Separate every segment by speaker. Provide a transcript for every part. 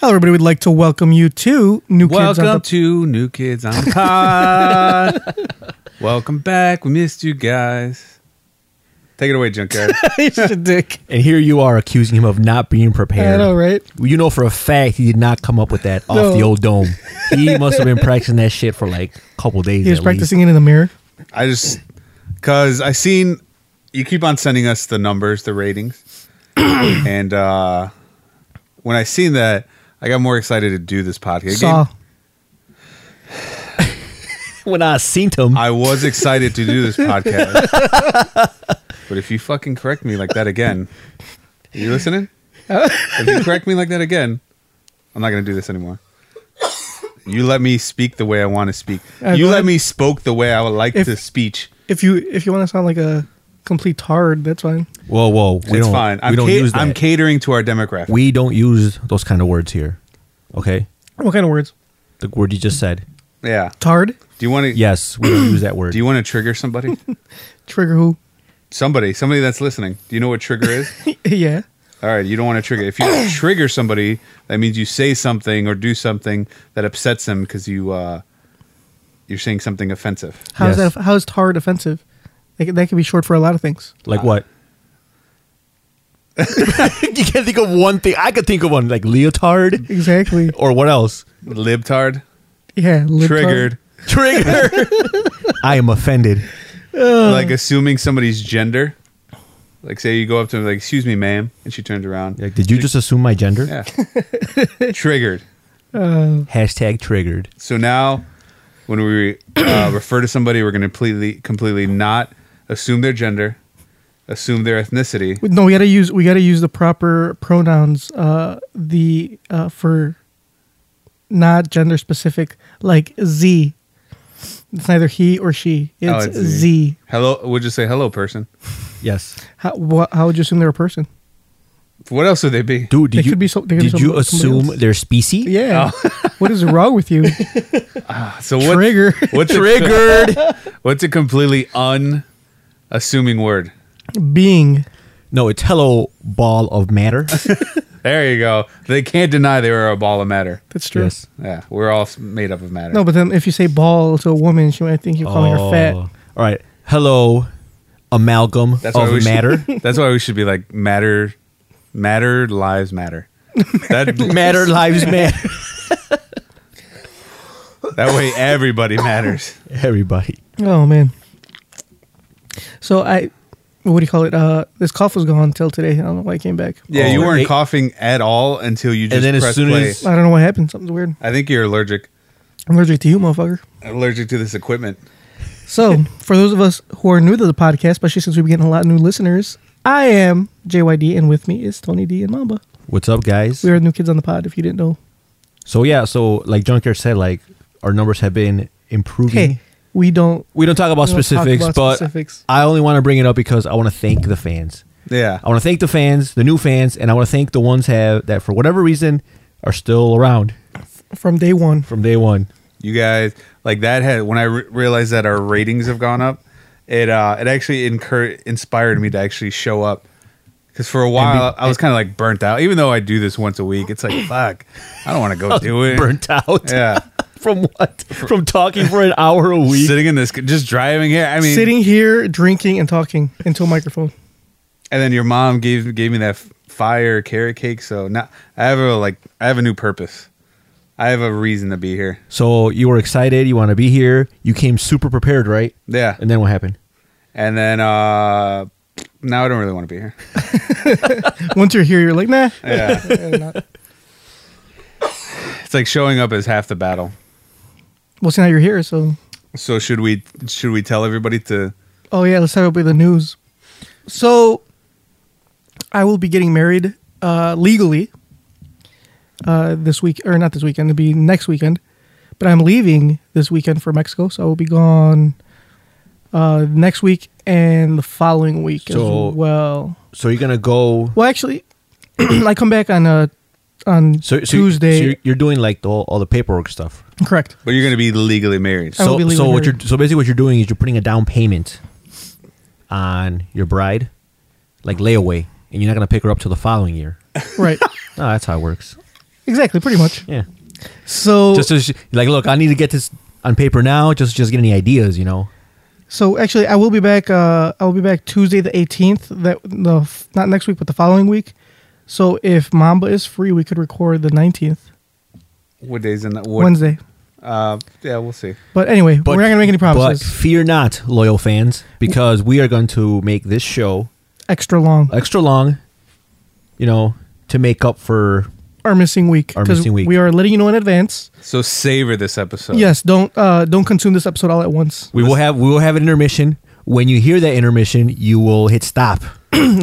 Speaker 1: Hello, everybody. We'd like to welcome you to New Kids on
Speaker 2: Welcome
Speaker 1: the
Speaker 2: to New Kids on the Pod. Welcome back. We missed you guys. Take it away, Junkyard.
Speaker 1: He's a dick.
Speaker 3: And here you are accusing him of not being prepared.
Speaker 1: I know, right?
Speaker 3: You know for a fact he did not come up with that off
Speaker 1: No.
Speaker 3: the old dome. He must have been practicing that shit for like a couple days.
Speaker 1: He was
Speaker 3: at
Speaker 1: practicing it in the mirror.
Speaker 2: I just because I seen you keep on sending us the numbers, the ratings, and uh when I seen that, I got more excited to do this podcast.
Speaker 1: Saw.
Speaker 3: least. When I seen him,
Speaker 2: I was excited to do this podcast, but if you fucking correct me like that again, you listening? If you correct me like that again, I'm not gonna do this anymore. You let me speak the way I want to speak.
Speaker 1: Uh,
Speaker 2: you
Speaker 1: go
Speaker 2: let
Speaker 1: ahead.
Speaker 2: me spoke the way I would like
Speaker 1: If-
Speaker 2: to speech.
Speaker 1: If you if you want to sound like a complete tard, that's fine.
Speaker 3: whoa, whoa, we
Speaker 2: it's
Speaker 3: don't,
Speaker 2: fine. I'm,
Speaker 3: we don't
Speaker 2: ca-
Speaker 3: use that.
Speaker 2: I'm catering to our demographic.
Speaker 3: we don't use those kind of words here. Okay,
Speaker 1: What kind of words?
Speaker 3: the word you just said.
Speaker 2: yeah.
Speaker 1: Tard,
Speaker 2: Do you want to?
Speaker 3: Yes, we don't use that word.
Speaker 2: Do you want to trigger somebody?
Speaker 1: trigger who?
Speaker 2: somebody, somebody that's listening. Do you know what trigger is?
Speaker 1: yeah.
Speaker 2: All right, you don't want to trigger. If you trigger somebody, that means you say something or do something that upsets them because you uh, you're saying something offensive.
Speaker 1: How's
Speaker 3: Yes.
Speaker 1: that? How's tard offensive? That could, that could be short for a lot of things.
Speaker 3: like what? you can't think of one thing. I could think of one like leotard
Speaker 1: Exactly.
Speaker 3: or what else?
Speaker 2: Libtard,
Speaker 1: Yeah. lip tard.
Speaker 2: triggered,
Speaker 3: Trigger. I am offended.
Speaker 2: like assuming somebody's gender. Like say you go up to them, like "Excuse me, ma'am," and she turns around.
Speaker 3: Like, did you just assume my gender?
Speaker 2: Yeah, triggered.
Speaker 3: Hashtag triggered.
Speaker 2: So now, when we uh, refer to somebody, we're going to completely, completely not assume their gender, assume their ethnicity.
Speaker 1: No, we gotta use we gotta use the proper pronouns. Uh, the uh, for not gender specific, like Z. It's neither he or she. It's,
Speaker 2: Oh, it's
Speaker 1: Z.
Speaker 2: Z. Hello, we'll just say hello, person.
Speaker 3: Yes.
Speaker 1: How, wha- how would you assume they're a person?
Speaker 2: What else would they be?
Speaker 3: Dude,
Speaker 1: They
Speaker 3: did you,
Speaker 1: could be so- they could be
Speaker 3: did you
Speaker 1: somebody- somebody
Speaker 3: assume
Speaker 1: else.
Speaker 3: their species?
Speaker 1: Yeah. what is wrong with you?
Speaker 2: So what?
Speaker 1: Trigger.
Speaker 2: What's triggered? what's a completely unassuming word?
Speaker 1: Being.
Speaker 3: No, it's hello ball of matter.
Speaker 2: There you go. They can't deny they were a ball of matter.
Speaker 1: That's true.
Speaker 3: yes.
Speaker 2: Yeah, we're all made up of matter.
Speaker 1: No, but then if you say ball to a woman, she might think you're calling her
Speaker 3: Oh. All
Speaker 1: fat.
Speaker 3: right. Hello amalgam
Speaker 2: that's why we
Speaker 3: of matter.
Speaker 2: Should, that's why we should be like matter, matter lives matter. That
Speaker 3: matter lives matter.
Speaker 2: that way everybody matters.
Speaker 3: Everybody.
Speaker 1: Oh man. So I, what do you call it? Uh, this cough was gone till today. I don't know why it came back.
Speaker 2: Yeah, you
Speaker 3: Oh,
Speaker 2: weren't
Speaker 3: it-
Speaker 2: coughing at all until you just
Speaker 3: then as
Speaker 2: pressed
Speaker 3: soon
Speaker 2: play.
Speaker 3: as-
Speaker 1: I don't know what happened. Something's weird.
Speaker 2: I think you're allergic.
Speaker 1: I'm allergic to you, motherfucker.
Speaker 2: Allergic to this equipment.
Speaker 1: So for those of us who are new to the podcast, especially since we've been getting a lot of new listeners, I am JYD, and with me is Tony D and Mamba.
Speaker 3: What's up, guys?
Speaker 1: We are new kids on the pod. If you didn't know,
Speaker 3: so yeah, so like Junker said, like our numbers have been improving.
Speaker 1: hey, we don't.
Speaker 3: We don't talk about
Speaker 1: We don't talk
Speaker 3: specifics,
Speaker 1: about
Speaker 3: but
Speaker 1: specifics.
Speaker 3: I only want to bring it up because I want to thank the fans.
Speaker 2: Yeah.
Speaker 3: I want to thank the fans, the new fans, and I want to thank the ones have that for whatever reason are still around
Speaker 1: From day one,
Speaker 3: from day one.
Speaker 2: You guys like that had when I re- realized that our ratings have gone up, it uh it actually incur- inspired me to actually show up because for a while I was kind of like burnt out. Even though I do this once a week, it's like fuck, I don't want to go do it.
Speaker 3: burnt out
Speaker 2: Yeah,
Speaker 3: from what? From talking for an hour a week.
Speaker 2: sitting in this, just driving here. I mean,
Speaker 1: sitting here drinking and talking into a microphone.
Speaker 2: and then your mom gave gave me that f- fire carrot cake. So now I have a like I have a new purpose. I have a reason to be here.
Speaker 3: So you were excited. You want to be here. You came super prepared, right?
Speaker 2: Yeah,
Speaker 3: And then what happened?
Speaker 2: and then uh now I don't really want to be here.
Speaker 1: Once you're here, you're like, nah.
Speaker 2: Yeah, it's like showing up is half the battle.
Speaker 1: Well, see now you're here, so
Speaker 2: So should we should we tell everybody to
Speaker 1: oh yeah, let's have it with the news. So, I will be getting married uh, legally uh, this week, or not this weekend. It'll be next weekend, But I'm leaving this weekend for Mexico, so I will be gone uh, next week and the following week
Speaker 3: So-
Speaker 1: as well.
Speaker 3: So you're gonna go.
Speaker 1: Well, actually, I come back on uh, on
Speaker 3: So, so
Speaker 1: Tuesday.
Speaker 3: So you're, you're doing like the, whole- all the paperwork stuff.
Speaker 1: Correct.
Speaker 2: But you're gonna be legally married.
Speaker 1: I will
Speaker 3: So,
Speaker 1: be
Speaker 3: so
Speaker 1: leaving
Speaker 3: what
Speaker 1: her.
Speaker 3: you're so basically what you're doing is you're putting a down payment on your bride, like layaway, and you're not gonna pick her up till the following year. oh,
Speaker 1: Right.
Speaker 3: that's how it works.
Speaker 1: exactly. Pretty much.
Speaker 3: Yeah.
Speaker 1: So
Speaker 3: Just so she, like, look, I need to get this on paper now. Just just get any ideas, you know.
Speaker 1: So actually, I will be back. Uh, I will be back Tuesday the eighteenth. That the f- not next week, but the following week. So if Mamba is free, we could record the nineteenth,
Speaker 2: what days in that? What,
Speaker 1: Wednesday.
Speaker 2: Uh, yeah, we'll see.
Speaker 1: But anyway,
Speaker 3: But-
Speaker 1: we're not gonna make any
Speaker 3: But
Speaker 1: promises.
Speaker 3: fear not, loyal fans, because we are going to make this show
Speaker 1: Extra long,
Speaker 3: extra long, you know, to make up for.
Speaker 1: our missing week.
Speaker 3: Our
Speaker 1: 'cause
Speaker 3: missing week.
Speaker 1: We are letting you know in advance.
Speaker 2: So savor this episode.
Speaker 1: Yes, don't uh, don't consume this episode all at once.
Speaker 3: We will have we will have an intermission. When you hear that intermission, you will hit stop, and,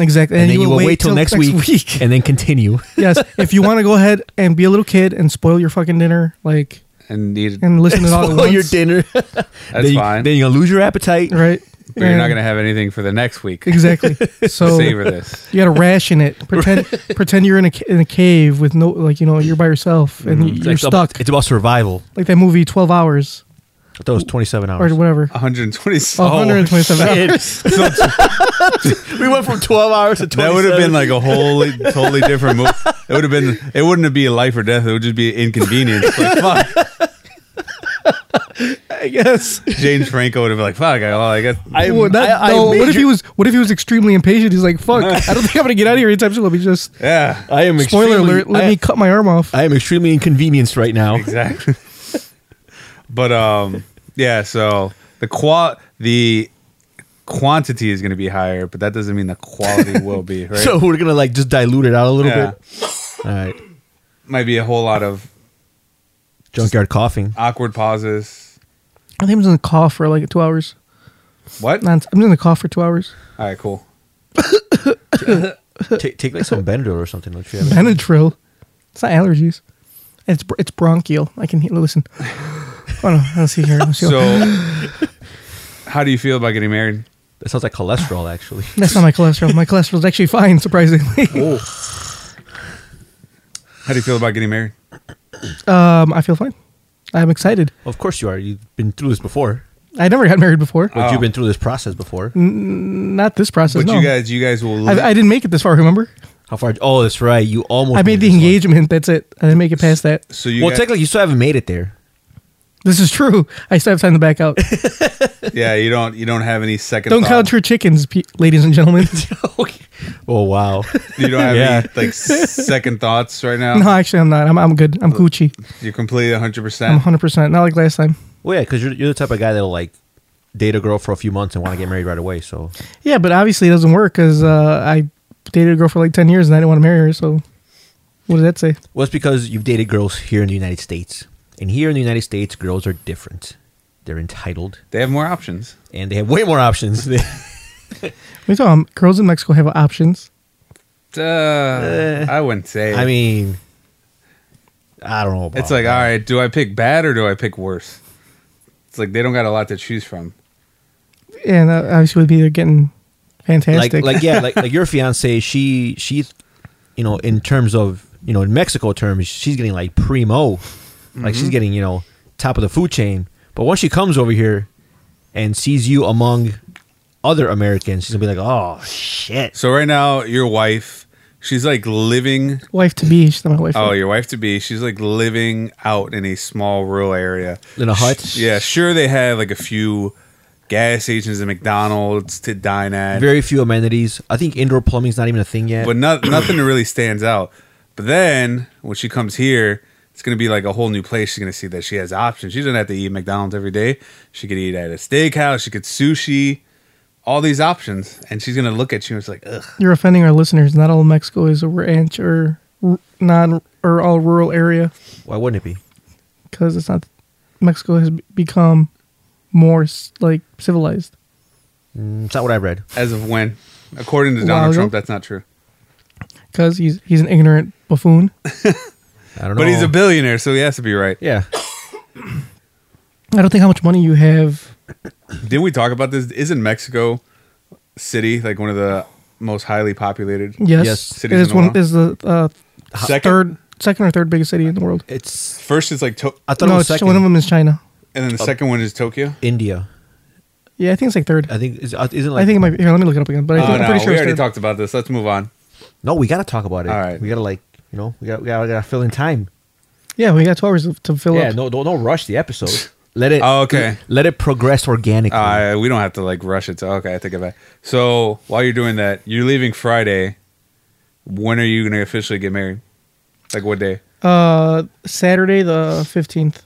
Speaker 1: exactly.
Speaker 3: then you, will wait, till next, week, and then continue.
Speaker 1: yes, if you want to go ahead and be a little kid and spoil your fucking dinner, like
Speaker 2: and need,
Speaker 1: and listen to it all at
Speaker 3: Spoil
Speaker 1: once,
Speaker 3: your dinner.
Speaker 2: that's
Speaker 3: then you,
Speaker 2: fine.
Speaker 3: Then you're gonna lose your appetite.
Speaker 1: right?
Speaker 2: but you're not
Speaker 1: And-
Speaker 2: gonna have anything for the next week.
Speaker 1: exactly. So
Speaker 2: savor this.
Speaker 1: You gotta ration it. Pretend pretend you're in a ca- in a cave with no like you know you're by yourself and you-
Speaker 3: Mm-hmm. It's
Speaker 1: you're
Speaker 3: like-
Speaker 1: stuck
Speaker 3: It's about survival.
Speaker 1: like that movie Twelve Hours
Speaker 3: I thought it was 27
Speaker 1: or
Speaker 3: hours.
Speaker 1: whatever.
Speaker 2: 120.
Speaker 1: Oh, 127 hours.
Speaker 3: we went from 12 hours to 27.
Speaker 2: That would have been like a whole totally different move. It would have been. It wouldn't be life or death. It would just be inconvenience. Like fuck,
Speaker 1: I guess.
Speaker 2: James Franco would have been like, "Fuck, I, well, I guess."
Speaker 3: I-
Speaker 1: Well, that-
Speaker 3: I- I
Speaker 1: no, what if
Speaker 3: major-
Speaker 1: he was what if he was extremely impatient? He's like, fuck, I don't think I'm gonna get out of here anytime soon. Let me just
Speaker 2: yeah,
Speaker 3: I am
Speaker 1: spoiler
Speaker 3: extremely-
Speaker 1: alert. Let
Speaker 3: I,
Speaker 1: me cut my arm off.
Speaker 3: I am extremely inconvenienced right now.
Speaker 2: exactly. but um, yeah. So the qua the quantity is going to be higher, but that doesn't mean the quality will be. Right?
Speaker 3: So we're gonna like just dilute it out a little
Speaker 2: Yeah.
Speaker 3: bit. All right,
Speaker 2: might be a whole lot of
Speaker 3: junkyard coughing.
Speaker 2: awkward pauses.
Speaker 1: I think I'm just gonna cough for like two hours.
Speaker 2: What?
Speaker 1: Non- I'm just gonna cough for two hours.
Speaker 2: All right, cool.
Speaker 3: take, take like some Benadryl or something. Like
Speaker 1: Benadryl. It's not allergies. It's br- it's bronchial. I can hear. Listen. Oh no, let's see here. Let's see.
Speaker 2: So, how do you feel about getting married?
Speaker 3: That sounds like cholesterol, actually.
Speaker 1: That's not my cholesterol. My cholesterol's actually fine, surprisingly.
Speaker 2: How do you feel about getting married?
Speaker 1: Um, I feel fine. I'm excited.
Speaker 3: of course you are. You've been through this before.
Speaker 1: I never got married before.
Speaker 3: But
Speaker 2: Oh.
Speaker 3: you've been through this process before.
Speaker 1: Not this process.
Speaker 2: But
Speaker 1: no.
Speaker 2: you guys, you guys will.
Speaker 1: I, I didn't make it this far. Remember,
Speaker 3: How far? Oh, that's right. You almost.
Speaker 1: I made the
Speaker 3: this one.
Speaker 1: engagement. That's it. I didn't make it past that.
Speaker 2: so you
Speaker 3: Well,
Speaker 2: guys-
Speaker 3: technically, you still haven't made it there.
Speaker 1: This is true. I still have time to back out.
Speaker 2: yeah, you don't you don't have any second.
Speaker 1: Don't
Speaker 2: thought.
Speaker 1: count your chickens, pe- ladies and gentlemen.
Speaker 3: okay. Oh wow.
Speaker 2: You don't have
Speaker 3: Yeah.
Speaker 2: any like second thoughts right now.
Speaker 1: no, actually, I'm not. I'm, I'm good.
Speaker 3: Uh,
Speaker 1: I'm Gucci.
Speaker 2: You're completely 100.
Speaker 1: I'm
Speaker 2: percent
Speaker 1: 100. percent Not like last time.
Speaker 3: well, yeah, because you're, you're the type of guy that'll like date a girl for a few months and want to get married right away. So
Speaker 1: Yeah, but obviously it doesn't work because uh, I dated a girl for like 10 years and I didn't want to marry her. So, what does that say?
Speaker 3: Well, it's because you've dated girls here in the United States. And here in the United States, girls are different. They're entitled
Speaker 2: They have more options.
Speaker 3: and they have way more options. They-
Speaker 1: We saw um, girls in Mexico have options.
Speaker 2: Uh, I wouldn't say.
Speaker 3: Eh. I mean, oh, I don't know. About
Speaker 2: it's like, all right, do I pick bad or do I pick worse? It's like they don't got a lot to choose from.
Speaker 1: And uh, obviously, would be they're getting
Speaker 3: like,
Speaker 1: fantastic.
Speaker 3: like yeah, like, like your fiance, she, she, you know, in terms of, you know, in Mexico terms, she's getting like primo. Like
Speaker 2: Mm-hmm.
Speaker 3: she's getting, you know, top of the food chain. But once she comes over here and sees you among other Americans, she's going to be like, oh, shit.
Speaker 2: So right now, your wife, she's like living.
Speaker 1: wife to be. She's not my wife.
Speaker 2: Oh, your wife to be, she's like living out in a small rural area.
Speaker 3: In a hut?
Speaker 2: Yeah, sure they have like a few gas stations and McDonald's to dine at.
Speaker 3: Very few amenities. I think indoor plumbing's not even a thing yet.
Speaker 2: but not, nothing that really stands out. But then when she comes here, it's gonna be like a whole new place. She's gonna see that she has options. She doesn't have to eat McDonald's every day. She could eat at a steakhouse. She could sushi. All these options, and she's gonna look at you and it's like, ugh.
Speaker 1: You're offending our listeners. Not all of Mexico is a ranch or r- non or all rural area
Speaker 3: Why wouldn't it be?
Speaker 1: because it's not. Mexico has become more s- like civilized.
Speaker 3: Mm, It's not what I read.
Speaker 2: As of when, according to
Speaker 1: Wow,
Speaker 2: Donald Trump,
Speaker 1: you're-
Speaker 2: that's not true.
Speaker 1: Because he's he's an ignorant buffoon.
Speaker 3: I don't know.
Speaker 2: But he's a billionaire, so he has to be right.
Speaker 3: yeah.
Speaker 1: I don't think how much money you have.
Speaker 2: Didn't we talk about this? Isn't Mexico City like one of the most highly populated?
Speaker 1: Yes,
Speaker 3: Yes.
Speaker 1: it
Speaker 2: Cities
Speaker 1: is
Speaker 2: in the
Speaker 1: one
Speaker 2: world.
Speaker 1: is the uh,
Speaker 2: Second,
Speaker 1: third, second or third biggest city in the world.
Speaker 3: It's
Speaker 2: first is like, to-
Speaker 3: I thought it
Speaker 1: no,
Speaker 3: was
Speaker 1: it's
Speaker 3: second.
Speaker 1: one of them is China.
Speaker 2: and then the second one is Tokyo.
Speaker 3: India.
Speaker 1: Yeah, I think it's like third.
Speaker 3: I think is, uh, isn't it like
Speaker 1: I think it might be. Here, let me look it up again. But I
Speaker 2: Oh,
Speaker 1: think, I'm
Speaker 2: no,
Speaker 1: pretty sure
Speaker 2: we
Speaker 1: it's
Speaker 2: already
Speaker 1: third.
Speaker 2: talked about this. Let's move on.
Speaker 3: no. We gotta talk about it.
Speaker 2: All right.
Speaker 3: we gotta like you know we gotta we gotta, we gotta fill in time.
Speaker 1: Yeah, we got two hours to fill
Speaker 3: yeah,
Speaker 1: up.
Speaker 3: no, don't, don't rush the episode. Let it.
Speaker 2: Oh, okay.
Speaker 3: Let it progress organically.
Speaker 2: Uh, we don't have to like rush it. To, okay, I take it back. So while you're doing that, you're leaving Friday. When are you going to officially get married? Like what day?
Speaker 1: Uh, Saturday the fifteenth.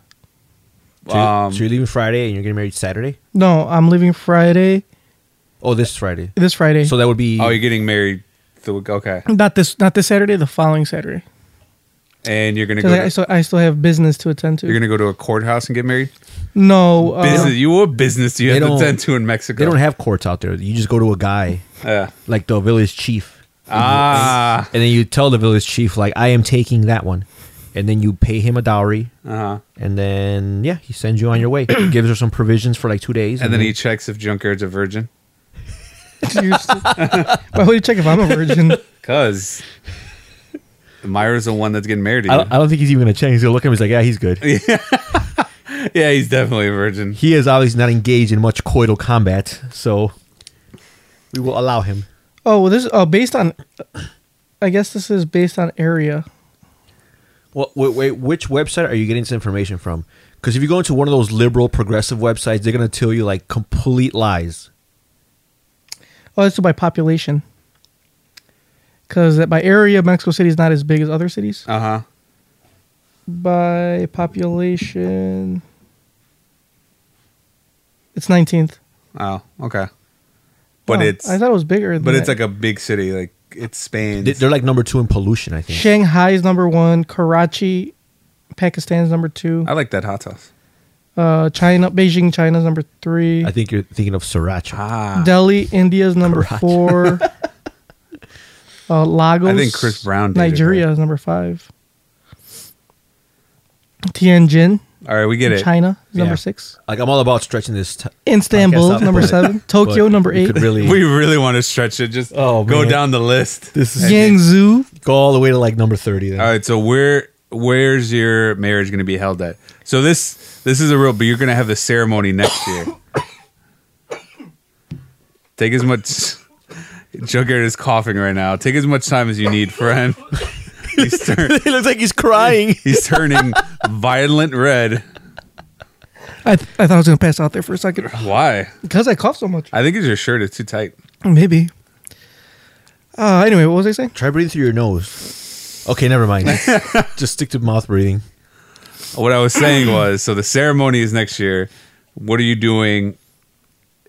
Speaker 3: so, you-
Speaker 2: um,
Speaker 3: so you're leaving Friday and you're getting married Saturday.
Speaker 1: No, I'm leaving Friday.
Speaker 3: Oh, this Friday.
Speaker 1: This Friday.
Speaker 3: So that would be.
Speaker 2: Oh, you're getting married. The, week- okay,
Speaker 1: not this, not this Saturday. The following Saturday.
Speaker 2: and you're going to
Speaker 1: 'Cause
Speaker 2: go.
Speaker 1: I,
Speaker 2: To,
Speaker 1: still, I still have business to attend to.
Speaker 2: you're going to go to a courthouse and get married.
Speaker 1: no uh,
Speaker 2: business. You what business do you
Speaker 3: Oh, They
Speaker 2: have to
Speaker 3: don't-
Speaker 2: attend to in Mexico?
Speaker 3: they don't have courts out there. You just go to a guy
Speaker 2: Yeah.
Speaker 3: like the village chief.
Speaker 2: ah.
Speaker 3: and then you tell the village chief like I am taking that one, and then you pay him a dowry,
Speaker 2: Uh-huh.
Speaker 3: and then yeah, he sends you on your way. He gives her some provisions for like two days,
Speaker 2: And then he checks if Junkyard's a virgin.
Speaker 1: you're still- Why would you check if I'm a virgin?
Speaker 2: Cause Myra's the one that's getting married.
Speaker 3: I
Speaker 2: To
Speaker 3: don't, I don't think he's even gonna check. He's gonna look at him. He's like, yeah, he's good.
Speaker 2: you. Yeah, he's definitely a virgin.
Speaker 3: He is obviously not engaged in much coital combat, so we will allow him.
Speaker 1: Oh, well, this uh, based on. I guess this is based on area.
Speaker 3: Well, wait, wait, which website are you getting this information from? Because if you go into one of those liberal progressive websites, they're gonna tell you like complete lies.
Speaker 1: Oh, it's by population. Because by area, Mexico City is not as big as other cities.
Speaker 2: Uh huh.
Speaker 1: By population, it's 19th.
Speaker 2: Oh, okay. But
Speaker 1: Oh,
Speaker 2: it's
Speaker 1: I thought it was bigger. Than
Speaker 2: but it's
Speaker 1: that.
Speaker 2: like a big city, like it's Spain.
Speaker 3: They- They're like number two in pollution, I think.
Speaker 1: Shanghai is number one. Karachi, Pakistan's number two.
Speaker 2: I like that hot sauce.
Speaker 1: Uh, China, Beijing, China's number three.
Speaker 3: I think you're thinking of sriracha.
Speaker 2: Ah,
Speaker 1: Delhi, India's number
Speaker 3: Karachi.
Speaker 1: four. uh, Lagos.
Speaker 2: I think Chris Brown did it,
Speaker 1: Nigeria
Speaker 2: right?
Speaker 1: is number five. Tianjin,
Speaker 2: all right, we get it.
Speaker 1: China is
Speaker 3: Yeah.
Speaker 1: number six.
Speaker 3: Like I'm all about stretching this. T-
Speaker 1: Istanbul
Speaker 3: Podcast
Speaker 1: number
Speaker 3: output.
Speaker 1: seven. Tokyo
Speaker 3: but
Speaker 1: number
Speaker 3: you
Speaker 1: eight.
Speaker 3: Could really
Speaker 2: We really want to stretch it. Just
Speaker 3: Oh,
Speaker 2: go
Speaker 3: man.
Speaker 2: down the list.
Speaker 3: This is-
Speaker 1: Yangzhou.
Speaker 3: go all the way to like number thirty. Then.
Speaker 2: all right. So where where's your marriage going to be held at? So this this is a real. But you're going to have the ceremony next year. Take as much. Junkyard is coughing right now. Take as much time as you need, friend. He's, turn,
Speaker 3: it looks like he's crying.
Speaker 2: he's turning violent red.
Speaker 1: I, th- I thought I was gonna pass out there for a second
Speaker 2: Why?
Speaker 1: because I coughed so much.
Speaker 2: I think it's your shirt. It's too tight.
Speaker 1: Maybe. Uh, anyway, what was I saying?
Speaker 3: Try breathing through your nose. Okay, never mind. Just stick to mouth breathing.
Speaker 2: What I was saying was, so the ceremony is next year. What are you doing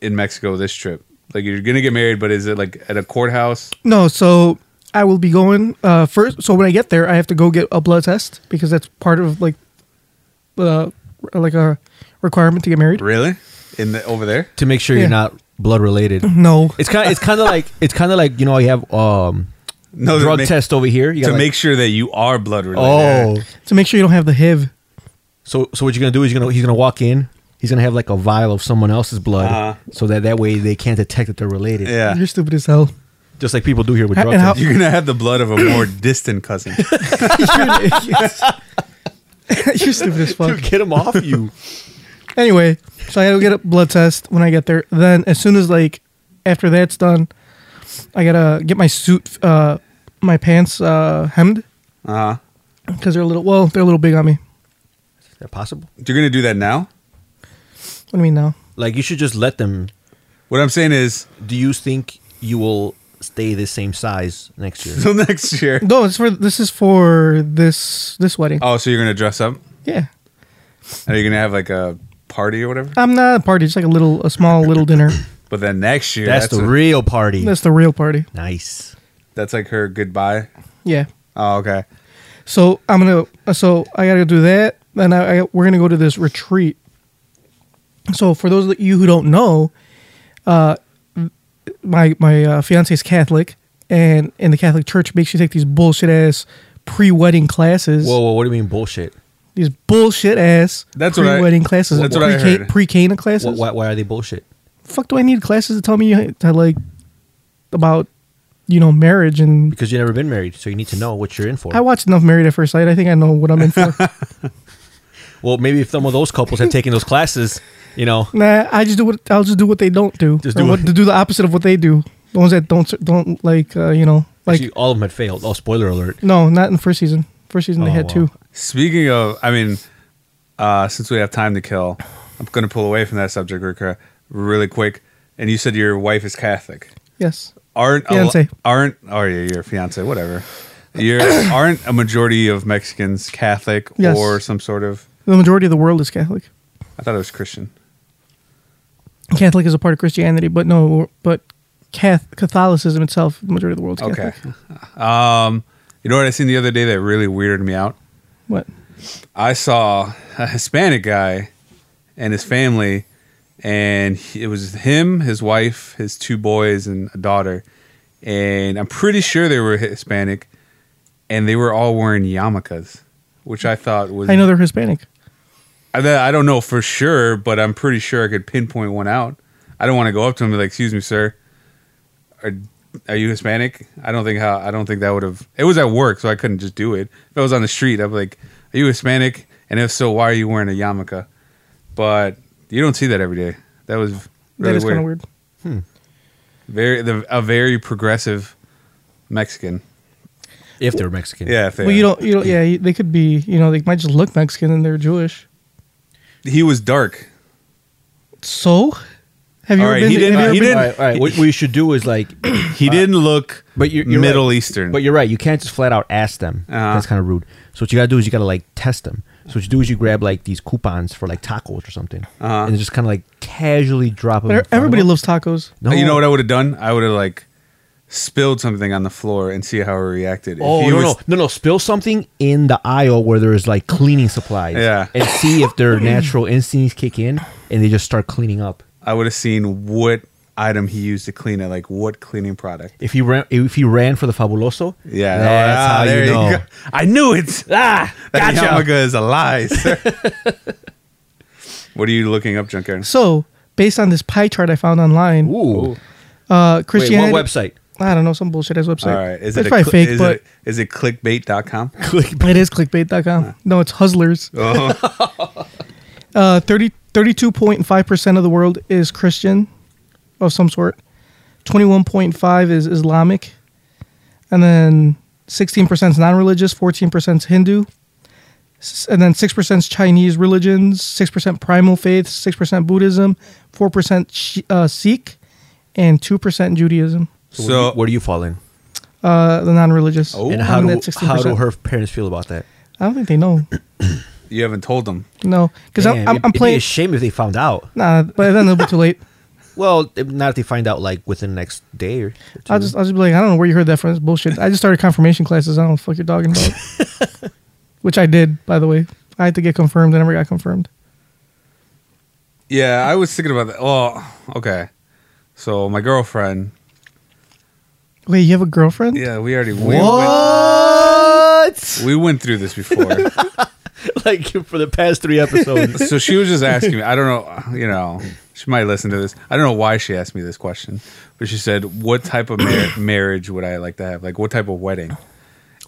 Speaker 2: in Mexico this trip? Like you're gonna get married, but is it like at a courthouse?
Speaker 1: No, so I will be going uh, first. So when I get there, I have to go get a blood test because that's part of like, uh, like a requirement to get married.
Speaker 2: Really? In the over there?
Speaker 3: To make sure
Speaker 1: Yeah. Mm-hmm.
Speaker 3: you're not blood related.
Speaker 1: No,
Speaker 3: It's kind. It's kind of like. It's kind of like you know you have um
Speaker 2: No, to
Speaker 3: drug
Speaker 2: make-
Speaker 3: test over here.
Speaker 2: to
Speaker 3: You gotta, like-
Speaker 2: make sure that you are blood
Speaker 3: Oh,
Speaker 2: related.
Speaker 1: to make sure you don't have the HIV.
Speaker 3: so so what you're gonna do is you're gonna he's gonna walk in. He's gonna have like a vial of someone else's blood,
Speaker 2: Uh-huh.
Speaker 3: so that that way they can't detect that they're related.
Speaker 2: yeah.
Speaker 1: You're stupid as hell.
Speaker 3: Just like people do here with
Speaker 1: Ha-
Speaker 3: drug
Speaker 1: and how-
Speaker 3: tests.
Speaker 2: You're gonna have the blood of a more distant cousin.
Speaker 1: You're stupid as fuck.
Speaker 3: Dude, get him off you.
Speaker 1: Anyway, so I gotta get a blood test when I get there. Then as soon as like after that's done, I gotta get my suit, uh, my pants uh, hemmed
Speaker 2: Uh-huh.
Speaker 1: because they're a little well, they're a little big on me.
Speaker 3: Is that possible?
Speaker 2: You're gonna do that now?
Speaker 1: What do you mean now?
Speaker 3: Like you should just let them
Speaker 2: What I'm saying is,
Speaker 3: do you think you will stay the same size next year?
Speaker 2: till next year.
Speaker 1: No, it's for this is for this this wedding.
Speaker 2: Oh, so you're gonna dress up?
Speaker 1: Yeah.
Speaker 2: Are you gonna have like a party or whatever?
Speaker 1: I'm not a party. It's like a little, a small little dinner.
Speaker 2: But then next year,
Speaker 3: that's,
Speaker 2: that's
Speaker 3: the
Speaker 2: a-
Speaker 3: real party.
Speaker 1: That's the real party.
Speaker 3: nice.
Speaker 2: that's like her goodbye.
Speaker 1: Yeah.
Speaker 2: Oh, okay.
Speaker 1: So I'm gonna. uh, So I gotta do that. Then I, I we're gonna go to this retreat. So for those of you who don't know, uh, my my uh, fiance is Catholic, and in the Catholic Church makes you take these bullshit ass pre wedding classes.
Speaker 3: Whoa, whoa, what do you mean bullshit?
Speaker 1: These bullshit ass
Speaker 2: That's what I-
Speaker 1: pre-wedding classes.
Speaker 2: that's what I
Speaker 1: pre-ca-
Speaker 2: heard.
Speaker 1: Pre-Cana classes.
Speaker 3: Why, why are they bullshit?
Speaker 1: Fuck, do I need classes to tell me you- to like about you know marriage and
Speaker 3: Because you've never been married, so you need to know what you're in for.
Speaker 1: I watched enough Married at First Sight. I think I know what I'm in for.
Speaker 3: well, maybe if some of those couples had taken those classes, you know,
Speaker 1: nah, I just do what I'll just do what they don't do.
Speaker 3: Just
Speaker 1: Or
Speaker 3: do
Speaker 1: what,
Speaker 3: what-
Speaker 1: to do the opposite of what they do. The ones that don't don't like uh, you know like
Speaker 3: actually, all of them had failed. Oh, spoiler alert.
Speaker 1: no, not in the first season. First season they
Speaker 3: Oh,
Speaker 1: had
Speaker 3: wow.
Speaker 1: two.
Speaker 2: Speaking of, I mean, uh, since we have time to kill, I'm going to pull away from that subject Rika, really quick. And you said your wife is Catholic.
Speaker 1: Yes.
Speaker 2: Aren't a lo-
Speaker 1: Fiancé.
Speaker 2: aren't oh yeah, your fiance, whatever. You're, aren't a majority of Mexicans Catholic
Speaker 1: Yes.
Speaker 2: or some sort of?
Speaker 1: The majority of the world is Catholic.
Speaker 2: I thought it was Christian.
Speaker 1: Catholic is a part of Christianity, but no, but Cath- Catholicism itself, the majority of the world's
Speaker 2: Okay.
Speaker 1: Catholic.
Speaker 2: Um, you know what I seen the other day that really weirded me out?
Speaker 1: What?
Speaker 2: I saw a Hispanic guy and his family, and he- it was him, his wife, his two boys, and a daughter. And I'm pretty sure they were Hispanic, and they were all wearing yarmulkes, which I thought was.
Speaker 1: I know they're Hispanic.
Speaker 2: I, I don't know for sure, but I'm pretty sure I could pinpoint one out. I don't want to go up to him and be like, "Excuse me, sir, are are you Hispanic?" I don't think how I don't think that would have. It was at work, so I couldn't just do it. If I was on the street, I'd be like, "Are you Hispanic?" And if so, why are you wearing a yarmulke? But you don't see that every day. That was really
Speaker 1: that is kind of
Speaker 2: weird.
Speaker 1: weird.
Speaker 2: Very the, a very progressive Mexican.
Speaker 3: If they were Mexican.
Speaker 2: Yeah, if they
Speaker 1: Well, you don't, you don't, yeah, you- they could be, you know, they might just look Mexican and they're Jewish.
Speaker 2: He was dark.
Speaker 1: So, have you
Speaker 2: All
Speaker 1: ever
Speaker 2: right,
Speaker 1: been?
Speaker 2: he
Speaker 1: to-
Speaker 2: didn't-
Speaker 1: have you
Speaker 2: he
Speaker 1: ever
Speaker 3: All
Speaker 2: didn't-
Speaker 3: right, all right. What we should do is like,
Speaker 2: He didn't look
Speaker 3: but you're, you're
Speaker 2: Middle
Speaker 3: right.
Speaker 2: Eastern.
Speaker 3: But you're right. You can't just flat out ask them.
Speaker 2: Uh-huh.
Speaker 3: That's kind of rude. So what you gotta do is you gotta like test them. So what you do is you grab like these coupons for like tacos or something,
Speaker 2: Uh-huh.
Speaker 3: and just kind of like casually drop them.
Speaker 1: been-
Speaker 3: in front of
Speaker 1: Everybody
Speaker 3: them.
Speaker 1: loves tacos.
Speaker 3: No.
Speaker 2: Uh, You know what I would have done? I would have like spilled something on the floor and see how he reacted. If
Speaker 3: Oh
Speaker 2: he
Speaker 3: no,
Speaker 2: was-
Speaker 3: no no no! Spill something in the aisle where there is like cleaning supplies.
Speaker 2: Yeah.
Speaker 3: and see if their natural instincts kick in and they just start cleaning up.
Speaker 2: I would have seen what item he used to clean it, like what cleaning product.
Speaker 3: If he ran, if he ran for the fabuloso,
Speaker 2: Yeah,
Speaker 3: that's
Speaker 2: Ah,
Speaker 3: how
Speaker 2: there
Speaker 3: you know.
Speaker 2: go. I knew it.
Speaker 3: Ah,
Speaker 2: That
Speaker 3: gotcha.
Speaker 2: yarmulke is a lie. sir. what are you looking up, Junker?
Speaker 1: So, based on this pie chart I found online, uh,
Speaker 3: Ooh, wait, what
Speaker 1: Christianity.
Speaker 3: website?
Speaker 1: I don't know, some bullshit ass
Speaker 2: All
Speaker 1: website.
Speaker 2: right, is
Speaker 1: it's
Speaker 2: it a
Speaker 1: probably
Speaker 2: cli-
Speaker 1: fake,
Speaker 2: is
Speaker 1: but
Speaker 2: it, is it clickbait.com?
Speaker 1: it is clickbait.com. No, it's Hustlers.
Speaker 2: Oh,
Speaker 3: Uh-huh.
Speaker 1: Uh, 30, 32.5% of the world is Christian of some sort. 21.5 is Islamic. And then 16% is non-religious, 14% is Hindu. S- And then 6% is Chinese religions, 6% primal faith, 6% Buddhism, 4% Shi- uh, Sikh, and 2% Judaism.
Speaker 3: So, where do you-
Speaker 2: so
Speaker 3: where do you fall in?
Speaker 1: Uh, the non-religious.
Speaker 2: Oh.
Speaker 3: And
Speaker 1: I'm
Speaker 3: how
Speaker 1: in
Speaker 3: do
Speaker 1: that 16%.
Speaker 3: how do her parents feel about that?
Speaker 1: I don't think they know.
Speaker 2: you haven't told them.
Speaker 1: No, because I'm,
Speaker 3: Damn,
Speaker 1: I'm,
Speaker 3: it'd-
Speaker 1: I'm
Speaker 3: it'd Be
Speaker 1: playing.
Speaker 3: a shame if they found out.
Speaker 1: nah, but then it'll be too late.
Speaker 3: Well, if- not if they find out like within the next day or. or
Speaker 1: I'll
Speaker 3: two.
Speaker 1: just, I'll just be like, I don't know where you heard that from. It's bullshit. I just started confirmation classes. I don't know what the fuck you're talking about. Which I did, by the way. I had to get confirmed. I never got confirmed.
Speaker 2: Yeah, I was thinking about that. Well, okay. So my girlfriend.
Speaker 1: Wait, you have a girlfriend?
Speaker 2: Yeah, we already we went,
Speaker 3: what?
Speaker 2: we went through this before.
Speaker 3: like for the past three episodes.
Speaker 2: so she was just asking me. I don't know. You know, she might listen to this. I don't know why she asked me this question, but she said, "What type of mar- marriage would I like to have? Like, what type of wedding?"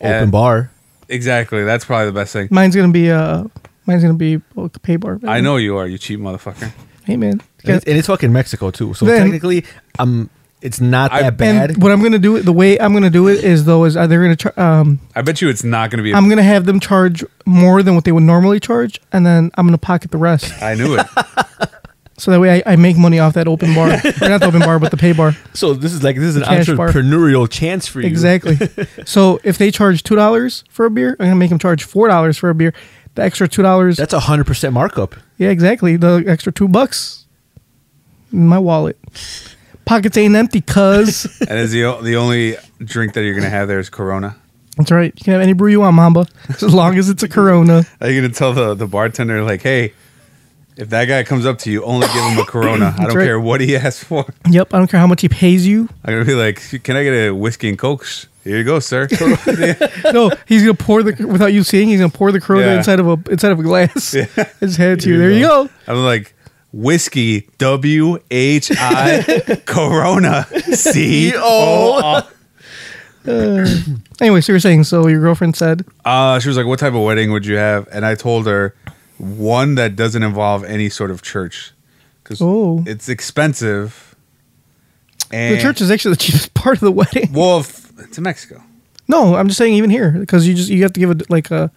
Speaker 3: Open bar.
Speaker 2: Exactly. That's probably the best thing.
Speaker 1: Mine's gonna be uh, mine's gonna be like a pay bar.
Speaker 2: I know you are. You cheap motherfucker.
Speaker 1: Hey man.
Speaker 3: And it's, and it's fucking Mexico too. So
Speaker 1: Then-
Speaker 3: technically, um, it's not that
Speaker 2: I- and
Speaker 3: bad.
Speaker 1: And what I'm gonna do, the way I'm gonna do it is though, is uh, they're gonna char- um,
Speaker 2: I bet you it's not going to be. a-
Speaker 1: I'm gonna have them charge more than what they would normally charge, and then I'm gonna pocket the rest.
Speaker 2: I knew it.
Speaker 1: So that way, I, I make money off that open bar, or not the open bar, but the pay bar.
Speaker 3: so this is like this is an
Speaker 1: Cash bar.
Speaker 3: entrepreneurial chance for you.
Speaker 1: Exactly. so if they charge two dollars for a beer, I'm gonna make them charge four dollars for a beer. The extra two dollars.
Speaker 3: That's a hundred percent markup.
Speaker 1: Yeah, exactly. The extra two bucks in my wallet. Pockets ain't empty, cuz.
Speaker 2: and is the o- the only drink that you're going to have there is Corona.
Speaker 1: That's right. You can have any brew you want, Mamba, as long as it's a Corona.
Speaker 2: Are you going to tell the the bartender like, "Hey, If that guy comes up to you, only give him a Corona. I don't
Speaker 1: right.
Speaker 2: care what he asks for.
Speaker 1: Yep, I don't care how much he pays you.
Speaker 2: I'm gonna be like, "Can I get a whiskey and coke?" Here you go, sir.
Speaker 1: No, he's gonna pour the without you seeing. He's gonna pour the Corona
Speaker 2: Yeah.
Speaker 1: inside of a inside of a glass. Just hand it to you. There you go.
Speaker 2: I'm like, whiskey, W H I, Corona, C O. R."
Speaker 1: Anyway, so you're saying so your girlfriend said
Speaker 2: Uh, she was like, "What type of wedding would you have?" And I told her one that doesn't involve any sort of church because
Speaker 1: Oh.
Speaker 2: it's expensive. And Eh.
Speaker 1: the church is actually the cheapest part of the wedding.
Speaker 2: well, f- to Mexico.
Speaker 1: No, I'm just saying even here because you just you have to give a like a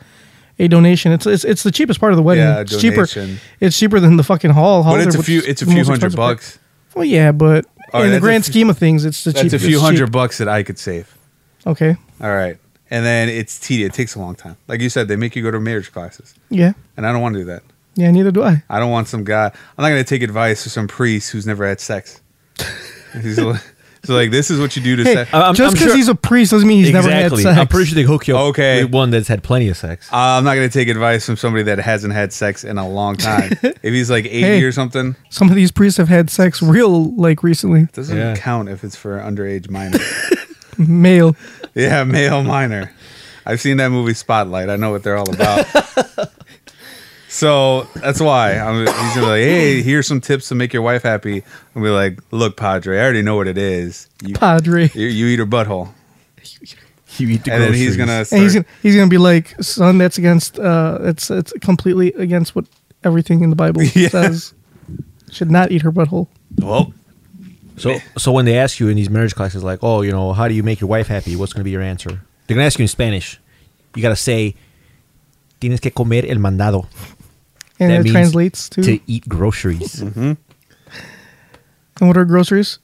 Speaker 1: a donation. It's it's, it's the cheapest part of the wedding.
Speaker 2: Yeah, a
Speaker 1: it's cheaper.
Speaker 2: donation.
Speaker 1: It's cheaper than the fucking hall. Halls
Speaker 2: But it's
Speaker 1: are
Speaker 2: a few.
Speaker 1: what's
Speaker 2: It's a
Speaker 1: the
Speaker 2: few
Speaker 1: most
Speaker 2: hundred
Speaker 1: expensive part.
Speaker 2: bucks.
Speaker 1: Well, yeah, but
Speaker 2: All right,
Speaker 1: in the
Speaker 2: that's a
Speaker 1: grand
Speaker 2: few-
Speaker 1: scheme of things, it's the cheapest.
Speaker 2: That's a few
Speaker 1: it's
Speaker 2: hundred
Speaker 1: cheap.
Speaker 2: bucks that I could save.
Speaker 1: Okay.
Speaker 2: All right, and then it's tedious. It takes a long time. Like you said, they make you go to marriage classes,
Speaker 1: Yeah.
Speaker 2: and I don't want to do that.
Speaker 1: Yeah. Neither do I.
Speaker 2: I don't want some guy. I'm not going to take advice from some priest who's never had sex. he's like, so like, this is what you do to
Speaker 1: Hey, uh,
Speaker 2: sex.
Speaker 3: I'm-
Speaker 1: just
Speaker 3: I'm
Speaker 1: because
Speaker 3: sure-
Speaker 1: he's a priest doesn't mean he's never had
Speaker 3: exactly.
Speaker 1: sex.
Speaker 3: I'm pretty sure they hook you up
Speaker 2: Okay.
Speaker 3: with one that's had plenty of sex.
Speaker 2: I'm not going to take advice from somebody that hasn't had sex in a long time. if he's like 80
Speaker 1: Hey.
Speaker 2: or something,
Speaker 1: Some of these priests have had sex real, like recently.
Speaker 2: doesn't
Speaker 3: Yeah.
Speaker 2: count if it's for an underage minor.
Speaker 1: Male.
Speaker 2: yeah, male minor. I've seen that movie Spotlight. I know what they're all about. so that's why I'm, he's gonna be like, "Hey, here's some tips to make your wife happy." I'm gonna be like, "Look, Padre, I already know what it is. You,
Speaker 1: Padre.
Speaker 2: you, you eat her butthole."
Speaker 3: You eat the
Speaker 2: and then he's gonna,
Speaker 1: And he's
Speaker 2: start-
Speaker 1: gonna, he's gonna be like, son, that's against uh it's it's completely against what everything in the Bible
Speaker 2: Yeah.
Speaker 1: says. Should not eat her butthole.
Speaker 2: well,
Speaker 3: So, so when they ask you in these marriage classes, like, oh, you know, how do you make your wife happy? What's going to be your answer? They're going to ask you in Spanish. You got to say, tienes que comer el mandado.
Speaker 1: And it
Speaker 3: means
Speaker 1: translates to,
Speaker 3: to eat groceries.
Speaker 1: and what are groceries?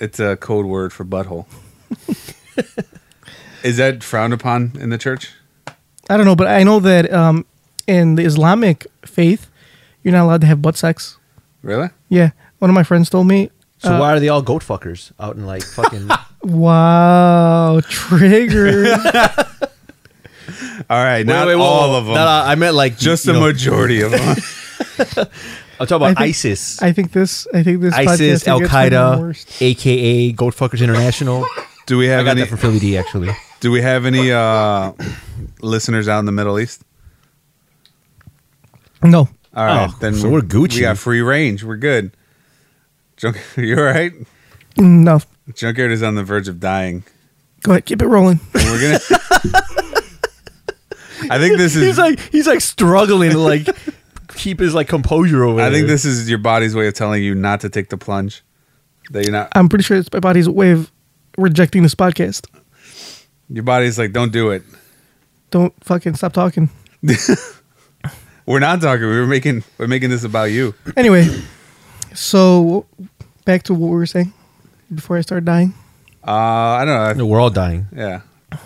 Speaker 2: it's a code word for butthole. is that frowned upon in the church?
Speaker 1: I don't know, but I know that um in the Islamic faith, you're not allowed to have butt sex.
Speaker 2: Really?
Speaker 1: Yeah. One of my friends told me
Speaker 3: So why are they all goat fuckers out in like fucking?
Speaker 1: Wow, trigger.
Speaker 2: All right, not all of them.
Speaker 3: No, no, I meant like
Speaker 2: just
Speaker 3: you
Speaker 2: the
Speaker 3: know,
Speaker 2: majority of them.
Speaker 3: I'm talking about
Speaker 1: I think-
Speaker 3: ISIS,
Speaker 1: I think this I think this podcast
Speaker 3: ISIS,
Speaker 1: could
Speaker 3: Al
Speaker 1: get some of the worst.
Speaker 3: Qaeda, aka Goat Fuckers International.
Speaker 2: Do we
Speaker 3: I
Speaker 2: have
Speaker 3: got
Speaker 2: any?
Speaker 3: that from Philly D actually.
Speaker 2: Do we have any uh, listeners out in the Middle East?
Speaker 1: No.
Speaker 2: All right,
Speaker 3: Oh,
Speaker 2: then
Speaker 3: so we're Gucci.
Speaker 2: We got free range. We're good. Junk, you all right?
Speaker 1: No.
Speaker 2: Junkyard is on the verge of dying.
Speaker 1: Go ahead, keep it rolling.
Speaker 2: And we're gonna. I think this is.
Speaker 3: He's like he's like struggling to like keep his like composure over.
Speaker 2: I think
Speaker 3: there.
Speaker 2: this is your body's way of telling you not to take the plunge. That you're not.
Speaker 1: I'm pretty sure it's my body's way of rejecting this podcast.
Speaker 2: Your body's like, don't do it.
Speaker 1: Don't fucking stop talking.
Speaker 2: We're not talking. We were making. We're making this about you.
Speaker 1: Anyway, so back to what we were saying before I start dying,
Speaker 2: Uh, I don't know.
Speaker 3: No, we're all dying.
Speaker 2: I- yeah.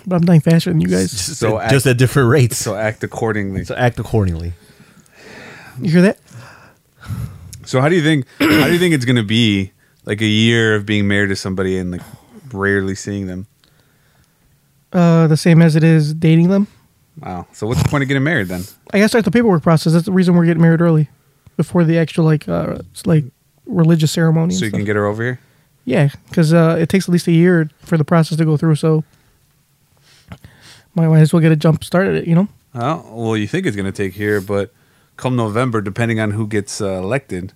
Speaker 1: but I'm dying faster than you guys.
Speaker 3: Just,
Speaker 2: So
Speaker 3: at,
Speaker 2: act-
Speaker 3: just at different rates.
Speaker 2: So act accordingly.
Speaker 3: So act accordingly.
Speaker 1: You hear that?
Speaker 2: So how do you think how do you think it's gonna be like a year of being married to somebody and like rarely seeing them?
Speaker 1: Uh, the same as it is dating them.
Speaker 2: Wow. So what's the point of getting married then?
Speaker 1: I gotta start the paperwork process. That's the reason we're getting married early, before the actual like uh it's like religious ceremony.
Speaker 2: So you can get her over here?
Speaker 1: yeah, because uh, it takes at least a year for the process to go through. So might as well get a jump start at it. You know.
Speaker 2: Well, well you think it's gonna take here, but come November, depending on who gets uh, elected,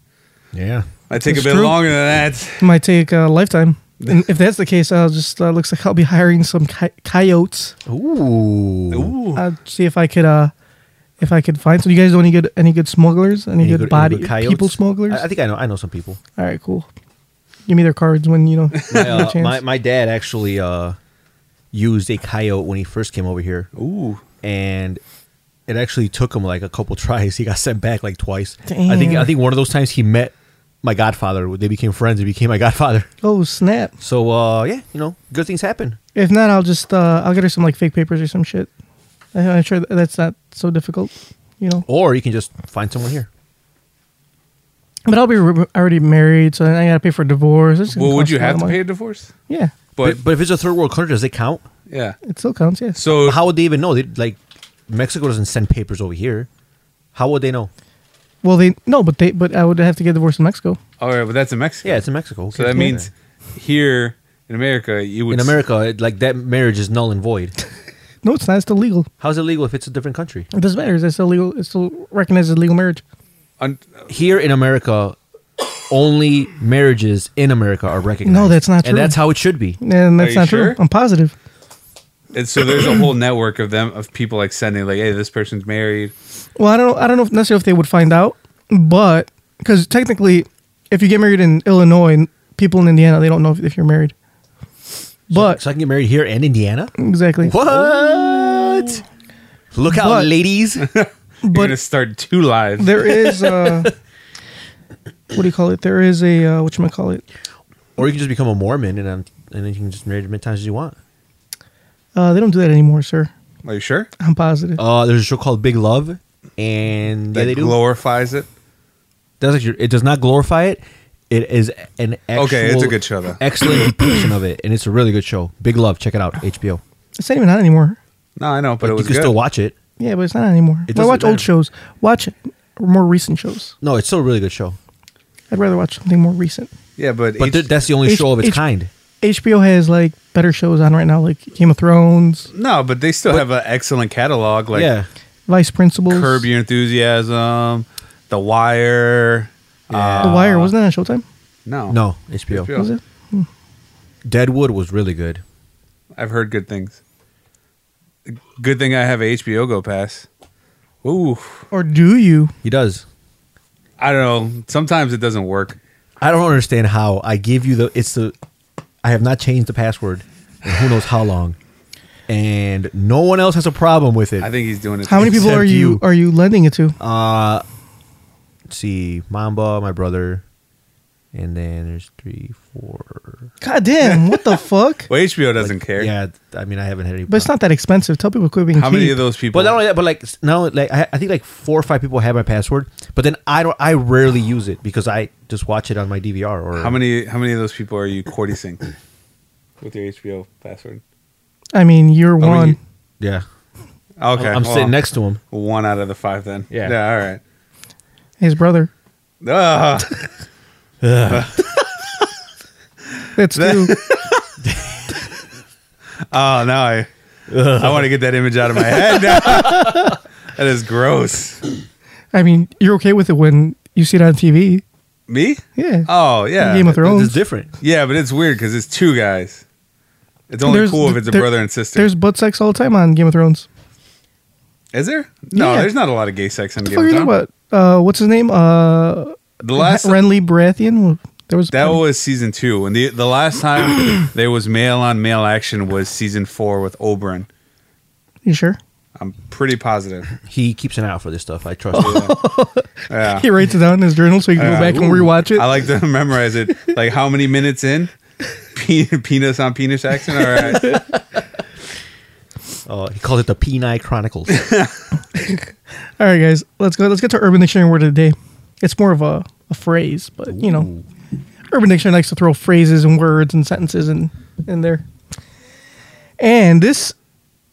Speaker 3: Yeah.
Speaker 2: might take
Speaker 1: That's
Speaker 2: a bit
Speaker 1: true.
Speaker 2: longer than that.
Speaker 1: might take a lifetime. And if that's the case, I'll just uh, looks like I'll be hiring some coy- coyotes.
Speaker 3: Ooh.
Speaker 2: Ooh.
Speaker 1: I'll see if I could uh if I could find. So you guys know any good any good smugglers? Any, good, body
Speaker 3: coyotes?
Speaker 1: people smugglers?
Speaker 3: I, I think I know. I know some people.
Speaker 1: All right, cool. Give me their cards when you know.
Speaker 3: My,
Speaker 1: you get a
Speaker 3: uh,
Speaker 1: chance.
Speaker 3: my, my dad actually uh, used a coyote when he first came over here,
Speaker 2: Ooh.
Speaker 3: and it actually took him like a couple tries. He got sent back like twice. I think
Speaker 1: Damn.
Speaker 3: I think one of those times he met my godfather. They became friends. He became my godfather.
Speaker 1: oh snap!
Speaker 3: So uh, yeah, you know, good things happen.
Speaker 1: If not, I'll just uh I'll get her some like fake papers or some shit. I- I'm sure th- that's not so difficult, you know.
Speaker 3: Or you can just find someone here.
Speaker 1: But I'll be re- already married, so I gotta pay for a divorce. It's gonna
Speaker 2: Well would
Speaker 1: cost a
Speaker 2: you
Speaker 1: lot
Speaker 2: have
Speaker 1: of
Speaker 2: to
Speaker 1: money.
Speaker 2: pay a divorce?
Speaker 1: Yeah,
Speaker 2: But,
Speaker 3: But but if it's a third world country, does it count?
Speaker 2: yeah.
Speaker 1: it still counts. Yes.
Speaker 2: So
Speaker 3: How would they even know? They like Mexico doesn't send papers over here. How would they know?
Speaker 1: Well, they no, but they but I would have to get divorced in Mexico.
Speaker 2: All right, but that's in Mexico.
Speaker 3: Yeah, it's in Mexico. Who
Speaker 2: So
Speaker 3: cares?
Speaker 2: that means here in America, you would
Speaker 3: in America, it, like that marriage is null and void.
Speaker 1: No, it's not. It's still legal.
Speaker 3: How's it legal if it's a different country?
Speaker 1: It doesn't matter. It's still legal. It's still recognized as legal marriage.
Speaker 2: un-
Speaker 3: Here in America, only marriages in America are recognized.
Speaker 1: that's not
Speaker 3: And
Speaker 1: true.
Speaker 3: that's how it should be.
Speaker 1: And
Speaker 2: Are
Speaker 1: that's
Speaker 2: you
Speaker 1: not true.
Speaker 2: sure?
Speaker 1: I'm positive.
Speaker 2: and so there's a whole network of them of people like sending like, hey, this person's married.
Speaker 1: Well, I don't I don't know if necessarily if they would find out, but because technically, if you get married in Illinois, people in Indiana they don't know if, if you're married. But
Speaker 3: So I can get married here in Indiana?
Speaker 1: exactly,
Speaker 3: What? Look out,
Speaker 1: But-
Speaker 3: ladies.
Speaker 2: You're
Speaker 1: but
Speaker 2: gonna start two lives.
Speaker 1: there is uh, what do you call it? There is a uh, what you call it?
Speaker 3: or you can just become a Mormon and, um, and then you can just marry as many times as you want.
Speaker 1: Uh, they don't do that anymore, sir.
Speaker 2: Are you sure?
Speaker 1: I'm positive.
Speaker 3: Uh, there's a show called Big Love, and yeah,
Speaker 2: That
Speaker 3: they do.
Speaker 2: glorifies it.
Speaker 3: That's actually- it does not glorify it. It is an actual,
Speaker 2: Okay, it's a good show, though.
Speaker 3: Excellent depiction of it, and it's a really good show. Big Love, check it out. HBO,
Speaker 1: It's not even on anymore.
Speaker 2: No, I know, but, it
Speaker 3: you
Speaker 2: was
Speaker 3: can
Speaker 2: good.
Speaker 3: still watch it.
Speaker 1: Yeah, but it's not on anymore. Why
Speaker 3: It doesn't
Speaker 1: watch
Speaker 3: matter.
Speaker 1: old shows? Watch more recent shows.
Speaker 3: No, it's still a really good show.
Speaker 1: I'd rather watch something more recent.
Speaker 2: yeah, but,
Speaker 3: But
Speaker 2: each-
Speaker 3: th- that's the only
Speaker 1: H-
Speaker 3: show of its
Speaker 1: H-
Speaker 3: kind.
Speaker 1: HBO has like better shows on right now, like Game of Thrones,
Speaker 2: no, but they still have an excellent catalog. Like
Speaker 3: yeah,
Speaker 1: Vice Principals,
Speaker 2: Curb Your Enthusiasm, The Wire.
Speaker 1: The
Speaker 2: Ah.
Speaker 1: Wire. Wasn't that on Showtime?
Speaker 2: No,
Speaker 3: no HBO.
Speaker 2: HBO.
Speaker 1: Was it?
Speaker 3: Deadwood was really good.
Speaker 2: I've heard good things. Good thing I have a HBO Go Pass. Ooh,
Speaker 1: Or do you?
Speaker 3: He does.
Speaker 2: I don't know. Sometimes it doesn't work.
Speaker 3: I don't understand how I give you the. It's the. I have not changed the password, in who knows how long, and no one else has a problem with it.
Speaker 2: I think he's doing it.
Speaker 1: How many people
Speaker 3: Except
Speaker 1: are you,
Speaker 3: you.
Speaker 1: are you lending it to?
Speaker 2: Uh,
Speaker 3: Let's see, Mamba, my brother, and then there's three, four.
Speaker 1: God damn! What the fuck?
Speaker 2: Well, HBO doesn't care.
Speaker 3: Yeah, I mean, I haven't had any.
Speaker 1: But it's not that expensive. Tell people quit being.
Speaker 2: How many
Speaker 1: cheap.
Speaker 2: of those people?
Speaker 3: But not only that, but like s- now, like I, I think like four or five people have my password, but then I don't. I rarely use it because I just watch it on my DVR or
Speaker 2: How many? How many of those people are you courting with your HBO password?
Speaker 1: I mean, you're
Speaker 2: mean,
Speaker 1: one.
Speaker 2: you-
Speaker 3: Yeah,
Speaker 2: Okay,
Speaker 3: I'm
Speaker 2: well,
Speaker 3: sitting next to him.
Speaker 2: One out of the five, then.
Speaker 3: Yeah.
Speaker 2: Yeah. All right.
Speaker 1: His brother.
Speaker 2: Ah,
Speaker 1: That's two.
Speaker 2: oh, now I. I want to get that image out of my head. now. that is gross.
Speaker 1: I mean, you're okay with it when you see it on TV.
Speaker 2: Me?
Speaker 1: Yeah.
Speaker 2: Oh yeah.
Speaker 1: Game of Thrones.
Speaker 3: It's different.
Speaker 2: Yeah, but it's weird because it's two guys. It's only
Speaker 1: There's-
Speaker 2: cool if it's a
Speaker 1: there-
Speaker 2: brother and sister.
Speaker 1: There's butt sex all the time on Game of Thrones.
Speaker 2: Is there? No,
Speaker 1: Yeah.
Speaker 2: there's not a lot of gay sex
Speaker 1: What
Speaker 2: in
Speaker 1: the
Speaker 2: Game
Speaker 1: fuck are
Speaker 2: of
Speaker 1: you
Speaker 2: Thrones.
Speaker 1: talking about? Uh, what's his name? Uh,
Speaker 2: The last
Speaker 1: Renly Baratheon. There was
Speaker 2: that was season two, and the the last time there was male on male action was season four with Oberon.
Speaker 1: You sure?
Speaker 2: I'm pretty positive.
Speaker 3: He keeps an eye out for this stuff. I trust. him.
Speaker 2: Yeah.
Speaker 1: He writes it down in his journal so he can
Speaker 2: Yeah.
Speaker 1: go back and
Speaker 2: Ooh.
Speaker 1: rewatch it.
Speaker 2: I like to memorize it. Like how many minutes in? Pe- penis on penis action. All right.
Speaker 3: Uh, he calls it the Peni Chronicles.
Speaker 1: All right, guys, let's go. Let's get to Urban Dictionary word of the day. It's more of a, a phrase, but you know, Urban Dictionary likes to throw phrases and words and sentences in in there. And this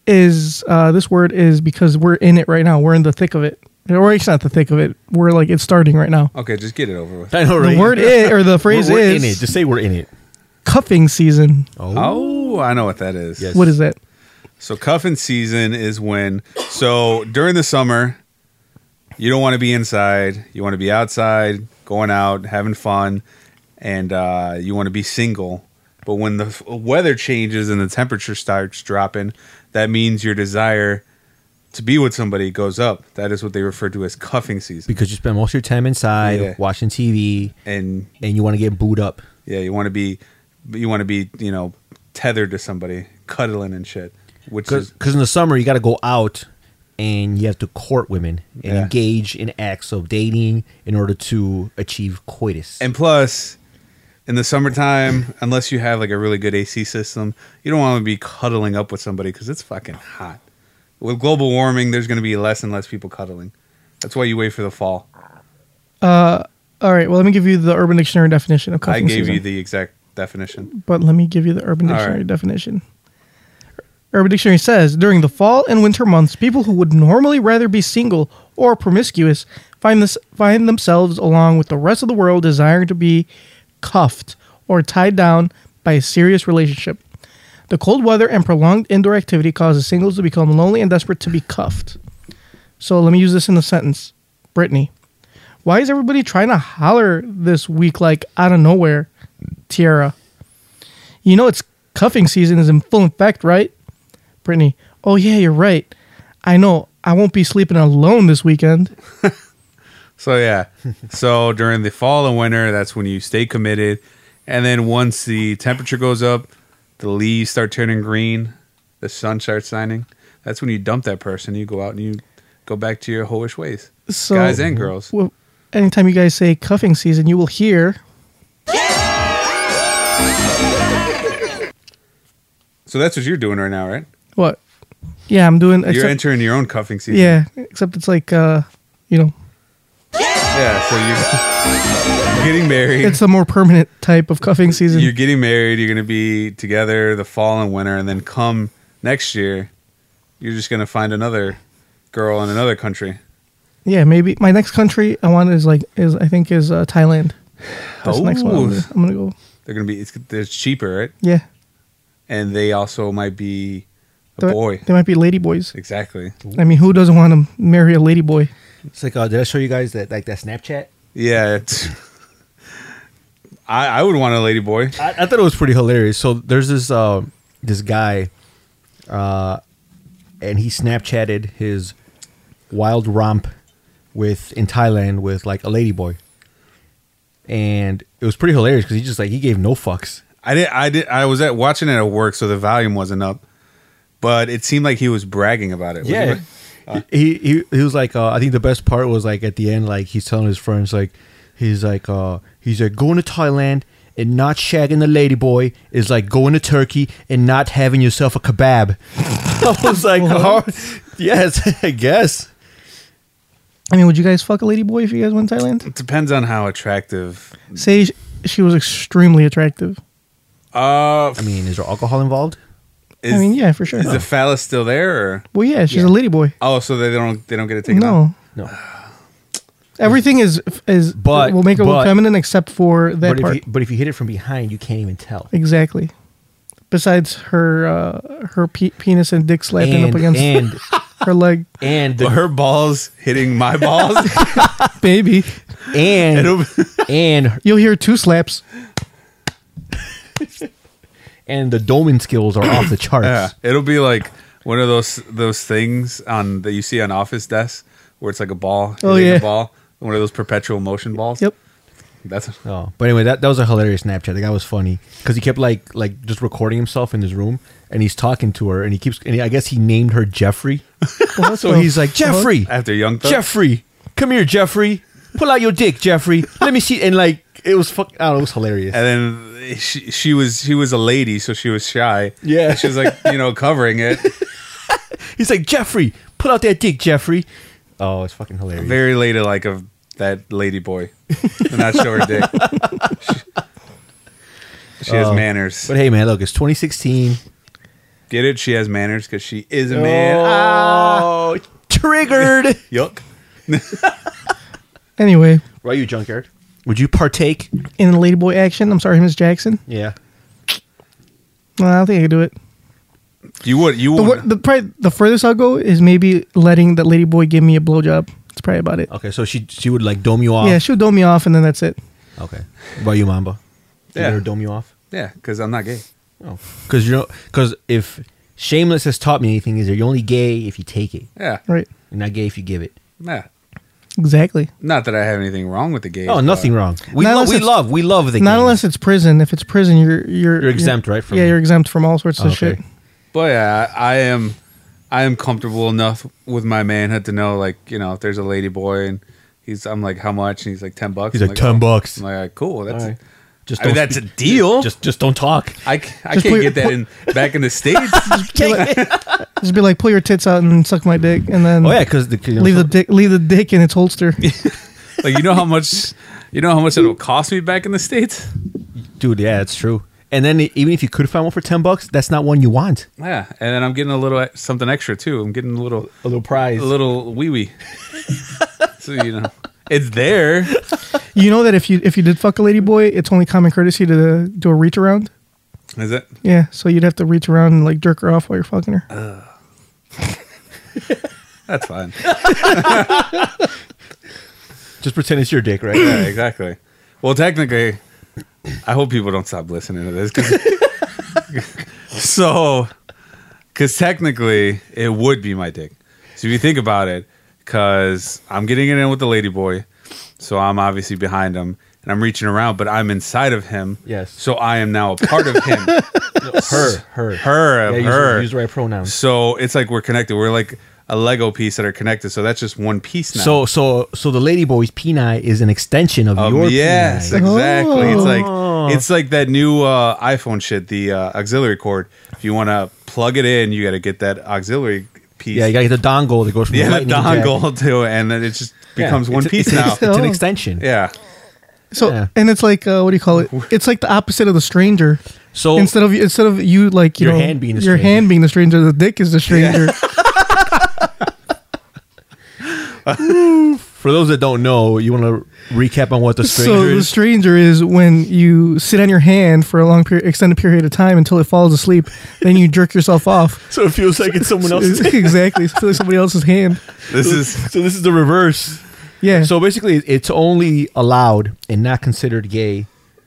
Speaker 1: is uh, this word is because we're in it right now. We're in the thick of it, or it's not the thick of it. We're like it's starting right now.
Speaker 2: Okay, just get it over with.
Speaker 3: I know,
Speaker 1: The
Speaker 3: right?
Speaker 1: word is, or the
Speaker 3: We're,
Speaker 1: phrase
Speaker 3: we're
Speaker 1: is
Speaker 3: in it. Just say we're in it.
Speaker 1: cuffing season.
Speaker 2: Oh, I know what that is.
Speaker 3: Yes.
Speaker 1: What is that?
Speaker 2: So cuffing season is when so during the summer you don't want to be inside, you want to be outside, going out, having fun, and uh, you want to be single. But when the f- weather changes and the temperature starts dropping, that means your desire to be with somebody goes up. That is what they refer to as cuffing season.
Speaker 3: because you spend most of your time inside
Speaker 2: Yeah.
Speaker 3: watching TV,
Speaker 2: And
Speaker 3: and you want to get booed up.
Speaker 2: yeah, you want to be you want to be, you know, tethered to somebody, cuddling and shit, which is
Speaker 3: because in the summer you got to go out and you have to court women and
Speaker 2: Yeah.
Speaker 3: engage in acts of dating in order to achieve coitus.
Speaker 2: And plus, in the summertime, unless you have like a really good AC system, you don't want to be cuddling up with somebody because it's fucking hot. With global warming, there's going to be less and less people cuddling. That's why you wait for the fall.
Speaker 1: All right. Well, let me give you the Urban Dictionary definition of
Speaker 2: I
Speaker 1: cuffing
Speaker 2: gave
Speaker 1: season.
Speaker 2: you the exact definition.
Speaker 1: but let me give you the Urban
Speaker 2: All
Speaker 1: Dictionary
Speaker 2: right.
Speaker 1: definition. Urban Dictionary says during the fall and winter months, people who would normally rather be single or promiscuous find this find themselves along with the rest of the world desiring to be cuffed or tied down by a serious relationship. The cold weather and prolonged indoor activity causes singles to become lonely and desperate to be cuffed. So let me use this in a sentence. Brittany, why is everybody trying to holler this week like out of nowhere? Tiara, you know it's cuffing season is in full effect, right? Brittany, oh yeah, you're right. I know I won't be sleeping alone this weekend.
Speaker 2: So yeah. so during the fall and winter, that's when you stay committed, and then once the temperature goes up, the leaves start turning green, the sun starts shining. That's when you dump that person. You go out and you go back to your hoish ways,
Speaker 1: So
Speaker 2: guys and girls.
Speaker 1: Well, anytime you guys say cuffing season, you will hear
Speaker 2: So that's what you're doing right now, right?
Speaker 1: what? Yeah, I'm doing.
Speaker 2: You're
Speaker 1: Except,
Speaker 2: entering your own cuffing season.
Speaker 1: yeah, except it's like uh, you know,
Speaker 2: Yeah. So you're, you're getting married.
Speaker 1: it's a more permanent type of cuffing season.
Speaker 2: you're getting married. You're going to be together the fall and winter, and then come next year, you're just going to find another girl in another country.
Speaker 1: yeah, maybe my next country I want is like is I think is uh, Thailand. That's the next one. I'm
Speaker 2: Oh.
Speaker 1: gonna, I'm gonna go.
Speaker 2: They're going to be it's, they're cheaper, right?
Speaker 1: Yeah, and
Speaker 2: And they also might be a boy.
Speaker 1: They might be lady boys.
Speaker 2: Exactly.
Speaker 1: I mean, who doesn't want to marry a lady boy?
Speaker 3: It's like, uh, did I show you guys that like that Snapchat?
Speaker 2: Yeah. It's, I I would want a lady boy.
Speaker 3: I, I thought it was pretty hilarious. So there's this uh, this guy, uh, and he Snapchatted his wild romp with in Thailand with like a ladyboy, and it was pretty hilarious because he just like he gave no fucks.
Speaker 2: I did I did I was at watching it at work, so the volume wasn't up. But it seemed like he was bragging about it.
Speaker 3: Yeah. he, he he was like uh, I think the best part was like at the end like he's telling his friends like he's like uh he's like going to Thailand and not shagging the lady boy is like going to Turkey and not having yourself a kebab. I was like, oh, yes, I guess.
Speaker 1: I mean, would you guys fuck a lady boy if you guys went to Thailand?
Speaker 2: It depends on how attractive.
Speaker 1: Say sh- she was extremely attractive.
Speaker 2: Uh,
Speaker 3: I mean, is there alcohol involved?
Speaker 2: is,
Speaker 1: I mean, yeah, for sure.
Speaker 2: Is the phallus still there? Or?
Speaker 1: well, yeah, she's a lady boy.
Speaker 2: Oh, so they don't they don't get it taken out?
Speaker 1: No,
Speaker 3: No,
Speaker 1: everything is is
Speaker 3: But-
Speaker 1: will make it look
Speaker 3: but-
Speaker 1: feminine except for that
Speaker 3: but if
Speaker 1: part.
Speaker 3: you, but if you hit it from behind, you can't even tell.
Speaker 1: exactly. Besides her uh, her pe- penis and dick slapping
Speaker 3: And
Speaker 1: up against
Speaker 3: and
Speaker 1: her leg,
Speaker 3: and
Speaker 2: But
Speaker 3: the,
Speaker 2: her balls hitting my balls.
Speaker 1: baby,
Speaker 3: and
Speaker 2: It'll-
Speaker 3: and
Speaker 1: you'll hear two slaps.
Speaker 3: and the doming skills are off the charts.
Speaker 2: yeah, it'll be like one of those those things on that you see on office desks where it's like a ball.
Speaker 1: Oh,
Speaker 2: hitting
Speaker 1: yeah.
Speaker 2: a ball. One of those perpetual motion balls.
Speaker 1: Yep.
Speaker 2: That's
Speaker 3: Oh, but anyway, that, that was a hilarious Snapchat. The guy was funny because he kept like like just recording himself in his room, and he's talking to her, and he keeps and I guess he named her Jeffrey.
Speaker 1: What
Speaker 3: So
Speaker 1: the
Speaker 3: he's like
Speaker 1: fuck?
Speaker 3: Jeffrey,
Speaker 2: after young thug.
Speaker 3: Jeffrey, come here, Jeffrey, pull out your dick, Jeffrey. Let me see. And like it was fuck, I don't know, it was hilarious.
Speaker 2: And then she she was she was a lady, so she was shy.
Speaker 3: Yeah.
Speaker 2: And she was like you know covering it.
Speaker 3: He's like Jeffrey, pull out that dick, Jeffrey. Oh, it's fucking hilarious.
Speaker 2: Very late like of that lady boy, And not show her dick. She, she has manners.
Speaker 3: Oh. but hey, man, look, it's 2016.
Speaker 2: Get it? She has manners because she is a man. Ah.
Speaker 3: Oh, triggered.
Speaker 2: Yuck.
Speaker 1: Anyway,
Speaker 3: right, you junkyard. Would you partake?
Speaker 1: in the lady boy action, I'm sorry, Miss Jackson.
Speaker 3: Yeah.
Speaker 1: No, I don't think I can do it.
Speaker 2: You would. You
Speaker 1: The,
Speaker 2: would.
Speaker 1: wor- the probably the furthest I'll go is maybe letting that lady boy give me a blowjob. That's probably about it.
Speaker 3: Okay, so she she would like dome you off.
Speaker 1: Yeah, she'll dome me off, and then that's it.
Speaker 3: Okay. What about you, Mamba? You
Speaker 2: Yeah.
Speaker 3: let her dome you off?
Speaker 2: yeah, because I'm not gay.
Speaker 3: Oh. Because you know, because if Shameless has taught me anything, is that you're only gay if you take it.
Speaker 2: Yeah.
Speaker 1: Right?
Speaker 3: You're not gay if you give it.
Speaker 2: Yeah.
Speaker 1: Exactly.
Speaker 2: Not that I have anything wrong with the gays.
Speaker 3: Oh,
Speaker 2: but-
Speaker 3: nothing wrong. We,
Speaker 1: Not
Speaker 3: lo-
Speaker 1: unless
Speaker 3: we
Speaker 1: it's-
Speaker 3: love, we love the
Speaker 1: Not
Speaker 3: gays.
Speaker 1: unless it's prison. If it's prison, you're you're
Speaker 3: You're exempt, right, from- Oh,
Speaker 1: yeah, you're exempt from all sorts of
Speaker 3: Okay.
Speaker 1: shit.
Speaker 2: But yeah, I I am. I am comfortable enough with my manhood to know, like, you know, if there's a lady boy and he's, I'm like, how much? And he's like, ten bucks.
Speaker 3: He's
Speaker 2: I'm
Speaker 3: like, 10
Speaker 2: oh.
Speaker 3: bucks.
Speaker 2: I'm like, cool. That's.
Speaker 3: All right. Just
Speaker 2: I mean,
Speaker 3: don't
Speaker 2: that's a
Speaker 3: speak-
Speaker 2: deal.
Speaker 3: Just, just don't talk.
Speaker 2: I, c- I
Speaker 1: Just
Speaker 2: can't
Speaker 1: put-
Speaker 2: get that in back in the states.
Speaker 1: Just be like, pull your tits out and suck my dick, and then
Speaker 3: Oh yeah, because the you know,
Speaker 1: leave the dick leave the dick in its holster.
Speaker 2: like, you know how much, you know how much it'll cost me back in the states.
Speaker 3: dude. Yeah, that's true. And then e- even if you could find one for ten bucks, that's not one you want.
Speaker 2: Yeah, and then I'm getting a little e- something extra too. I'm getting a little,
Speaker 3: A little prize.
Speaker 2: a little wee wee. so you know, It's there.
Speaker 1: You know that if you if you did fuck a lady boy, it's only common courtesy to do a reach around.
Speaker 2: Is it?
Speaker 1: Yeah, so you'd have to reach around and like jerk her off while you're fucking her.
Speaker 3: Uh,
Speaker 2: That's fine.
Speaker 3: Just pretend it's your dick, right?
Speaker 2: Yeah, exactly. Well, technically, I hope people don't stop listening to this. 'cause- so, because technically, it would be my dick. So if you think about it, because I'm getting it in with the lady boy, so I'm obviously behind him and I'm reaching around, but I'm inside of him.
Speaker 3: Yes.
Speaker 2: So I am now a part of him.
Speaker 3: her, her,
Speaker 2: her,
Speaker 3: Yeah, use,
Speaker 2: her.
Speaker 3: use the right pronouns.
Speaker 2: so it's like we're connected. We're like a Lego piece that are connected. So that's just one piece now.
Speaker 3: So, so, so the ladyboy's peni is an extension of
Speaker 2: Um,
Speaker 3: your
Speaker 2: yes,
Speaker 3: peni.
Speaker 2: exactly. It's
Speaker 3: Oh.
Speaker 2: like it's like that new uh, iPhone shit, the uh, auxiliary cord. If you want to plug it in, you got to get that auxiliary piece.
Speaker 3: Yeah, you gotta get the dongle that goes from
Speaker 2: yeah,
Speaker 3: the
Speaker 2: the
Speaker 3: lightning jack.
Speaker 2: dongle too, and then it just
Speaker 3: Yeah,
Speaker 2: becomes one
Speaker 3: it's a-
Speaker 2: piece
Speaker 3: it's,
Speaker 2: now.
Speaker 3: It's, it's an
Speaker 1: Oh.
Speaker 3: extension.
Speaker 2: yeah,
Speaker 1: So
Speaker 3: Yeah.
Speaker 1: and it's like uh, what do you call it? It's like the opposite of the stranger.
Speaker 3: So
Speaker 1: instead of instead of you like you
Speaker 3: Oh. Your
Speaker 1: know,
Speaker 3: hand being the
Speaker 1: your
Speaker 3: stranger.
Speaker 1: hand being the stranger, the dick is the stranger.
Speaker 3: for those that don't know, you want to recap on what the stranger
Speaker 1: so the
Speaker 3: is.
Speaker 1: stranger is when you sit on your hand for a long period, extended period of time until it falls asleep. then you jerk yourself off.
Speaker 3: so it feels like it's someone
Speaker 1: exactly, it's like somebody else's hand.
Speaker 2: this is
Speaker 3: so this is the reverse.
Speaker 1: Yeah.
Speaker 3: So basically, it's only allowed and not considered gay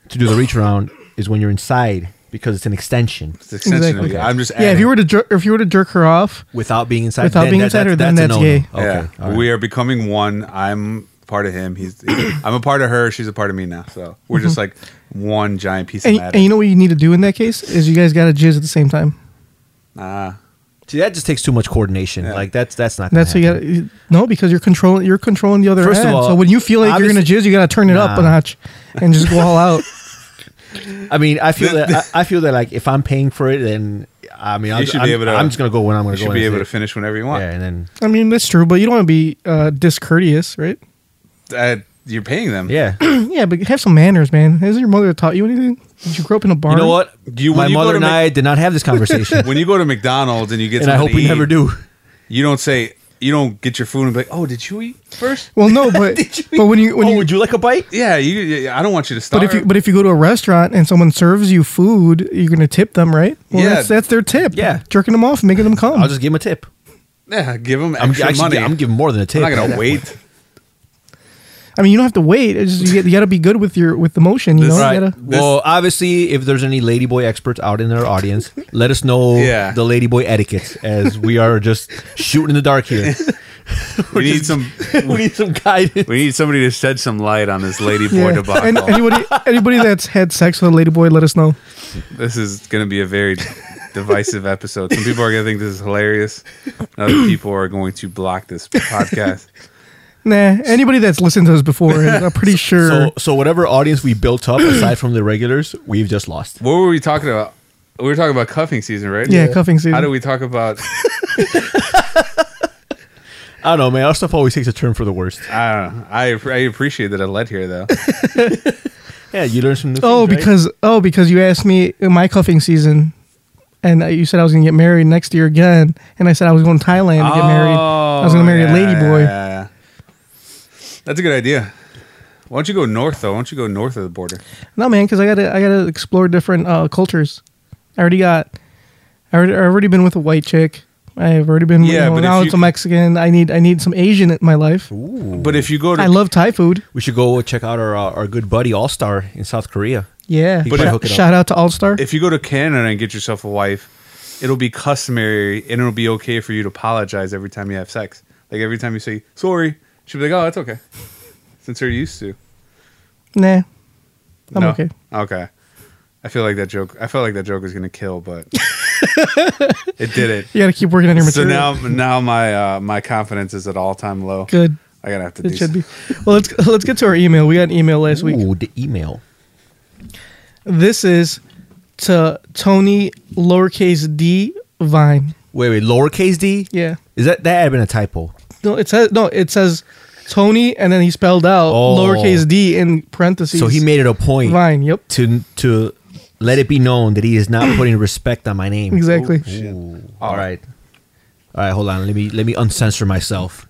Speaker 3: to do the reach around is when you're inside because it's an extension.
Speaker 2: it's an extension. of
Speaker 1: Exactly.
Speaker 2: it. I'm just
Speaker 1: yeah, if you were to jer- if you were to jerk her off,
Speaker 3: Without being inside,
Speaker 1: Without
Speaker 3: then
Speaker 1: being
Speaker 3: that-
Speaker 1: inside her, then
Speaker 3: a
Speaker 1: that's
Speaker 3: no-no.
Speaker 1: gay.
Speaker 3: Okay, all right.
Speaker 2: we are becoming one. I'm part of him. He's I'm a part of her. She's a part of me now. So we're just
Speaker 3: Mm-hmm.
Speaker 2: like one giant piece
Speaker 1: and,
Speaker 2: of
Speaker 1: and
Speaker 2: matter.
Speaker 1: you know what you need to do in that case is you guys got to jizz at the same time.
Speaker 2: Ah,
Speaker 3: See, that just takes too much coordination.
Speaker 2: Yeah.
Speaker 3: Like that's that's not.
Speaker 1: That's what
Speaker 3: gonna
Speaker 1: you got. to No, because you're controlling you're controlling the other
Speaker 3: First of
Speaker 1: end.
Speaker 3: all,
Speaker 1: so when you feel like you're gonna
Speaker 3: obviously-
Speaker 1: jizz, you got to turn it up a
Speaker 3: Nah.
Speaker 1: notch and just go all out.
Speaker 3: happen. I mean, I feel that I, I feel that like if I'm paying for it, then I mean, I'll,
Speaker 2: should be
Speaker 3: I'm,
Speaker 2: able to-
Speaker 3: I'm just gonna go when I'm
Speaker 2: you
Speaker 3: gonna go.
Speaker 2: should
Speaker 3: and
Speaker 2: be
Speaker 3: that's
Speaker 2: able to
Speaker 3: it.
Speaker 2: finish whenever you want.
Speaker 3: Yeah, and then
Speaker 1: I mean, that's true, but you don't want to be uh, discourteous, right?
Speaker 2: Uh, you're paying them.
Speaker 3: yeah.
Speaker 1: Yeah, but have some manners, man. Has your mother taught you anything? Did you grow up in a barn?
Speaker 3: You know what?
Speaker 2: You-
Speaker 3: my
Speaker 2: when you go
Speaker 3: mother
Speaker 2: to
Speaker 3: and
Speaker 2: Mc-
Speaker 3: I did not have this conversation,
Speaker 2: When you go to McDonald's and you get,
Speaker 3: and I
Speaker 2: something
Speaker 3: hope
Speaker 2: to
Speaker 3: we
Speaker 2: eat,
Speaker 3: never do.
Speaker 2: You don't say you don't get your food and be like, "Oh, did you eat first?
Speaker 1: Well, no, but but when you when
Speaker 3: oh,
Speaker 1: you,
Speaker 3: would you like a bite?
Speaker 2: Yeah, you. yeah, I don't want you to stop.
Speaker 1: but if you but if you go to a restaurant and someone serves you food, you're gonna tip them, right? Well,
Speaker 2: Yeah.
Speaker 1: that's that's their tip.
Speaker 3: Yeah.
Speaker 1: jerking them off, making them come.
Speaker 3: I'll just give him a tip.
Speaker 2: yeah, give them
Speaker 3: I'm
Speaker 2: extra
Speaker 3: actually,
Speaker 2: money.
Speaker 3: I'm giving more than a
Speaker 2: I'm
Speaker 3: tip.
Speaker 2: not gonna wait.
Speaker 1: I mean, you don't have to wait. It's just, you, get, you gotta be good with your with the motion. You
Speaker 2: This-
Speaker 1: know,
Speaker 2: Right.
Speaker 1: you gotta,
Speaker 2: This-
Speaker 3: well, obviously, if there's any ladyboy experts out in our audience, let us know
Speaker 2: Yeah.
Speaker 3: the ladyboy etiquette, as we are just shooting in the dark here.
Speaker 2: We need some.
Speaker 3: we need some guidance.
Speaker 2: We need somebody to shed some light on this lady boy debacle.
Speaker 1: And anybody anybody that's had sex with a ladyboy, let us know.
Speaker 2: this is gonna be a very divisive episode. Some people are gonna think this is hilarious. and Other people are going to block this podcast.
Speaker 1: Nah, anybody that's listened to us before, I'm pretty sure.
Speaker 3: So, so whatever audience we built up aside from the regulars, we've just lost.
Speaker 2: What were we talking about? We were talking about cuffing season, right?
Speaker 1: yeah, cuffing season.
Speaker 2: How do we talk about?
Speaker 3: I don't know, man. Our stuff always takes a turn for the worst.
Speaker 2: I don't know. I I appreciate that I led here though.
Speaker 3: Yeah, you learn some new.
Speaker 1: Oh,
Speaker 3: things, right?
Speaker 1: because oh, because you asked me in my cuffing season, and uh, you said I was gonna get married next year again, and I said I was going to Thailand to get married. I was gonna marry
Speaker 2: yeah,
Speaker 1: a lady boy.
Speaker 2: Oh, yeah, yeah. That's a good idea. Why don't you go north though? Why don't you go north of the border?
Speaker 1: No, man, because I gotta I gotta explore different uh, cultures. I already got, I already, I've already been with a white chick. I've already been.
Speaker 2: Yeah,
Speaker 1: Yeah, you know,
Speaker 2: but
Speaker 1: now
Speaker 2: if
Speaker 1: it's
Speaker 2: you-
Speaker 1: a Mexican. I need I need some Asian in my life.
Speaker 2: But if you go to
Speaker 1: I love Thai food.
Speaker 3: we should go check out our uh, our good buddy All Star in South Korea.
Speaker 1: Yeah,
Speaker 3: But
Speaker 1: Shout-
Speaker 3: if-
Speaker 1: shout out to All Star.
Speaker 2: if you go to Canada and get yourself a wife, it'll be customary and it'll be okay for you to apologize every time you have sex. Like every time you say sorry, she'll be like, "Oh, that's okay," since they're used to.
Speaker 1: Nah, I'm okay.
Speaker 2: Okay. I feel like that joke. I felt like that joke was gonna kill, but it did it.
Speaker 1: you gotta keep working on your
Speaker 2: So
Speaker 1: material.
Speaker 2: now, now my uh, my confidence is at all time low.
Speaker 1: good.
Speaker 2: I gotta have to. do
Speaker 1: It should
Speaker 2: some-
Speaker 1: be. Well, let's let's get to our email. We got an email last week.
Speaker 3: Ooh, the email.
Speaker 1: This is to Tony lowercase d Vine.
Speaker 3: Wait, wait, lowercase d?
Speaker 1: Yeah.
Speaker 3: Is that that had been a typo?
Speaker 1: No, it says no. It says Tony, and then he spelled out
Speaker 3: Oh.
Speaker 1: lowercase d in parentheses.
Speaker 3: So he made it a point
Speaker 1: Vine. Yep.
Speaker 3: to to let it be known that he is not putting respect on my name.
Speaker 1: Exactly.
Speaker 3: Ooh. All right. All right, hold on. Let me let me uncensor myself.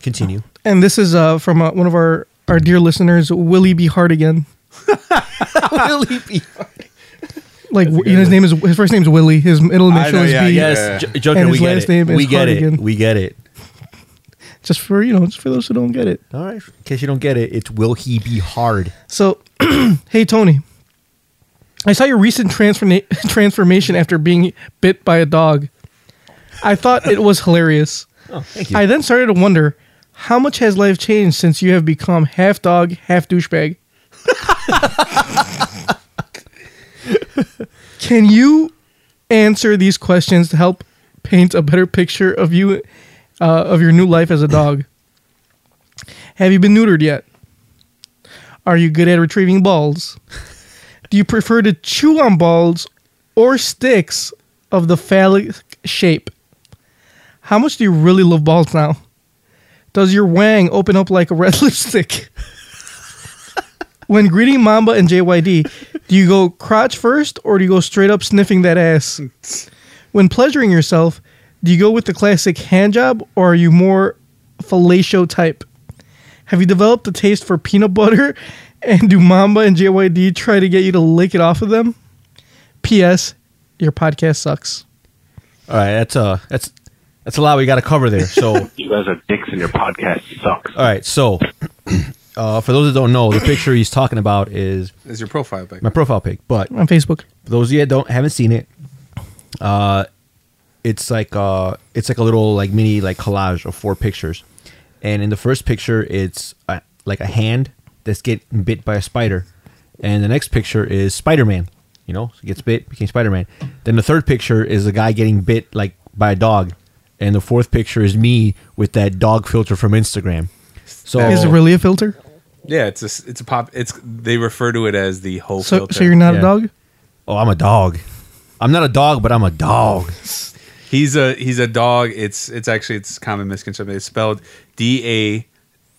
Speaker 3: Continue.
Speaker 1: And this is uh, from uh, one of our, our dear listeners, Willie B. Hardigan.
Speaker 3: Willie B.
Speaker 1: Like you know, his name is his first name is Willie. His middle
Speaker 2: I
Speaker 1: initial
Speaker 2: know,
Speaker 1: is
Speaker 2: yeah,
Speaker 1: B.
Speaker 2: Yeah.
Speaker 3: Yes, J- Joker,
Speaker 1: And
Speaker 3: we
Speaker 1: his
Speaker 3: get
Speaker 1: last
Speaker 3: it.
Speaker 1: name is
Speaker 3: We get it.
Speaker 1: Hardigan.
Speaker 3: We get it.
Speaker 1: Just for you know, just for those who don't get it.
Speaker 3: All right. In case you don't get it, it's will he be hard?
Speaker 1: So, hey Tony, I saw your recent transforma- transformation after being bit by a dog. I thought it was hilarious.
Speaker 3: Oh, thank you.
Speaker 1: I then started to wonder how much has life changed since you have become half dog, half douchebag. Can you answer these questions to help paint a better picture of you, uh, of your new life as a dog? Have you been neutered yet? Are you good at retrieving balls? Do you prefer to chew on balls or sticks of the phallic shape? How much do you really love balls now? Does your wang open up like a red lipstick? when greeting Mamba and JYD, do you go crotch first or do you go straight up sniffing that ass? When pleasuring yourself, do you go with the classic hand job or are you more fellatio type? Have you developed a taste for peanut butter? And do Mamba and JYD try to get you to lick it off of them? P.S. Your podcast sucks.
Speaker 3: All right. That's uh that's that's a lot we got to cover there. So
Speaker 4: You guys are dicks and your podcast sucks.
Speaker 3: All right, so uh, for those that don't know, the picture he's talking about is
Speaker 2: Is your profile pic?
Speaker 3: my profile pic. But
Speaker 1: On Facebook.
Speaker 3: for those of you that don't haven't seen it, uh, it's like uh, it's like a little like mini like collage of four pictures, and in the first picture, it's a, like a hand that's getting bit by a spider, and the next picture is Spider Man. You know, gets bit, became Spider Man. Then the third picture is a guy getting bit like by a dog, and the fourth picture is me with that dog filter from Instagram. So
Speaker 1: Is it really a filter?
Speaker 2: Yeah, it's a it's a pop. It's they refer to it as the whole
Speaker 1: So,
Speaker 2: filter.
Speaker 1: so you're not
Speaker 3: Yeah.
Speaker 1: a dog?
Speaker 3: Oh, I'm a dog. I'm not a dog, but I'm a dog.
Speaker 2: he's a he's a dog. It's it's actually it's common misconception. It's spelled D A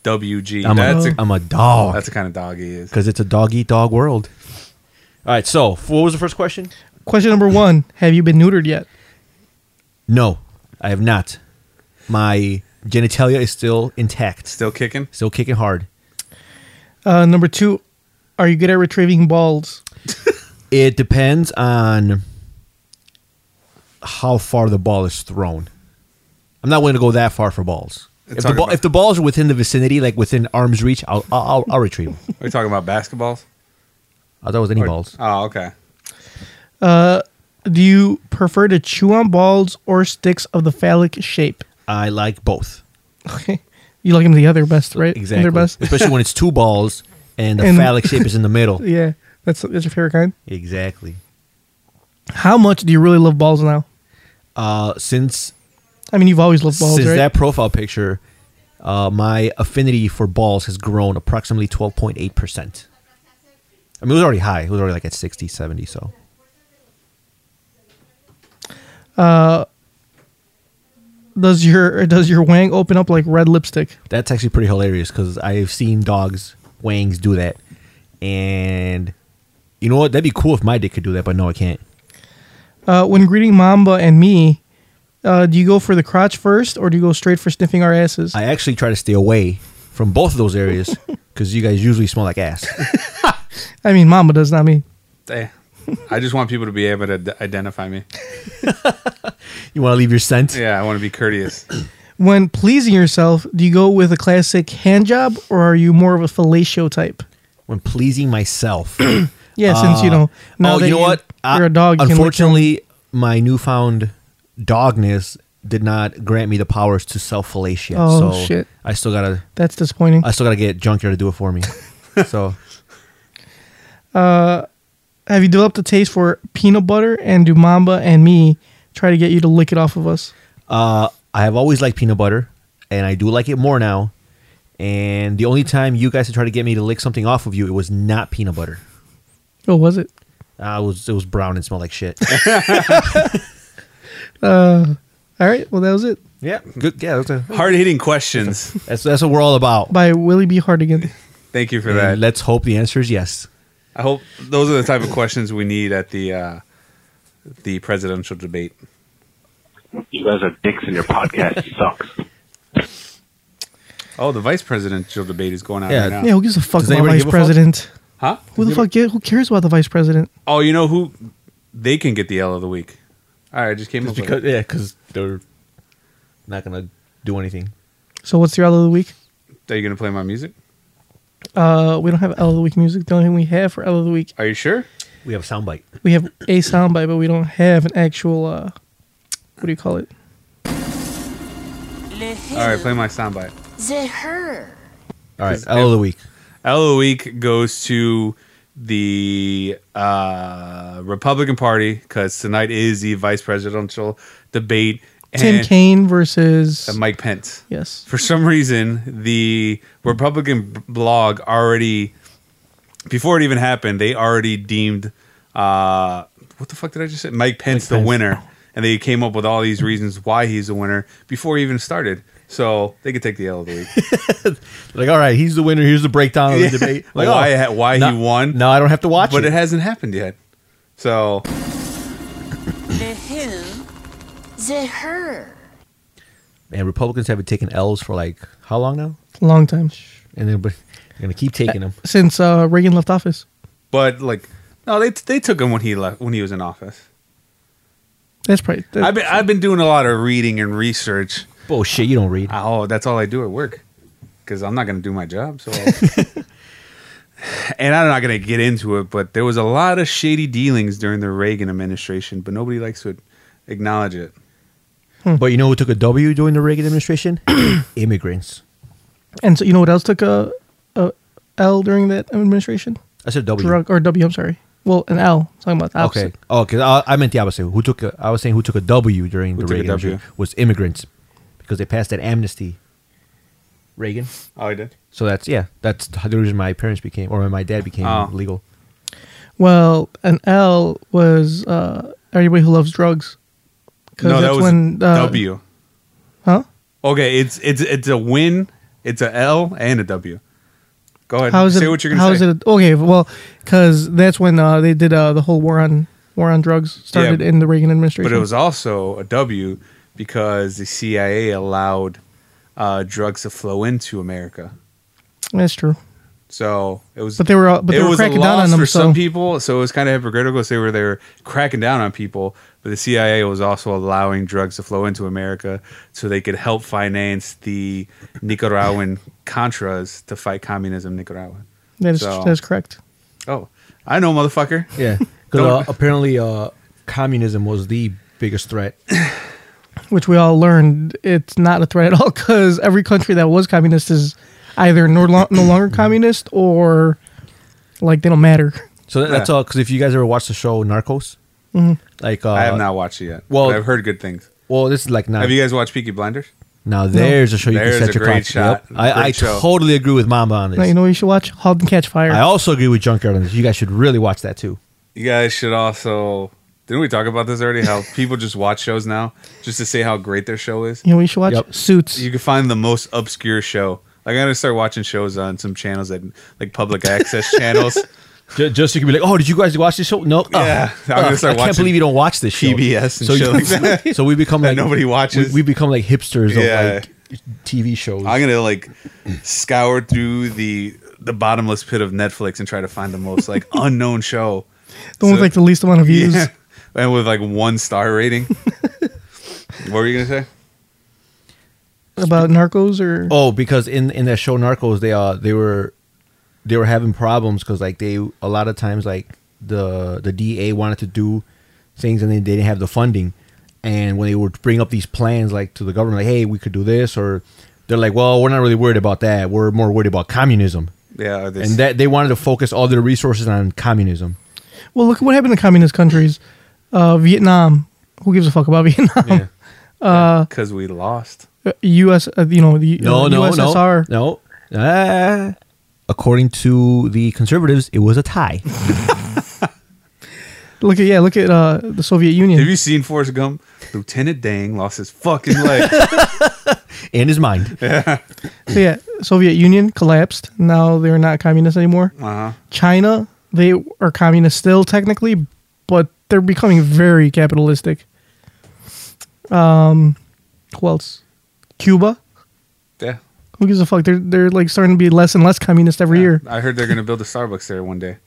Speaker 2: W G.
Speaker 3: I'm,
Speaker 2: That's
Speaker 3: a,
Speaker 2: a,
Speaker 3: I'm a dog.
Speaker 2: that's the kind of dog he is.
Speaker 3: because it's a dog eat dog world. All right. So, f- what was the first question?
Speaker 1: Question number one Have you been neutered yet?
Speaker 3: No, I have not. My genitalia is still intact,
Speaker 2: Still kicking.
Speaker 3: still kicking hard.
Speaker 1: Uh, number two, are you good at retrieving balls?
Speaker 3: It depends on how far the ball is thrown. I'm not willing to go that far for balls. If the,
Speaker 2: talking
Speaker 3: ball,
Speaker 2: about-
Speaker 3: if the balls are within the vicinity, like within arm's reach, I'll I'll, I'll, I'll retrieve them.
Speaker 2: Are we talking about basketballs?
Speaker 3: I thought it was any
Speaker 2: Or-
Speaker 3: balls.
Speaker 2: Oh, okay.
Speaker 1: Do you prefer to chew on balls or sticks of the phallic shape?
Speaker 3: I like both.
Speaker 1: Okay. You like them together best, right?
Speaker 3: Exactly.
Speaker 1: They're best.
Speaker 3: Especially when it's two balls and the
Speaker 1: And-
Speaker 3: phallic shape is in the middle.
Speaker 1: Yeah. That's, that's your favorite kind.
Speaker 3: Exactly.
Speaker 1: How much do you really love balls now?
Speaker 3: Uh, since
Speaker 1: I mean, you've always loved balls,
Speaker 3: since
Speaker 1: right?
Speaker 3: that profile picture, uh, my affinity for balls has grown approximately 12.8%. I mean, it was already high. It was already like at 60, 70, so.
Speaker 1: does your does your wang open up like red lipstick?
Speaker 3: That's actually pretty hilarious because I've seen dogs, wangs do that. And you know what? That'd be cool if my dick could do that, but no, it can't.
Speaker 1: Uh, when greeting Mamba and me, uh, do you go for the crotch first, or do you go straight for sniffing our asses?
Speaker 3: I actually try to stay away from both of those areas because you guys usually smell like ass.
Speaker 1: I mean, Mamba does not me.
Speaker 2: Eh. I just want people to be able to d- identify me.
Speaker 3: You want to leave your scent?
Speaker 2: Yeah, I want to be courteous.
Speaker 1: When pleasing yourself, do you go with a classic hand job, or are you more of a fellatio type?
Speaker 3: when pleasing myself.
Speaker 1: Yeah, since you
Speaker 3: Uh,
Speaker 1: know.
Speaker 3: oh, you
Speaker 1: that
Speaker 3: know what? I-
Speaker 1: You're a dog. you can lick
Speaker 3: Unfortunately, my newfound dogness did not grant me the powers to self fellatio.
Speaker 1: Oh,
Speaker 3: so
Speaker 1: shit.
Speaker 3: I still gotta,
Speaker 1: them. that's disappointing.
Speaker 3: I still gotta get junkyard to do it for me. so
Speaker 1: Have you developed a taste for peanut butter? And do Mamba and me try to get you to lick it off of us?
Speaker 3: uh, I have always liked peanut butter, and I do like it more now. And the only time you guys had tried to get me to lick something off of you, it was not peanut butter.
Speaker 1: Oh, was it?
Speaker 3: Uh, it was it was brown and smelled like shit.
Speaker 1: All right. Well, that was it
Speaker 3: yeah, good. Yeah, that's, a,
Speaker 2: Hard hitting questions.
Speaker 3: that's that's what we're all about.
Speaker 1: by Willie B. Hardigan.
Speaker 2: Thank you for
Speaker 3: And
Speaker 2: that.
Speaker 3: let's hope the answer is yes.
Speaker 2: I hope those are the type of questions we need at the uh, the presidential debate.
Speaker 4: You guys are dicks and your podcast sucks.
Speaker 2: Oh, the vice presidential debate is going on
Speaker 3: Yeah.
Speaker 2: right now.
Speaker 1: Yeah, who gives a fuck
Speaker 3: Uh, Does
Speaker 1: about
Speaker 3: anybody
Speaker 1: vice
Speaker 3: give a fuck?
Speaker 1: president?
Speaker 2: Huh?
Speaker 1: Who the fuck? gi- Who cares about the vice president?
Speaker 2: Oh, you know who? They can get the L of the week. All right, I just came up with
Speaker 3: because yeah, because they're not gonna do anything.
Speaker 1: So what's your L of the week?
Speaker 2: it. Are you gonna play my music?
Speaker 1: Uh, we don't have L of the week music. The only thing we have for L of the week,
Speaker 2: Are you sure?
Speaker 3: We have a soundbite.
Speaker 1: we have a soundbite, but we don't have an actual. Uh, what do you call it?
Speaker 2: All right, play my soundbite.
Speaker 3: All right,
Speaker 2: 'Cause
Speaker 3: L of the week.
Speaker 2: L of the week goes to the uh, Republican Party because tonight is the vice presidential debate.
Speaker 1: Tim
Speaker 2: and-
Speaker 1: Kaine versus
Speaker 2: and Mike Pence.
Speaker 1: yes.
Speaker 2: for some reason the republican b- blog already before it even happened they already deemed uh what the fuck did i just say mike pence the
Speaker 3: Pence.
Speaker 2: winner and they came up with all these reasons why he's the winner before he even started so they could take the L of the week.
Speaker 3: Like, all right, he's the winner. Here's the breakdown of the debate. Like,
Speaker 2: Like why,
Speaker 3: oh,
Speaker 2: ha- why
Speaker 3: now-
Speaker 2: he won,
Speaker 3: Now I don't have to watch
Speaker 2: but
Speaker 3: it.
Speaker 2: it hasn't happened yet. So
Speaker 3: and Republicans have been taking L's for like how long now?
Speaker 1: Long time
Speaker 3: And then but they're gonna keep taking them.
Speaker 1: since uh, Reagan left office.
Speaker 2: but like no, they they took him when he left when he was in office.
Speaker 1: That's probably. That,
Speaker 2: I've been I've been doing a lot of reading and research.
Speaker 3: Bullshit, you don't read.
Speaker 2: Oh, that's all I do at work because I'm not going to do my job. So, I'll- and I'm not going to get into it, but there was a lot of shady dealings during the Reagan administration, but nobody likes to acknowledge it.
Speaker 3: But you know who took a W during the Reagan administration? Immigrants.
Speaker 1: and so you know what else took a, a L during that administration?
Speaker 3: I said W.
Speaker 1: Drug or W? I'm sorry. Well, an L. Talking about the opposite.
Speaker 3: Okay. Oh, okay. I, I meant the opposite. Who took? A, I was saying who took a W during
Speaker 2: Who
Speaker 3: the
Speaker 2: took a
Speaker 3: Reagan
Speaker 2: W?
Speaker 3: administration was immigrants because they passed that amnesty. Reagan.
Speaker 2: Oh, I did.
Speaker 3: So that's yeah. That's the reason my parents became or my dad became
Speaker 2: Oh.
Speaker 3: legal.
Speaker 1: Well, an L was uh, everybody who loves drugs. 'Cause
Speaker 2: No, that
Speaker 1: that's
Speaker 2: was
Speaker 1: when, uh,
Speaker 2: W.
Speaker 1: Huh?
Speaker 2: Okay, it's it's it's a win, it's a L and a W. Go ahead.
Speaker 1: How is it?
Speaker 2: say what you're going
Speaker 1: how
Speaker 2: to
Speaker 1: is
Speaker 2: say.
Speaker 1: it? Okay, well, because that's when uh, they did uh, the whole war on war on drugs started
Speaker 2: Yeah,
Speaker 1: in the Reagan administration.
Speaker 2: but it was also a W because the CIA allowed uh, drugs to flow into America.
Speaker 1: that's true.
Speaker 2: So it was,
Speaker 1: But they were all- but they
Speaker 2: it
Speaker 1: were
Speaker 2: was a
Speaker 1: cracking down
Speaker 2: loss
Speaker 1: on them,
Speaker 2: for some
Speaker 1: so-
Speaker 2: people. So it was kind of hypocritical. to Say where they were cracking down on people, but the CIA was also allowing drugs to flow into America so they could help finance the Nicaraguan Contras to fight communism in Nicaragua.
Speaker 1: That is
Speaker 2: So-
Speaker 1: that's correct.
Speaker 2: Oh, I know, motherfucker.
Speaker 3: Yeah.
Speaker 2: Don't-
Speaker 3: Because apparently, uh, communism was the biggest threat.
Speaker 1: Which we all learned it's not a threat at all because every country that was communist is either no, lo- no longer communist or like they don't matter.
Speaker 3: So that, that's
Speaker 2: Yeah.
Speaker 3: all. Because if you guys ever watched the show Narcos, like uh,
Speaker 2: I have not watched it yet.
Speaker 3: well-
Speaker 2: Well, I've heard good things.
Speaker 3: Well, this is like now.
Speaker 2: Have you guys watched Peaky Blinders?
Speaker 3: now there's a show you
Speaker 2: There's
Speaker 3: can
Speaker 2: a
Speaker 3: set your
Speaker 2: great
Speaker 3: clock.
Speaker 2: shot.
Speaker 3: Yep. I, I
Speaker 2: Great show.
Speaker 3: totally agree with Mamba on this.
Speaker 1: Now, you know what you should watch? Halt and Catch Fire.
Speaker 3: I also agree with Junkyard on this. You guys should really watch that too.
Speaker 2: You guys should also. Didn't we talk about this already? How people just watch shows now just to say how great their show is?
Speaker 1: you know what you should watch?
Speaker 3: Yep.
Speaker 1: Suits.
Speaker 2: you can find the most obscure show. Like I'm gonna start watching shows on some channels that like public access channels.
Speaker 3: Just, just you can be like, oh, did you guys watch this show? No,
Speaker 2: Yeah.
Speaker 3: Ugh.
Speaker 2: I'm gonna
Speaker 3: Ugh.
Speaker 2: start
Speaker 3: I can't
Speaker 2: watching
Speaker 3: believe you don't watch this show.
Speaker 2: PBS and
Speaker 3: so,
Speaker 2: shit like
Speaker 3: you,
Speaker 2: that.
Speaker 3: so we become
Speaker 2: That
Speaker 3: like
Speaker 2: nobody watches.
Speaker 3: We, we become like hipsters
Speaker 2: Yeah.
Speaker 3: of like TV shows.
Speaker 2: I'm gonna like scour through the the bottomless pit of Netflix and try to find the most like unknown show.
Speaker 1: the one with
Speaker 2: so-
Speaker 1: like the least amount of views.
Speaker 2: Yeah. And with like one star rating. what were you gonna say?
Speaker 1: About narcos or
Speaker 3: Oh, because in in that show Narcos, they uh they were they were having problems because like they a lot of times like the the DA wanted to do things and then they didn't have the funding, and when they would bring up these plans like to the government, like hey we could do this or they're like well we're not really worried about that we're more worried about communism
Speaker 2: Yeah, this,
Speaker 3: and that they wanted to focus all their resources on communism.
Speaker 1: Well, look at what happened to communist countries. Uh, Vietnam. Who gives a fuck about Vietnam?
Speaker 2: because we lost.
Speaker 1: U.S. Uh, you know the
Speaker 3: No,
Speaker 1: uh,
Speaker 3: no,
Speaker 1: USSR.
Speaker 3: no, no. Ah. according to the conservatives, it was a tie.
Speaker 1: Look at yeah. Look at uh, the Soviet Union.
Speaker 2: Have you seen Forrest Gump? Lieutenant Dang lost his fucking leg.
Speaker 3: in his mind.
Speaker 1: So, yeah, Soviet Union collapsed. Now they're not communist anymore.
Speaker 2: uh-huh.
Speaker 1: China, they are communist still technically, but they're becoming very capitalistic. Um, who else? Cuba.
Speaker 2: Yeah.
Speaker 1: Who Who gives a fuck? They're they're like starting to be less and less communist every year.
Speaker 2: I heard they're gonna build a Starbucks there one day.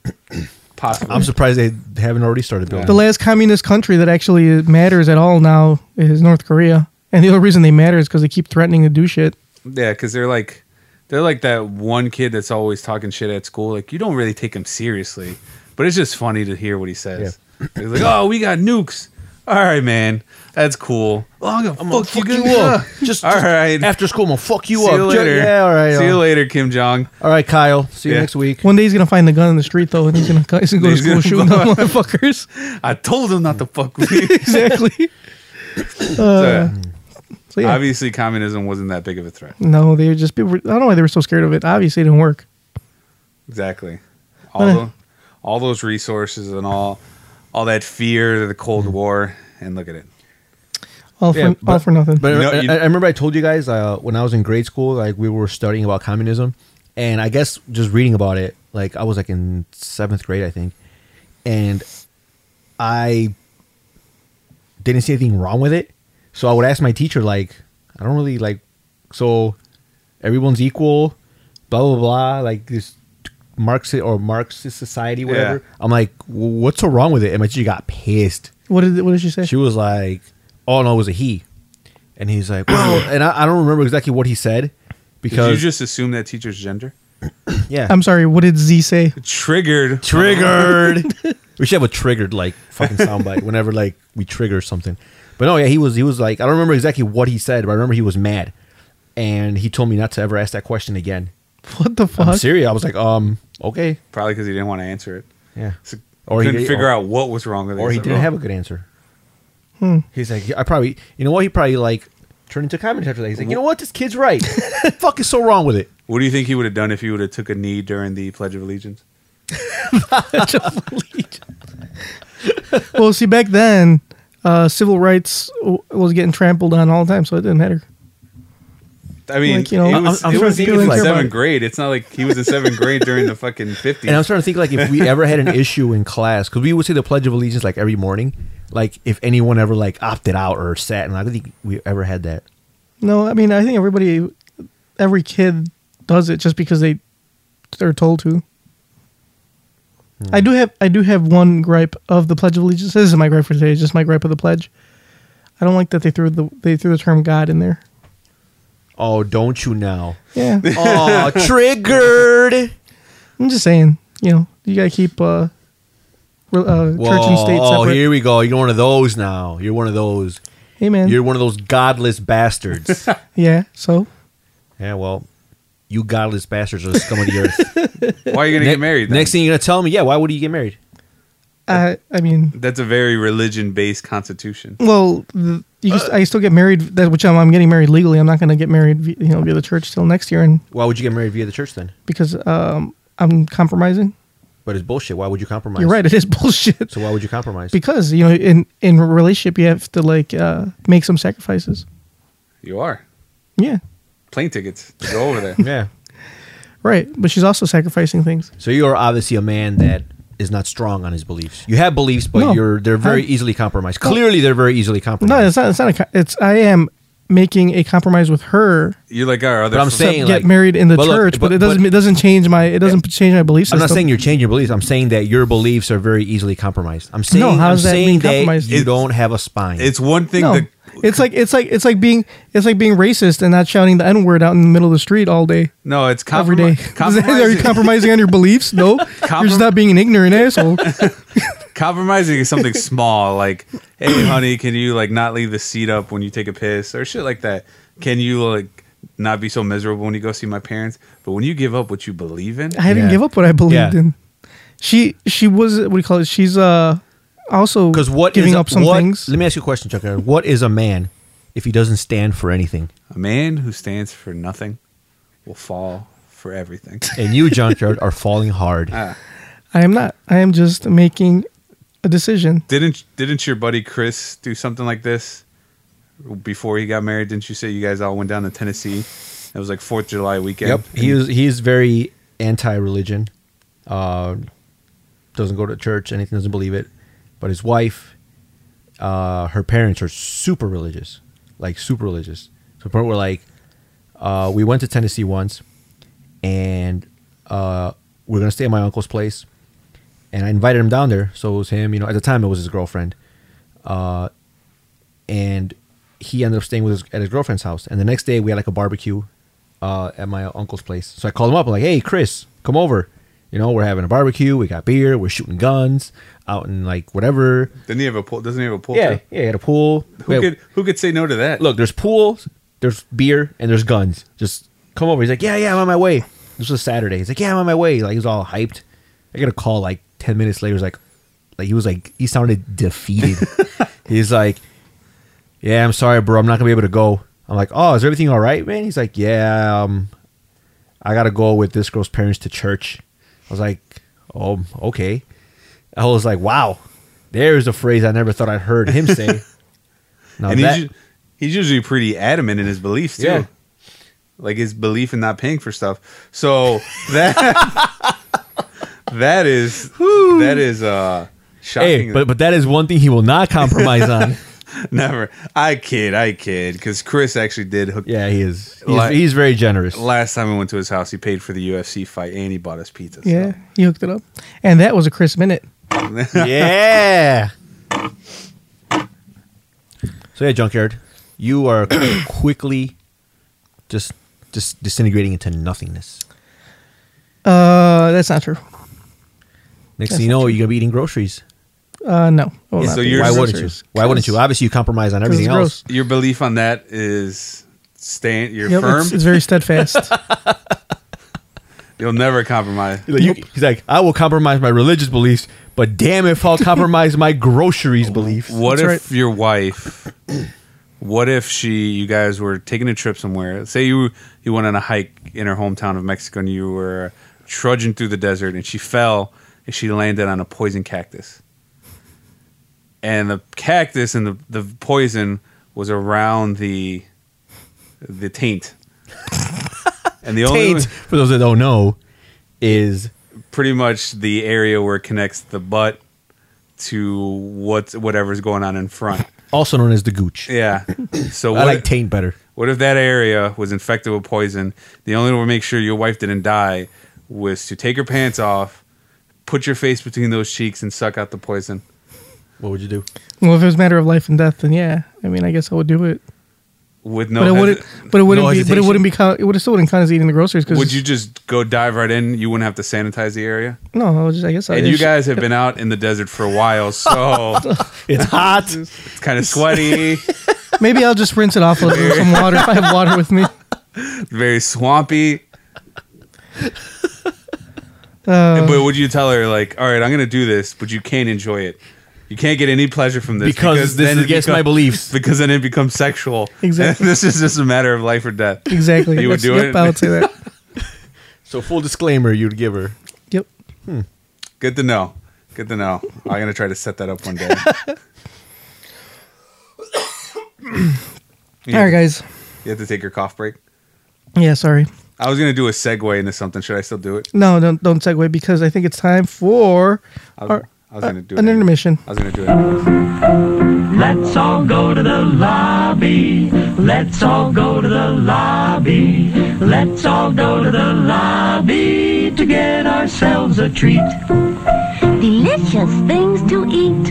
Speaker 2: Possibly.
Speaker 3: I'm surprised they haven't already started building.
Speaker 1: The last communist country that actually matters at all now is North Korea, and the only reason they matter is because they keep threatening to do shit.
Speaker 2: Yeah, because they're like they're like that one kid that's always talking shit at school. Like you don't really take him seriously, but it's just funny to hear what he says. He's like, "Oh, we got nukes." All right, man, that's cool. Well, I'm gonna fuck, you, good luck.
Speaker 3: Just
Speaker 2: all
Speaker 3: just
Speaker 2: right.
Speaker 3: After school, I'm gonna fuck you
Speaker 2: See
Speaker 3: up.
Speaker 2: you later.
Speaker 3: Yeah, all right.
Speaker 2: See you
Speaker 3: uh,
Speaker 2: later, Kim Jong.
Speaker 3: All right, Kyle. See you
Speaker 2: Yeah.
Speaker 3: next week.
Speaker 1: One day he's gonna find the gun in the street though, and he's gonna, he's gonna go to
Speaker 2: He's
Speaker 1: school
Speaker 2: gonna
Speaker 1: shooting
Speaker 2: blow
Speaker 1: them motherfuckers.
Speaker 2: I told him not to fuck with you.
Speaker 1: exactly.
Speaker 3: uh,
Speaker 2: So,
Speaker 1: So yeah,
Speaker 2: Obviously, communism wasn't that big of a threat.
Speaker 1: no, they were just people. Were, I don't know why they were so scared of it. Obviously, it didn't work.
Speaker 2: Exactly.
Speaker 3: Uh-huh.
Speaker 2: All
Speaker 1: Uh.
Speaker 2: tho- all those resources and all all that fear of the
Speaker 3: Mm.
Speaker 2: Cold War, and look at it.
Speaker 1: All for
Speaker 3: Yeah,
Speaker 1: all for nothing.
Speaker 3: But
Speaker 2: You know,
Speaker 3: I,
Speaker 2: you-
Speaker 3: I- I remember I told you guys uh, when I was in grade school, like we were studying about communism, and I guess just reading about it, like I was like in seventh grade, I think, and I didn't see anything wrong with it. So I would ask my teacher, like, I don't really like, so everyone's equal, blah blah blah, like this Marxist or Marxist society, whatever.
Speaker 2: Yeah.
Speaker 3: I'm like, "Wh- what's so wrong with it? And my teacher got pissed
Speaker 1: what did what did she say?
Speaker 3: she was like, "Oh no, it was a he," and he's like, "Wow," and I, I don't remember exactly what he said
Speaker 2: Did you
Speaker 3: because
Speaker 2: just assume that teacher's gender?
Speaker 3: yeah,
Speaker 1: I'm sorry. What did Z say?
Speaker 2: Triggered.
Speaker 3: triggered. we should have a triggered like fucking soundbite whenever like we trigger something. But no, yeah, he was he was like I don't remember exactly what he said, but I remember he was mad, and he told me not to ever ask that question again.
Speaker 1: What the
Speaker 3: I'm
Speaker 1: fuck?
Speaker 3: serious. I was like, um, okay,
Speaker 2: Probably because he didn't want to answer it.
Speaker 3: yeah.
Speaker 2: So
Speaker 3: Or he
Speaker 2: couldn't
Speaker 3: did-
Speaker 2: figure
Speaker 3: or-
Speaker 2: out what was wrong with it.
Speaker 3: Or he
Speaker 2: He's like,
Speaker 3: didn't
Speaker 2: "Oh,
Speaker 3: have a good answer. He's like, I probably, you know what? He probably like turned into communist after that. He's like, you know what? This kid's right. Fuck is so wrong with it.
Speaker 2: What do you think he would have done if he would have took a knee during the Pledge of Allegiance?
Speaker 1: well, see, back then, uh, civil rights w- was getting trampled on all the time, so it didn't matter.
Speaker 2: I mean,
Speaker 1: Like, you know,
Speaker 2: it was,
Speaker 3: I'm- I'm
Speaker 2: it
Speaker 3: sure
Speaker 2: was
Speaker 3: he
Speaker 2: even
Speaker 3: didn't
Speaker 2: in
Speaker 3: care about
Speaker 2: seventh
Speaker 3: it.
Speaker 2: grade. It's not like he was in seventh grade during the fucking fifties.
Speaker 3: And I was trying to think like if we ever had an issue in class because we would say the Pledge of Allegiance like every morning. Like if anyone ever like opted out or sat, and I don't think we ever had that.
Speaker 1: No, I mean, I think everybody, every kid does it just because they they're told to. I do have I do have one gripe of the Pledge of Allegiance. This is my gripe for today. It's just my gripe of the pledge. I don't like that they threw the they threw the term God in there.
Speaker 3: Oh, don't you now?
Speaker 1: Yeah,
Speaker 3: Oh, triggered.
Speaker 1: I'm just saying. You know, you gotta keep uh, re- uh, church and state
Speaker 3: oh,
Speaker 1: separate.
Speaker 3: here we go. You're one of those now. You're one of those.
Speaker 1: hey man.
Speaker 3: You're one of those godless bastards.
Speaker 1: yeah. So
Speaker 3: yeah, well, you godless bastards are the scum of the earth.
Speaker 2: Why are you gonna
Speaker 3: Ne-
Speaker 2: get married? then?
Speaker 3: Next thing you're gonna tell me, yeah, why would you get married?
Speaker 1: I I mean
Speaker 2: that's a very religion-based constitution.
Speaker 1: Well, the, you can, I still get married. That which I'm, I'm getting married legally. I'm not going to get married, vi- you know, via the church till next year, and
Speaker 3: Why would you get married via the church then?
Speaker 1: because um, I'm compromising.
Speaker 3: But it's bullshit. Why would you compromise?
Speaker 1: You're right. It is bullshit.
Speaker 3: So why would you compromise?
Speaker 1: Because you know, in in a relationship, you have to like uh, make some sacrifices.
Speaker 2: You are
Speaker 1: Yeah,
Speaker 2: plane tickets to go over there.
Speaker 3: yeah.
Speaker 1: right. But she's also sacrificing things.
Speaker 3: So you are obviously a man that is not strong on his beliefs. You have beliefs, but
Speaker 1: No.
Speaker 3: you're they're very
Speaker 1: I-
Speaker 3: easily compromised. Clearly, they're very easily
Speaker 1: No, it's
Speaker 3: compromised.
Speaker 1: not. It's not. A, co- it's I am making a compromise with her.
Speaker 2: You're like our other.
Speaker 3: But I'm
Speaker 1: to
Speaker 2: fr-
Speaker 3: saying-
Speaker 1: get
Speaker 3: like-
Speaker 1: married in the
Speaker 3: but look,
Speaker 1: church, but,
Speaker 3: but-
Speaker 1: it doesn't.
Speaker 3: but-
Speaker 1: it doesn't change my. It doesn't change my belief system.
Speaker 3: I'm not saying you change your beliefs. I'm saying that your beliefs are very easily compromised. I'm saying
Speaker 1: how
Speaker 3: I'm
Speaker 1: does that
Speaker 3: saying
Speaker 1: mean compromised?
Speaker 3: you
Speaker 1: It's-
Speaker 3: don't have a spine.
Speaker 2: it's one thing.
Speaker 1: No.
Speaker 2: that
Speaker 1: it's like it's like it's like being it's like being racist and not shouting the n word out in the middle of the street all day,
Speaker 2: no, it's
Speaker 1: every day.
Speaker 2: compromise.
Speaker 1: Are you compromising on your beliefs? No, you're just
Speaker 2: Comprom-
Speaker 1: not being an ignorant asshole.
Speaker 2: compromising is something small like hey honey can you like not leave the seat up when you take a piss or shit like that can you like not be so miserable when you go see my parents but when you give up what you believe in
Speaker 1: I didn't
Speaker 3: Yeah.
Speaker 1: give up what I believed
Speaker 3: Yeah.
Speaker 1: in. She she was what do you call it? She's uh also
Speaker 3: because what
Speaker 1: giving
Speaker 3: is a-
Speaker 1: up some
Speaker 3: what-
Speaker 1: things.
Speaker 3: Let me ask you a question, Chuck. What is a man if he doesn't stand for anything?
Speaker 2: a man who stands for nothing will fall for everything
Speaker 3: And you, Junkyard, are falling hard.
Speaker 1: I am not. I am just making a decision.
Speaker 2: didn't didn't your buddy chris do something like this before he got married didn't you say you guys all went down to tennessee it was like fourth of july weekend
Speaker 3: Yep. He is he is very anti-religion. Uh, doesn't go to church. Anything doesn't believe it. But his wife, uh, her parents are super religious, like super religious. To the point where like Uh, we went to Tennessee once, and uh, we are gonna stay at my uncle's place, and I invited him down there. So it was him, you know. At the time, it was his girlfriend, uh, and he ended up staying with his at his girlfriend's house. And the next day, we had like a barbecue uh, at my uncle's place. So I called him up. I'm like, "Hey, Chris, come over." You know, we're having a barbecue. We got beer. We're shooting guns out in like whatever.
Speaker 2: Doesn't he have a pool? Doesn't he have a pool?
Speaker 3: Yeah,
Speaker 2: too?
Speaker 3: yeah. At a pool.
Speaker 2: Who
Speaker 3: We had-
Speaker 2: could who could say no to that?
Speaker 3: look, there's pools, there's beer, and there's guns. Just come over. He's like, yeah, yeah, I'm on my way. This was Saturday. He's like, yeah, I'm on my way. Like he's all hyped. I get a call like ten minutes later. He's like, like he was like he sounded defeated. he's like, yeah, I'm sorry, bro. I'm not gonna be able to go. I'm like, oh, is everything all right, man? He's like, yeah, um, I gotta go with this girl's parents to church. I was like, oh, okay. I was like, wow, there's a phrase I never thought I'd heard him say. Now
Speaker 2: and
Speaker 3: that-
Speaker 2: he's, ju- he's usually pretty adamant in his beliefs too.
Speaker 3: Yeah.
Speaker 2: Like his belief in not paying for stuff. So that that is that is uh shocking.
Speaker 3: Hey, but but that is one thing he will not compromise on.
Speaker 2: never. I kid, I kid, because Chris actually did hook.
Speaker 3: yeah, he is. He's,
Speaker 2: Like-
Speaker 3: he's very generous.
Speaker 2: Last time we went to his house, he paid for the UFC fight and he bought us pizza. so.
Speaker 1: Yeah, he hooked it up, and that was a Chris minute.
Speaker 3: yeah. So yeah, junkyard, you are quickly just just disintegrating into nothingness.
Speaker 1: Uh, that's not true.
Speaker 3: Next thing you know, you're gonna be eating groceries.
Speaker 1: Uh, no. Well,
Speaker 2: Yeah,
Speaker 1: not
Speaker 2: so
Speaker 1: the
Speaker 2: you're-
Speaker 3: Why
Speaker 1: groceries.
Speaker 3: wouldn't you? Why wouldn't you? Obviously, you compromise on everything
Speaker 1: it's
Speaker 3: else.
Speaker 1: gross.
Speaker 2: Your belief on that is stand. You're
Speaker 1: Yep,
Speaker 2: firm.
Speaker 1: it's, it's very steadfast.
Speaker 2: You'll never compromise.
Speaker 3: Like, you- he's like, I will compromise my religious beliefs, but damn if I'll compromise my groceries beliefs.
Speaker 2: What
Speaker 1: That's
Speaker 2: if your wife? What if she? You guys were taking a trip somewhere. Say you you went on a hike in her hometown of Mexico, and you were uh, trudging through the desert, and she fell, and she landed on a poison cactus. And the cactus and the, the poison was around the the taint. And the only
Speaker 3: Taint, for those that don't know, is
Speaker 2: pretty much the area where it connects the butt to what whatever's going on in front.
Speaker 3: also known as the gooch.
Speaker 2: Yeah. So
Speaker 3: I
Speaker 2: what,
Speaker 3: like taint better.
Speaker 2: what if that area was infected with poison? The only way to make sure your wife didn't die was to take her pants off, put your face between those cheeks, and suck out the poison.
Speaker 3: What would you do?
Speaker 1: well, if it was a matter of life and death, then yeah. I mean, I guess I would do it.
Speaker 2: With no,
Speaker 1: but it
Speaker 2: hesi-
Speaker 1: wouldn't. But it wouldn't
Speaker 3: no
Speaker 1: be. But it
Speaker 3: hesitation.
Speaker 1: wouldn't be. Count, it would still wouldn't count as eating the groceries. Cause
Speaker 2: would you just go dive right in? You wouldn't have to sanitize the area.
Speaker 1: No, I was just. I guess. I,
Speaker 2: And you guys have been out in the desert for a while, so
Speaker 3: It's hot.
Speaker 2: it's kind of sweaty,
Speaker 1: Maybe I'll just rinse it off with some water if I have water with me.
Speaker 2: very swampy.
Speaker 1: Uh,
Speaker 2: But would you tell her like, all right, I'm gonna do this, but you can't enjoy it. You can't get any pleasure from this
Speaker 3: Because this
Speaker 2: then
Speaker 3: is
Speaker 2: it
Speaker 3: against
Speaker 2: become-
Speaker 3: my beliefs.
Speaker 2: Because then it becomes sexual.
Speaker 1: Exactly.
Speaker 2: this is just a matter of life or death.
Speaker 1: exactly.
Speaker 2: You would
Speaker 1: That's- yep,
Speaker 2: do it?
Speaker 1: I would say that.
Speaker 3: So full disclaimer, you'd give her.
Speaker 1: Yep.
Speaker 2: Good to know. Good to know. I'm gonna try to set that up one day. you,
Speaker 1: All
Speaker 2: have
Speaker 1: right,
Speaker 2: to,
Speaker 1: guys.
Speaker 2: you have to take your cough break.
Speaker 1: Yeah. Sorry.
Speaker 2: I was gonna do a segue into something. Should I still do it?
Speaker 1: No, don't don't segue because I think it's time for
Speaker 2: I was,
Speaker 1: our,
Speaker 2: I was gonna do it.
Speaker 1: an
Speaker 2: anyway.
Speaker 1: intermission.
Speaker 2: I was gonna do it. anyway.
Speaker 5: Let's all go to the lobby. Let's all go to the lobby. Let's all go to the lobby to get ourselves a treat.
Speaker 6: delicious things to eat.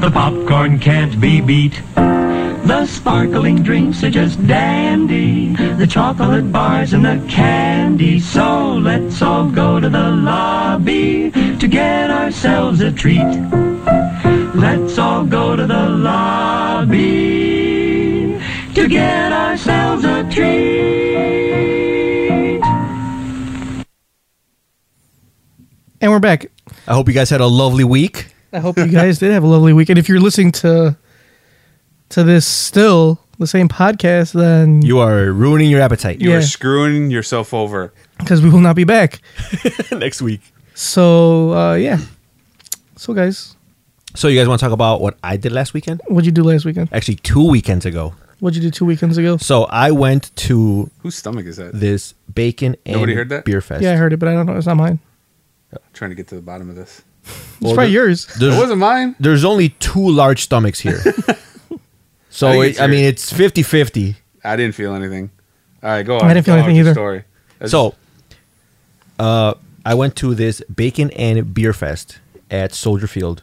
Speaker 5: The popcorn can't be beat. The sparkling drinks are just dandy. The chocolate bars and the candy. So let's all go to the lobby to get ourselves a treat. Let's all go to the lobby to get ourselves a treat.
Speaker 1: And we're back.
Speaker 3: I hope you guys had a lovely week.
Speaker 1: I hope you guys did have a lovely weekend. If you're listening to to this still the same podcast, then
Speaker 3: You are ruining your appetite.
Speaker 2: You
Speaker 1: Yeah.
Speaker 2: are screwing yourself over.
Speaker 1: because we will not be back.
Speaker 3: next week.
Speaker 1: So uh, yeah. So guys,
Speaker 3: So you guys want to talk about what I did last weekend?
Speaker 1: what'd you do last weekend?
Speaker 3: Actually, two weekends ago.
Speaker 1: What'd you do two weekends ago?
Speaker 3: So I went to
Speaker 2: Whose stomach is that?
Speaker 3: this bacon and
Speaker 2: Nobody heard that?
Speaker 3: beer fest.
Speaker 1: Yeah, I heard it, but I don't know. It's not mine.
Speaker 2: trying to get to the bottom of this.
Speaker 1: It's
Speaker 3: Well,
Speaker 1: probably
Speaker 3: the-
Speaker 1: yours.
Speaker 2: It
Speaker 3: There's,
Speaker 2: wasn't mine.
Speaker 3: there's only two large stomachs here.
Speaker 2: I
Speaker 3: so
Speaker 2: think
Speaker 3: I,
Speaker 2: it's
Speaker 3: it, I mean,
Speaker 2: yours.
Speaker 3: it's 50-50.
Speaker 2: I didn't feel anything. I All right, go on.
Speaker 1: I didn't feel
Speaker 2: Go on
Speaker 1: anything
Speaker 2: with your
Speaker 1: either.
Speaker 2: Story. That's-
Speaker 3: So, uh, I went to this bacon and beer fest at Soldier Field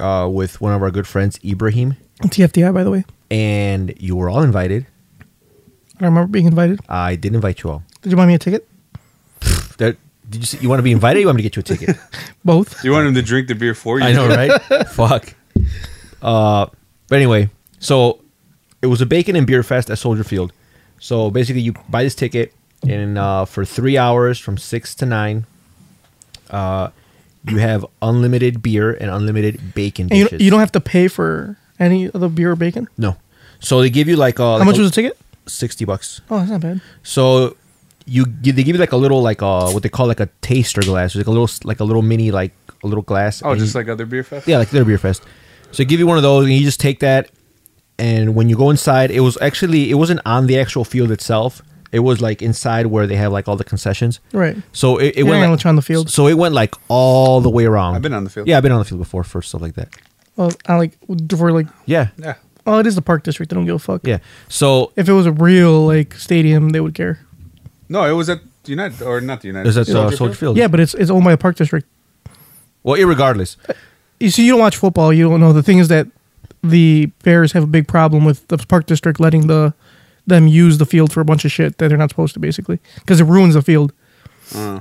Speaker 3: uh, with one of our good friends, Ibrahim,
Speaker 1: TFDI, by the way.
Speaker 3: and you were all invited.
Speaker 1: I remember being invited.
Speaker 3: I did invite you all.
Speaker 1: Did you buy me a ticket?
Speaker 3: That, did you say, you want to be invited? Or you want me to get you a ticket?
Speaker 1: Both.
Speaker 2: you want him to drink the beer for you?
Speaker 3: I know, right? Fuck. Uh, but anyway, so it was a bacon and beer fest at Soldier Field. So basically, you buy this ticket, and uh, for three hours from six to nine, uh, you have unlimited beer and unlimited bacon
Speaker 1: And you,
Speaker 3: dishes.
Speaker 1: you don't have to pay for any of the beer or bacon.
Speaker 3: no. So they give you like uh,
Speaker 1: How much was the ticket?
Speaker 3: sixty bucks?
Speaker 1: Oh, that's not bad.
Speaker 3: So you gi- they give you like a little like uh what they call like a taster glass, like a little like a little mini like a little glass.
Speaker 2: Oh,
Speaker 3: and
Speaker 2: just
Speaker 3: you-
Speaker 2: like other beer fest.
Speaker 3: Yeah, like their beer fest. So give you one of those, and you just take that. And when you go inside, it was actually it wasn't on the actual field itself. It was like inside where they have like all the concessions.
Speaker 1: Right.
Speaker 3: So it, it
Speaker 1: Yeah,
Speaker 3: went
Speaker 1: I
Speaker 3: like-
Speaker 1: went on the field.
Speaker 3: So it went like all the way around.
Speaker 2: I've been on the field.
Speaker 3: Yeah, I've been on the field before for stuff like that.
Speaker 1: Well, I like for like.
Speaker 3: Yeah,
Speaker 2: Yeah.
Speaker 1: Oh, it is the park district. They don't give a fuck.
Speaker 3: yeah. So
Speaker 1: If it was a real like stadium, they would care.
Speaker 2: No, it was at United or not the United.
Speaker 3: is that uh,
Speaker 2: Soldier
Speaker 3: Soldier
Speaker 2: Field?
Speaker 3: Field?
Speaker 1: Yeah, but it's it's owned by a park district.
Speaker 3: Well, irregardless.
Speaker 1: You see, you don't watch football. You don't know. The thing is that the Bears have a big problem with the park district letting the them use the field for a bunch of shit that they're not supposed to, basically, because it ruins the field.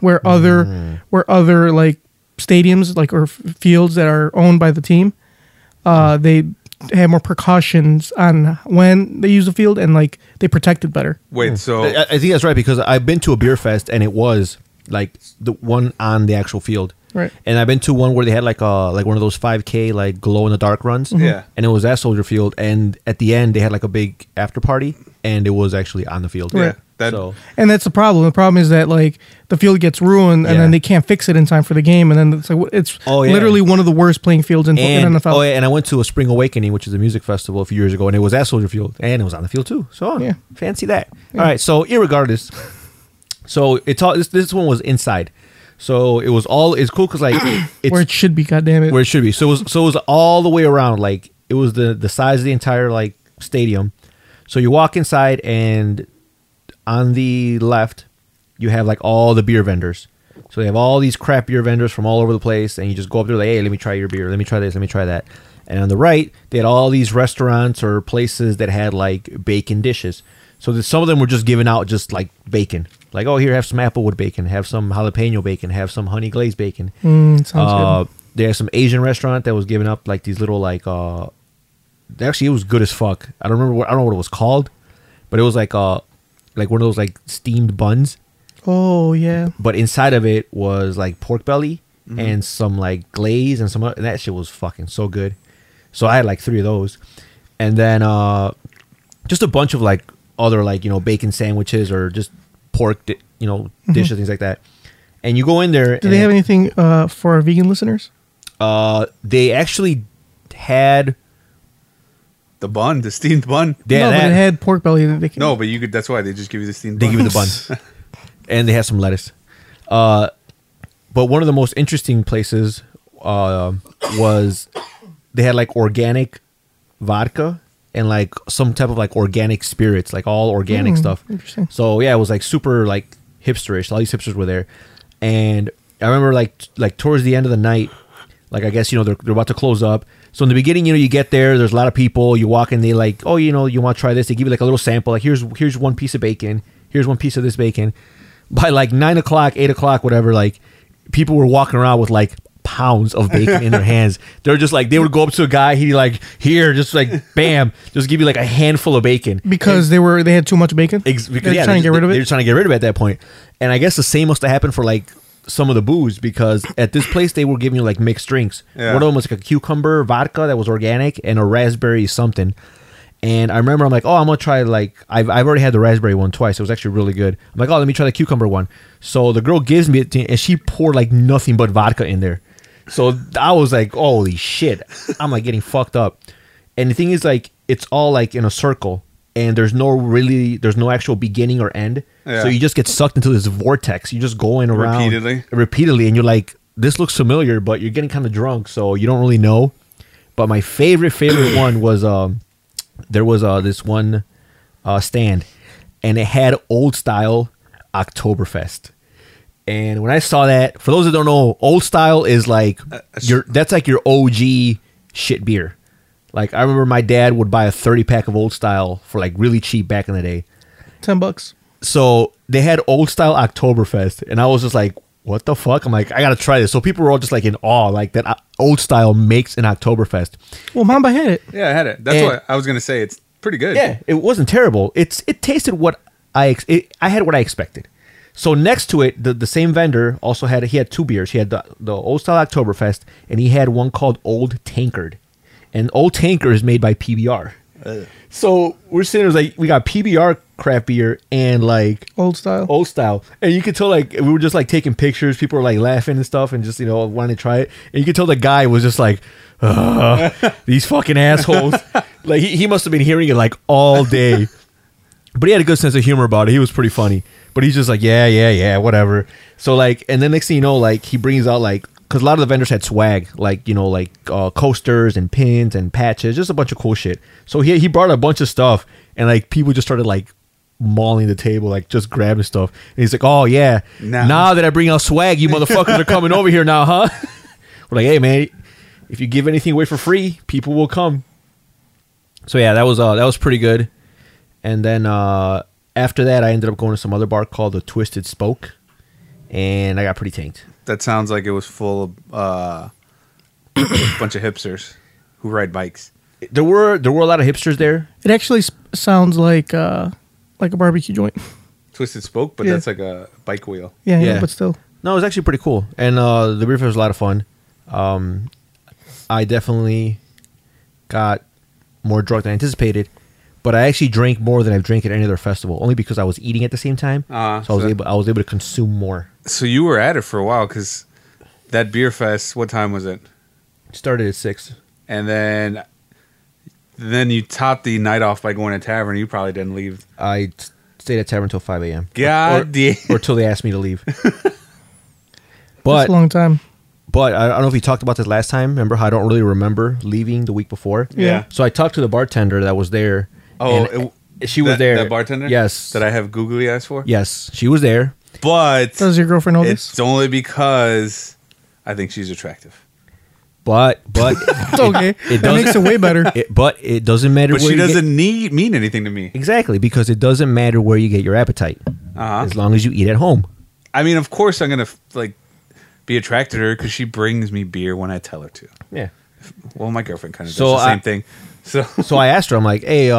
Speaker 1: Where other where other like stadiums like or f- fields that are owned by the team, uh, they have more precautions on when they use the field and like they protect it better.
Speaker 2: Wait, so
Speaker 3: I, I think that's right because I've been to a beer fest and it was like the one on the actual field.
Speaker 1: Right.
Speaker 3: And I've been to one where they had like a like one of those five k like glow in the dark runs.
Speaker 2: Yeah.
Speaker 3: And it was at Soldier Field, and at the end they had like a big after party, and it was actually on the field.
Speaker 2: Yeah, that-
Speaker 3: so
Speaker 1: And that's the problem. The problem is that like the field gets ruined, and
Speaker 3: Yeah.
Speaker 1: then they can't fix it in time for the game, and then it's like it's
Speaker 3: Oh, yeah.
Speaker 1: literally one of the worst playing fields in, fo- in
Speaker 3: and
Speaker 1: NFL.
Speaker 3: oh yeah, and I went to a Spring Awakening, which is a music festival a few years ago, and it was at Soldier Field, and it was on the field too. So
Speaker 1: Yeah.
Speaker 3: fancy that. All right, so irregardless, so it's all this, this one was inside, so it was all it's cool because like it's
Speaker 1: Where it should be, goddamn it!
Speaker 3: where it should be. So it was so it was all the way around. Like it was the the size of the entire like stadium. So you walk inside and on the left you have like all the beer vendors. So they have all these crap beer vendors from all over the place, and you just go up there like, hey, let me try your beer, let me try this, let me try that. And on the right, they had all these restaurants or places that had like bacon dishes. So that some of them were just giving out just like bacon, like oh here have some applewood bacon, have some jalapeno bacon, have some honey glazed bacon.
Speaker 1: Mm, sounds
Speaker 3: Uh,
Speaker 1: good.
Speaker 3: there's some Asian restaurant that was giving up like these little like uh actually it was good as fuck. I don't remember what I don't know what it was called, but it was like uh like one of those like steamed buns,
Speaker 1: Oh yeah,
Speaker 3: but inside of it was like pork belly
Speaker 1: Mm-hmm.
Speaker 3: and some like glaze and some other, and that shit was fucking so good. So I had like three of those. And then uh just a bunch of like other like, you know, bacon sandwiches or just pork di- you know, dishes things like that. And you go in there
Speaker 1: Mm-hmm. do they
Speaker 3: and-
Speaker 1: have anything uh, for our vegan listeners?
Speaker 3: uh, they actually had
Speaker 2: the bun, the steamed bun.
Speaker 3: they
Speaker 1: no,
Speaker 3: had,
Speaker 1: but it had pork belly. That they can,
Speaker 2: No, but you could. That's why they just give you the steamed.
Speaker 3: they give you the
Speaker 2: buns.
Speaker 3: bun, and they had some lettuce. Uh, but one of the most interesting places uh, was they had like organic vodka and like some type of like organic spirits, like all organic stuff.
Speaker 1: interesting.
Speaker 3: So yeah, it was like super like hipsterish. All these hipsters were there, and I remember like t- like towards the end of the night, like I guess you know they're they're about to close up. So in the beginning, you know, you get there, there's a lot of people. You walk in, they like, oh, you know, you want to try this? They give you like a little sample. Like here's here's one piece of bacon. Here's one piece of this bacon. By like nine o'clock, eight o'clock, whatever, like people were walking around with like pounds of bacon in their hands. They're just like they would go up to a guy, he like here, just like bam, just give you like a handful of bacon.
Speaker 1: because they were they had too much bacon.
Speaker 3: Ex-
Speaker 1: they're
Speaker 3: because, yeah,
Speaker 1: trying to get rid of
Speaker 3: They're
Speaker 1: it.
Speaker 3: trying to get rid of it at that point. And I guess the same must have happened for like some of the booze because at this place they were giving you like mixed drinks.
Speaker 2: Yeah.
Speaker 3: One of them was like a cucumber vodka that was organic and a raspberry something. And I remember I'm like, oh, I'm gonna try like I've, I've already had the raspberry one twice. It was actually really good. I'm like, oh, let me try the cucumber one. So the girl gives me it and she poured like nothing but vodka in there. So I was like, holy shit, I'm like getting fucked up. And the thing is, like, it's all like in a circle, and there's no really, there's no actual beginning or end.
Speaker 2: Yeah.
Speaker 3: So you just get sucked into this vortex. You just going around
Speaker 2: Repeatedly?
Speaker 3: repeatedly, and you're like, this looks familiar, but you're getting kind of drunk, so you don't really know. But my favorite, favorite one was um, there was uh this one uh stand, and it had old style Oktoberfest. And when I saw that, for those that don't know, old style is like your that's like your OG shit beer. Like I remember my dad would buy a 30 pack of old style for like really cheap back in the day.
Speaker 1: Ten bucks.
Speaker 3: So they had old style Oktoberfest, and I was just like, "What the fuck?" I'm like, "I gotta try this." So people were all just like in awe, like that uh, old style makes an Oktoberfest.
Speaker 1: Well, Mamba had it.
Speaker 2: Yeah, I had it. That's
Speaker 3: And-
Speaker 2: what I was gonna say. It's pretty good.
Speaker 3: Yeah, it wasn't terrible. It's it tasted what I ex- it, I had what I expected. So next to it, the, the same vendor also had he had two beers. He had the, the old style Oktoberfest, and he had one called Old Tankard. And Old Tankard is made by PBR. So we're sitting there like we got PBR craft beer and like
Speaker 1: Old style.
Speaker 3: old style. And you could tell like we were just like taking pictures. People were like laughing and stuff, and just you know wanting to try it. And you could tell the guy was just like, "Ugh, these fucking assholes. like he, he must have been hearing it like all day. But he had a good sense of humor about it. He was pretty funny. But he's just like, yeah, yeah, yeah, whatever. So like, and then next thing you know, like he brings out like because a lot of the vendors had swag, like you know, like uh, coasters and pins and patches, just a bunch of cool shit. So he he brought a bunch of stuff, and like people just started like mauling the table, like just grabbing stuff. And he's like, oh yeah,
Speaker 2: Nah.
Speaker 3: now that I bring out swag, you motherfuckers are coming over here now, huh? We're like, hey man, if you give anything away for free, people will come. So yeah, that was uh that was pretty good. And then uh after that I ended up going to some other bar called the Twisted Spoke and I got pretty tanked.
Speaker 2: That sounds like it was full of uh, a bunch of hipsters who ride bikes.
Speaker 3: There were there were a lot of hipsters there.
Speaker 1: It actually s- sounds like uh, like a barbecue joint.
Speaker 2: Twisted spoke, but
Speaker 1: Yeah.
Speaker 2: that's like a bike wheel.
Speaker 1: Yeah, yeah.
Speaker 3: Yeah.
Speaker 1: but still,
Speaker 3: No, it was actually pretty cool. And uh the beer fair was a lot of fun. Um I definitely got more drunk than I anticipated, but I actually drank more than I've drank at any other festival, only because I was eating at the same time.
Speaker 2: Ah,
Speaker 3: so I was
Speaker 2: so-
Speaker 3: able I was able to consume more.
Speaker 2: So you were at it for a while because that beer fest. What time was it?
Speaker 3: Started at six.
Speaker 2: And then, then you topped the night off by going to tavern. You probably didn't leave.
Speaker 3: I t- stayed at tavern until five AM.
Speaker 2: God damn.
Speaker 3: or till they asked me to leave.
Speaker 1: it's
Speaker 3: but
Speaker 1: a long time.
Speaker 3: but I I don't know if you talked about this last time. Remember how I don't really remember leaving the week before.
Speaker 1: Yeah.
Speaker 3: So I talked to the bartender that was there.
Speaker 2: Oh,
Speaker 3: and
Speaker 2: it-
Speaker 3: she was
Speaker 2: that-
Speaker 3: there.
Speaker 2: That bartender.
Speaker 3: Yes.
Speaker 2: That I have googly eyes for.
Speaker 3: Yes, she was there.
Speaker 2: But
Speaker 1: Does your girlfriend know this?
Speaker 2: it's only because I think she's attractive.
Speaker 3: But but
Speaker 1: It's okay.
Speaker 3: it
Speaker 1: It,
Speaker 3: doesn't-
Speaker 1: makes it way better.
Speaker 3: it, but it doesn't matter.
Speaker 2: But
Speaker 3: where
Speaker 2: she
Speaker 3: you get-
Speaker 2: doesn't need mean anything to me.
Speaker 3: exactly because it doesn't matter where you get your appetite
Speaker 2: Uh-huh.
Speaker 3: as long as you eat at home.
Speaker 2: I mean, of course, I'm gonna f- like be attracted to her because she brings me beer when I tell her to.
Speaker 3: Yeah.
Speaker 2: Well, my girlfriend kind of
Speaker 3: So
Speaker 2: does the same
Speaker 3: I-
Speaker 2: thing. So
Speaker 3: so I asked her, I'm like, hey, uh,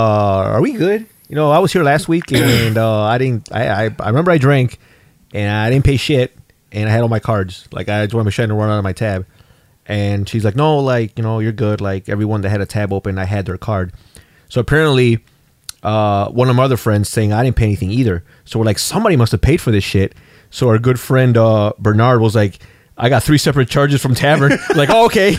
Speaker 3: are we good? You know, I was here last week and uh, I didn't, I, I, I remember I drank and I didn't pay shit and I had all my cards. Like, I just wanted to make sure I didn't run out of my tab. And she's like, no, like, you know, you're good. Like, everyone that had a tab open, I had their card. So apparently, uh, one of my other friends saying I didn't pay anything either. So we're like, somebody must have paid for this shit. So our good friend uh, Bernard was like, I got three separate charges from Tavern. like, oh, okay.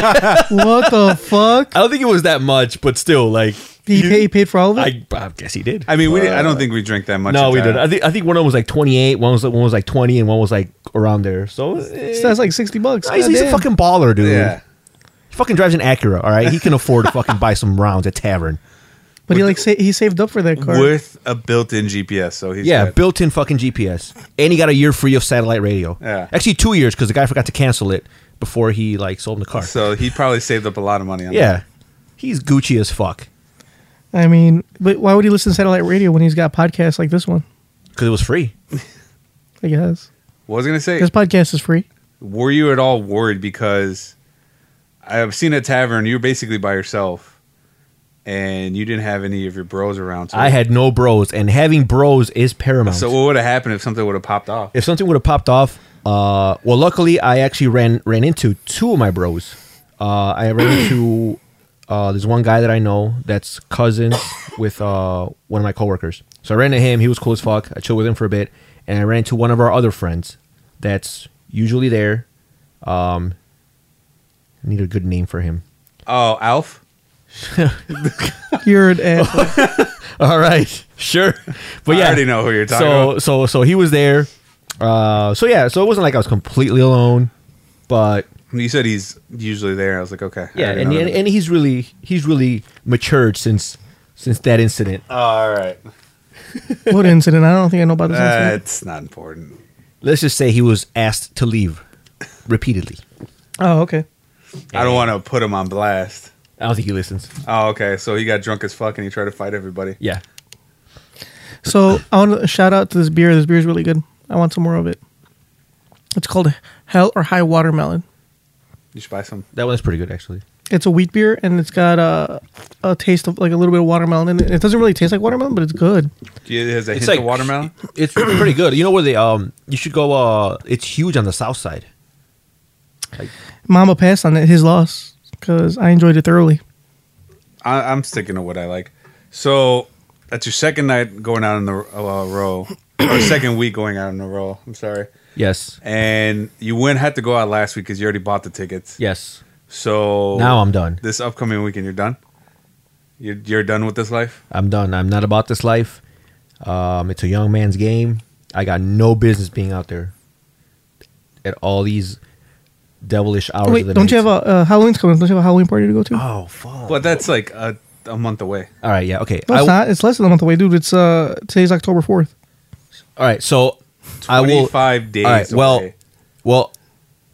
Speaker 1: what the fuck?
Speaker 3: I don't think it was that much, but still, like,
Speaker 1: Did he, pay, he paid for all of it?
Speaker 3: I, I guess he did.
Speaker 2: I mean, we I don't think we drink that much.
Speaker 3: Uh, no,
Speaker 2: at
Speaker 3: we
Speaker 2: that.
Speaker 3: didn't. I think I think one of them was like twenty eight, one was one was like twenty, and one was like around there. So eh,
Speaker 1: So that's like sixty bucks.
Speaker 3: he's, he's a
Speaker 1: Goddamn.
Speaker 3: fucking baller, dude.
Speaker 2: Yeah.
Speaker 3: He fucking drives an Acura. All right, he can afford to fucking buy some rounds at tavern.
Speaker 1: But he like sa- he saved up for that car.
Speaker 2: With a built-in GPS, so he's
Speaker 3: Yeah,
Speaker 2: got-
Speaker 3: built in fucking GPS, and he got a year free of satellite radio.
Speaker 2: Yeah.
Speaker 3: actually two years because the guy forgot to cancel it before he like sold him the car.
Speaker 2: so he probably saved up a lot of money. on
Speaker 3: yeah, he's Gucci as fuck
Speaker 1: I mean, but why would he listen to satellite radio when he's got podcasts like this one?
Speaker 3: because it was free.
Speaker 1: I guess
Speaker 2: that. What was I gonna say?
Speaker 1: this podcast is free.
Speaker 2: were you at all worried because I've seen a tavern you were basically by yourself and you didn't have any of your bros around. So
Speaker 3: I had no bros, and having bros is paramount.
Speaker 2: So what would have happened if something would have popped off?
Speaker 3: if something would have popped off, uh, well, luckily I actually ran ran into two of my bros. Uh, I ran into uh, there's one guy that I know that's cousins with uh, one of my coworkers. So I ran into him. He was cool as fuck. I chilled with him for a bit, and I ran into one of our other friends that's usually there. Um, I need a good name for him.
Speaker 2: Oh, Alf.
Speaker 1: You're an asshole.
Speaker 3: All right, sure. But
Speaker 2: I
Speaker 3: yeah,
Speaker 2: already know who you're talking
Speaker 3: so,
Speaker 2: about.
Speaker 3: So so he was there. Uh, so yeah, so it wasn't like I was completely alone, but
Speaker 2: You said he's usually there. I was like, okay. I
Speaker 3: yeah,
Speaker 2: already
Speaker 3: and,
Speaker 2: know
Speaker 3: and
Speaker 2: that.
Speaker 3: and Uh, he's really he's really matured since since that incident.
Speaker 2: all right.
Speaker 1: What incident? I don't think I know about this incident.
Speaker 2: That's not important.
Speaker 3: Let's just say he was asked to leave repeatedly.
Speaker 1: Oh, okay.
Speaker 2: I don't want to put him on blast.
Speaker 3: I don't think he listens.
Speaker 2: Oh, okay. So he got drunk as fuck and he tried to fight everybody.
Speaker 3: Yeah.
Speaker 1: So I want to shout out to this beer. This beer is really good. I want some more of it. It's called Hell or High Watermelon.
Speaker 2: You should buy some.
Speaker 3: That one's pretty good, actually.
Speaker 1: It's a wheat beer, and it's got a, a taste of like a little bit of watermelon. in it. it doesn't really taste like watermelon, but it's good.
Speaker 2: Yeah, It has a
Speaker 3: It's
Speaker 2: hint
Speaker 3: like
Speaker 2: of watermelon.
Speaker 3: It's pretty good. You know where they um? You should go. Uh, it's huge on the south side.
Speaker 1: Mama passed on it, his loss, because I enjoyed it thoroughly.
Speaker 2: I, I'm sticking to what I like. So that's your second night going out in the uh, row, or second week going out in a row. I'm sorry.
Speaker 3: Yes.
Speaker 2: And you wouldn't have to go out last week because you already bought the tickets.
Speaker 3: Yes.
Speaker 2: So
Speaker 3: Now I'm done.
Speaker 2: This upcoming weekend, you're done. You're, you're done with this life.
Speaker 3: I'm done. I'm not about this life. Um, it's a young man's game. I got no business being out there at all these devilish hours. of
Speaker 1: Wait,
Speaker 3: the
Speaker 1: don't you have
Speaker 3: night.
Speaker 1: a uh, Halloween's coming? Don't you have a Halloween party to go to?
Speaker 3: Oh fuck.
Speaker 2: But that's like a, a month away.
Speaker 3: All right. Yeah. Okay.
Speaker 1: no, it's
Speaker 3: I-
Speaker 1: not. It's less than a month away, dude. It's uh today's October fourth.
Speaker 3: All right. So I will.
Speaker 2: 25 days
Speaker 3: All right. Well.
Speaker 2: away.
Speaker 3: Well,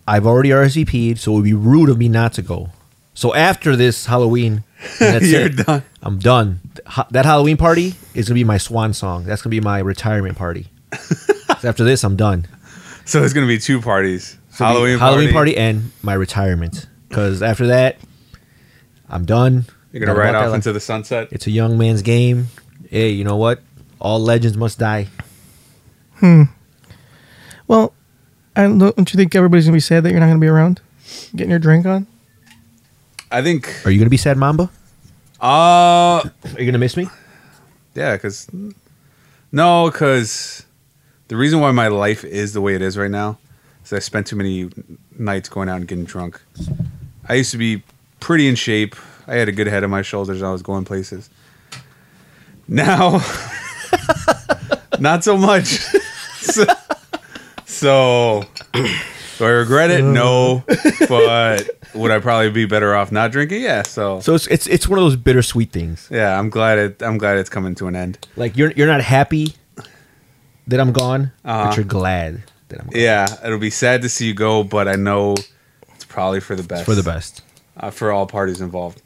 Speaker 3: I've already RSVP'd, so it would be rude of me not to go. So after this Halloween, that's
Speaker 2: You're
Speaker 3: it.
Speaker 2: done.
Speaker 3: I'm done. Th- ha- That Halloween party is gonna be my swan song. That's gonna be my retirement party. 'Cause after this, I'm done.
Speaker 2: So there's gonna be two parties:
Speaker 3: So it'll be
Speaker 2: Halloween,
Speaker 3: Halloween party, and my retirement. Because after that, I'm done.
Speaker 2: You're gonna
Speaker 3: Not
Speaker 2: ride
Speaker 3: about that
Speaker 2: off
Speaker 3: life.
Speaker 2: into the sunset.
Speaker 3: It's a young man's game. Hey, you know what? All legends must die.
Speaker 1: Well, I don't, don't you think everybody's gonna be sad that you're not gonna be around, getting your drink on?
Speaker 2: I think.
Speaker 3: Are you gonna be sad, Mamba?
Speaker 2: Uh
Speaker 3: Are you gonna miss me?
Speaker 2: yeah, because no, because the reason why my life is the way it is right now is I spent too many nights going out and getting drunk. I used to be pretty in shape. I had a good head on my shoulders. I was going places. Now, not so much. so, so, do I regret it? No, but would I probably be better off not drinking? Yeah. So,
Speaker 3: So it's it's, it's one of those bittersweet things.
Speaker 2: yeah, I'm glad it. I'm glad it's coming to an end.
Speaker 3: Like you're you're not happy that I'm gone, but you're glad that I'm gone.
Speaker 2: Yeah, it'll be sad to see you go, but I know it's probably for the best.
Speaker 3: for the best.
Speaker 2: Uh, for all parties involved.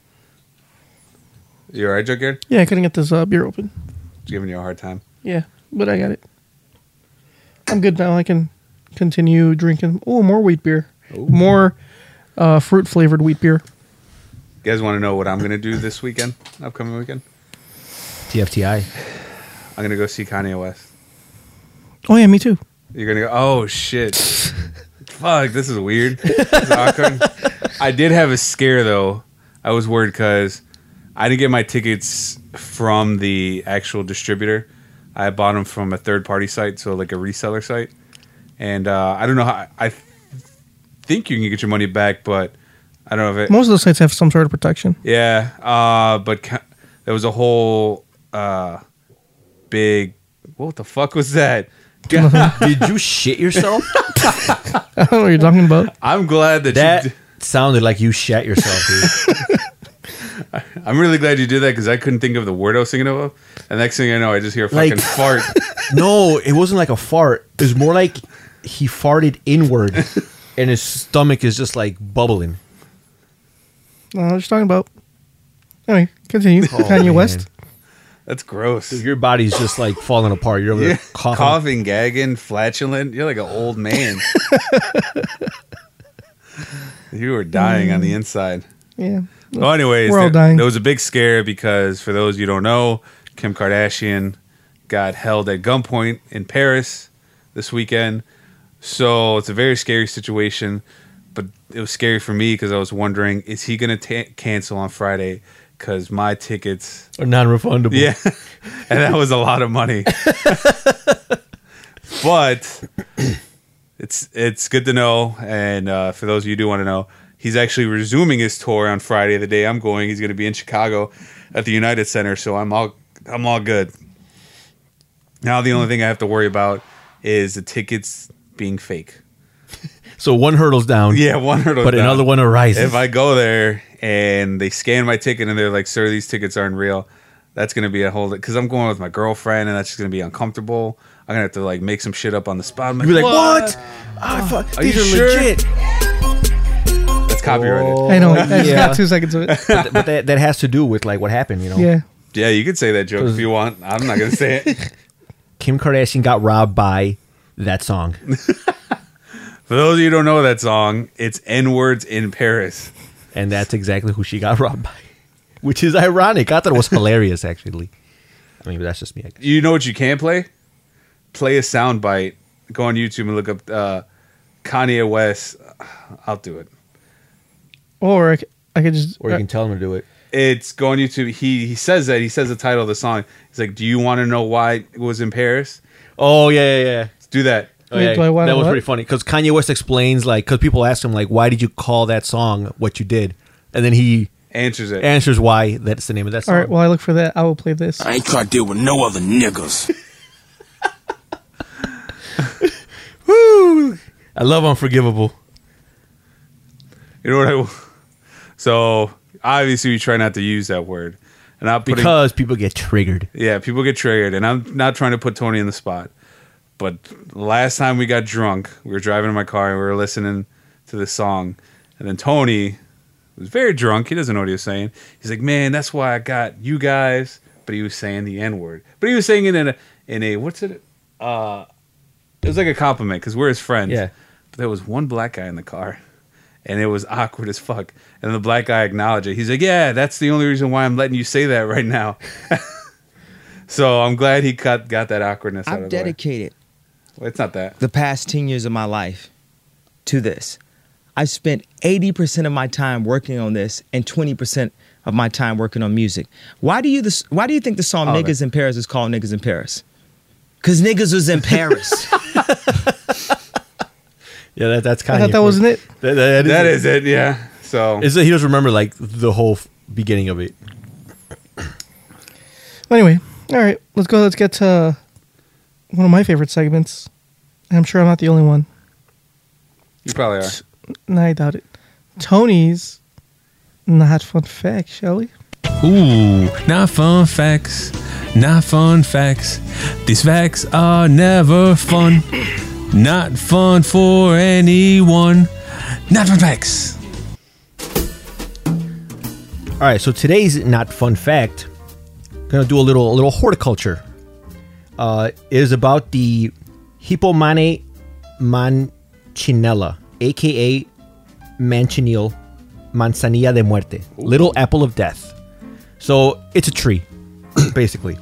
Speaker 2: You all right, Joe Garrett?
Speaker 1: Yeah, I couldn't get this uh, beer open.
Speaker 2: Giving you a hard time.
Speaker 1: Yeah, but I got it. I'm good now. I can continue drinking. Oh, more wheat beer. More uh, fruit flavored wheat beer.
Speaker 2: You guys want to know what I'm going to do this weekend, upcoming weekend?
Speaker 3: TFTI.
Speaker 2: I'm going to go see Kanye West.
Speaker 1: Oh yeah, me too.
Speaker 2: You're going to go, oh, shit. Fuck, this is weird. This is awkward. I did have a scare, though. I was worried because I didn't get my tickets from the actual distributor. I bought them from a third party site, so like a reseller site. And uh, I don't know how I think you can get your money back, but I don't know if it.
Speaker 1: Most of those sites have some sort of protection.
Speaker 2: Yeah, uh, but ca- there was a whole uh, big. What the fuck was that? God,
Speaker 3: Did you shit yourself?
Speaker 1: I don't know what you're talking about.
Speaker 2: I'm glad that,
Speaker 3: that
Speaker 2: you. d-
Speaker 3: sounded like you shat yourself, dude.
Speaker 2: I'm really glad you did that because I couldn't think of the word I was thinking of. And next thing I know, I just hear a fucking
Speaker 3: Like-
Speaker 2: fart.
Speaker 3: no, it wasn't like a fart. It was more like he farted inward and his stomach is just like bubbling.
Speaker 1: I don't know what you're talking about. Anyway, continue. Kanye
Speaker 3: Oh, man.
Speaker 1: West.
Speaker 2: That's gross.
Speaker 3: Your body's just like falling apart. You're over
Speaker 2: Yeah.
Speaker 3: there coughing.
Speaker 2: coughing, gagging, flatulent. You're like an old man. you were dying on the inside.
Speaker 1: Yeah.
Speaker 2: Well, anyways,
Speaker 1: We're all
Speaker 2: there,
Speaker 1: dying.
Speaker 2: there was a big scare because, for those you don't know, Kim Kardashian got held at gunpoint in Paris this weekend. So it's a very scary situation, but it was scary for me because I was wondering, is he going to cancel on Friday? Because my tickets,
Speaker 3: Or non-refundable.
Speaker 2: yeah, and that was a lot of money. but it's it's good to know, and uh, for those of you who do want to know, he's actually resuming his tour on Friday, the day I'm going. He's going to be in Chicago at the United Center, so I'm all I'm all good. Now the only thing I have to worry about is the tickets being fake.
Speaker 3: So one hurdle's down.
Speaker 2: Yeah, uh, one hurdle,
Speaker 3: But
Speaker 2: down.
Speaker 3: another one arises.
Speaker 2: If I go there and they scan my ticket and they're like, "Sir, these tickets aren't real," That's gonna be a whole because I'm going with my girlfriend, and that's just gonna be uncomfortable. I'm gonna have to like make some shit up on the spot. I'm
Speaker 3: You'd be like, what? Ah, fuck.
Speaker 2: Are you
Speaker 3: These are
Speaker 2: sure?
Speaker 3: legit.
Speaker 2: That's copyrighted.
Speaker 3: Oh.
Speaker 1: I know. I
Speaker 3: Yeah.
Speaker 1: got two seconds of it.
Speaker 3: But, th- but that, that has to do with like what happened, you know.
Speaker 1: Yeah.
Speaker 2: Yeah, you could say that joke if you want. I'm not gonna say it.
Speaker 3: Kim Kardashian got robbed by that song.
Speaker 2: For those of you who don't know that song, it's N words in Paris.
Speaker 3: and that's exactly who she got robbed by. Which is ironic. I thought it was hilarious actually. I mean, but that's just me. I guess.
Speaker 2: You know what you can play? Play a sound bite. Go on YouTube and look up uh, Kanye West. I'll do it.
Speaker 1: Or I c- I could just. uh,
Speaker 3: Or you can tell them to do it.
Speaker 2: It's go on YouTube. He he says that. He says the title of the song. He's like, "Do you want to know why it was in Paris?"
Speaker 3: Oh yeah, yeah, yeah.
Speaker 2: Let's do that.
Speaker 3: Oh,
Speaker 1: Wait,
Speaker 3: yeah.
Speaker 1: do I wanna
Speaker 3: that was
Speaker 1: what?
Speaker 3: pretty funny because Kanye West explains like because people ask him like why did you call that song what you did, and then he
Speaker 2: Answers it.
Speaker 3: answers why that's the name of that song.
Speaker 1: all right. While I look for that, I will play this.
Speaker 7: I ain't trying to deal with no other niggas.
Speaker 3: Woo! I love Unforgivable.
Speaker 2: you know what I? will- So obviously we try not to use that word, and I'm putting
Speaker 3: Because people get triggered.
Speaker 2: Yeah, people get triggered, and I'm not trying to put Tony in the spot. But last time we got drunk, we were driving in my car and we were listening to this song, and then Tony was very drunk. He doesn't know what he was saying. He's like, "Man, that's why I got you guys." But he was saying the N word. But he was saying it in a in a what's it? Uh, it was like a compliment because we're his friends.
Speaker 3: Yeah.
Speaker 2: But there was one black guy in the car, and it was awkward as fuck. And the black guy acknowledged it. He's like, "Yeah, that's the only reason why I'm letting you say that right now." So I'm glad he cut got that awkwardness out
Speaker 8: I've
Speaker 2: of the way.
Speaker 8: dedicated
Speaker 2: Well, It's not that.
Speaker 8: the past 10 years of my life to this. I've spent 80% of my time working on this and 20% of my time working on music. Why do you this, why do you think the song Niggas in Paris is called Niggas in Paris? Cuz niggas was in Paris.
Speaker 3: Yeah, that, that's Kanye.
Speaker 1: I thought that wasn't it.
Speaker 3: That, that,
Speaker 2: That is it. Yeah. So
Speaker 3: It's that he doesn't remember like the whole f- beginning of it.
Speaker 1: Anyway, all right. Let's go. Let's get to one of my favorite segments. And I'm sure I'm not the only one.
Speaker 2: you probably are.
Speaker 1: No, I doubt it. Tony's not fun fact, shall we?
Speaker 9: Ooh, not fun facts, not fun facts. These facts are never fun, not fun for anyone. Not fun facts.
Speaker 3: All right, so today's not fun fact. Gonna do a little a little horticulture. Uh, it is about the Hippomane mancinella, aka manchineal manzanilla de muerte, little apple of death. So it's a tree, basically.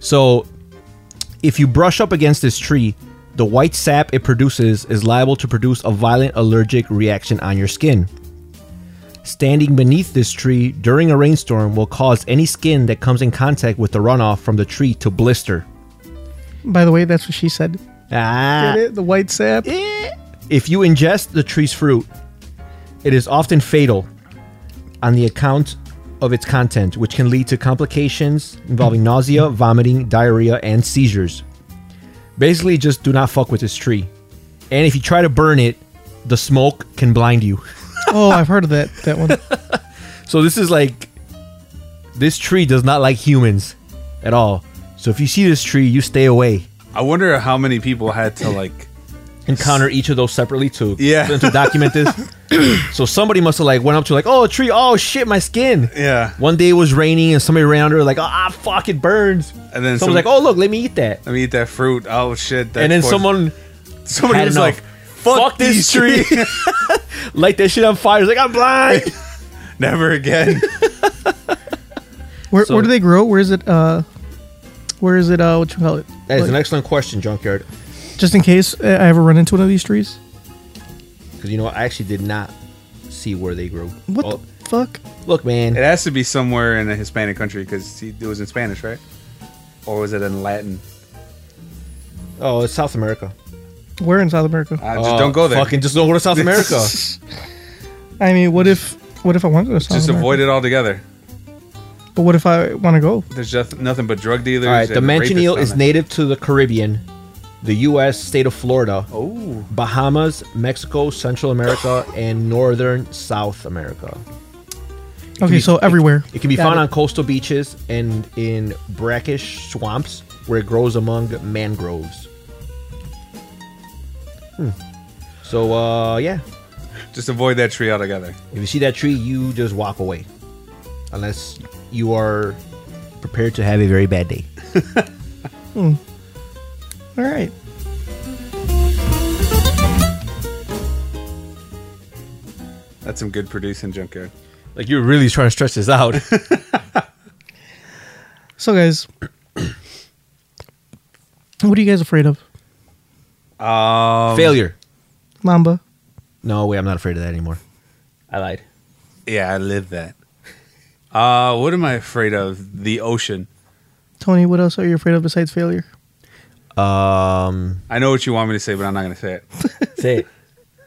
Speaker 3: So if you brush up against this tree, the white sap it produces is liable to produce a violent allergic reaction on your skin. Standing beneath this tree during a rainstorm will cause any skin that comes in contact with the runoff from the tree to blister.
Speaker 1: By the way, that's what she said.
Speaker 3: Ah.
Speaker 1: Get it? The white sap.
Speaker 3: If you ingest the tree's fruit, it is often fatal on the account of its content, which can lead to complications involving nausea, vomiting, diarrhea, and seizures. Basically, just do not fuck with this tree. And if you try to burn it, the smoke can blind you.
Speaker 1: Oh, I've heard of that. That one.
Speaker 3: So this is like this tree does not like humans at all. So if you see this tree, you stay away.
Speaker 2: I wonder how many people had to like.
Speaker 3: Encounter each of those separately to
Speaker 2: Yeah.
Speaker 3: to document this. so somebody must have like went up to like, oh a tree, oh shit, my skin.
Speaker 2: Yeah.
Speaker 3: One day it was raining and somebody ran under like, ah fuck, it burns.
Speaker 2: And then
Speaker 3: Someone's like,
Speaker 2: some-
Speaker 3: oh look, let me eat that.
Speaker 2: Let me eat that fruit. Oh shit! That
Speaker 3: and then
Speaker 2: poison-
Speaker 3: someone
Speaker 2: somebody
Speaker 3: had
Speaker 2: was
Speaker 3: enough.
Speaker 2: like, "Fuck, this tree,
Speaker 3: light that shit on fire. It's like I'm blind.
Speaker 2: never again."
Speaker 1: Where,
Speaker 3: So-
Speaker 1: where do they grow? Where is it? Uh, where is it? Uh, what you call it?
Speaker 3: that is
Speaker 1: Like,
Speaker 3: an excellent question, junkyard.
Speaker 1: just in case uh, I ever run into one of these trees.
Speaker 3: Because you know what? I actually did not see where they grew.
Speaker 1: What
Speaker 3: Oh,
Speaker 1: the fuck?
Speaker 3: look, man.
Speaker 2: It has to be somewhere in a Hispanic country because it was in Spanish, right? Or was it in Latin?
Speaker 3: Oh, it's South America.
Speaker 1: Where in South America?
Speaker 2: Uh, just don't go there.
Speaker 3: Fucking just don't go to South America.
Speaker 1: I mean, what if? What if I want to go to South
Speaker 2: just
Speaker 1: America?
Speaker 2: avoid it altogether.
Speaker 1: But what if I want to go?
Speaker 2: There's just nothing but drug dealers.
Speaker 3: All right, the
Speaker 2: and rapists
Speaker 3: manchineal
Speaker 2: on
Speaker 3: is
Speaker 2: it.
Speaker 3: native to the Caribbean, the U.S., state of Florida,
Speaker 2: Oh.
Speaker 3: Bahamas, Mexico, Central America, and northern South America. It can
Speaker 1: Okay, so everywhere.
Speaker 3: It, it can be
Speaker 1: Got
Speaker 3: found
Speaker 1: it.
Speaker 3: on coastal beaches and in brackish swamps where it grows among mangroves. Hmm. So uh, yeah,
Speaker 2: Just avoid that tree altogether.
Speaker 3: if you see that tree, you just walk away, unless you are prepared to have a very bad day.
Speaker 1: All right.
Speaker 2: That's some good producing, Junkyard.
Speaker 3: Like you're really trying to stretch this out.
Speaker 1: So, guys, what are you guys afraid of?
Speaker 2: Um,
Speaker 3: Failure.
Speaker 1: Mamba.
Speaker 3: No way, I'm not afraid of that anymore.
Speaker 8: I lied.
Speaker 2: Yeah, I live that. Uh, what am I afraid of? The ocean.
Speaker 1: Tony, what else are you afraid of besides failure?
Speaker 3: Um,
Speaker 2: I know what you want me to say, but I'm not going to say it.
Speaker 8: Say it.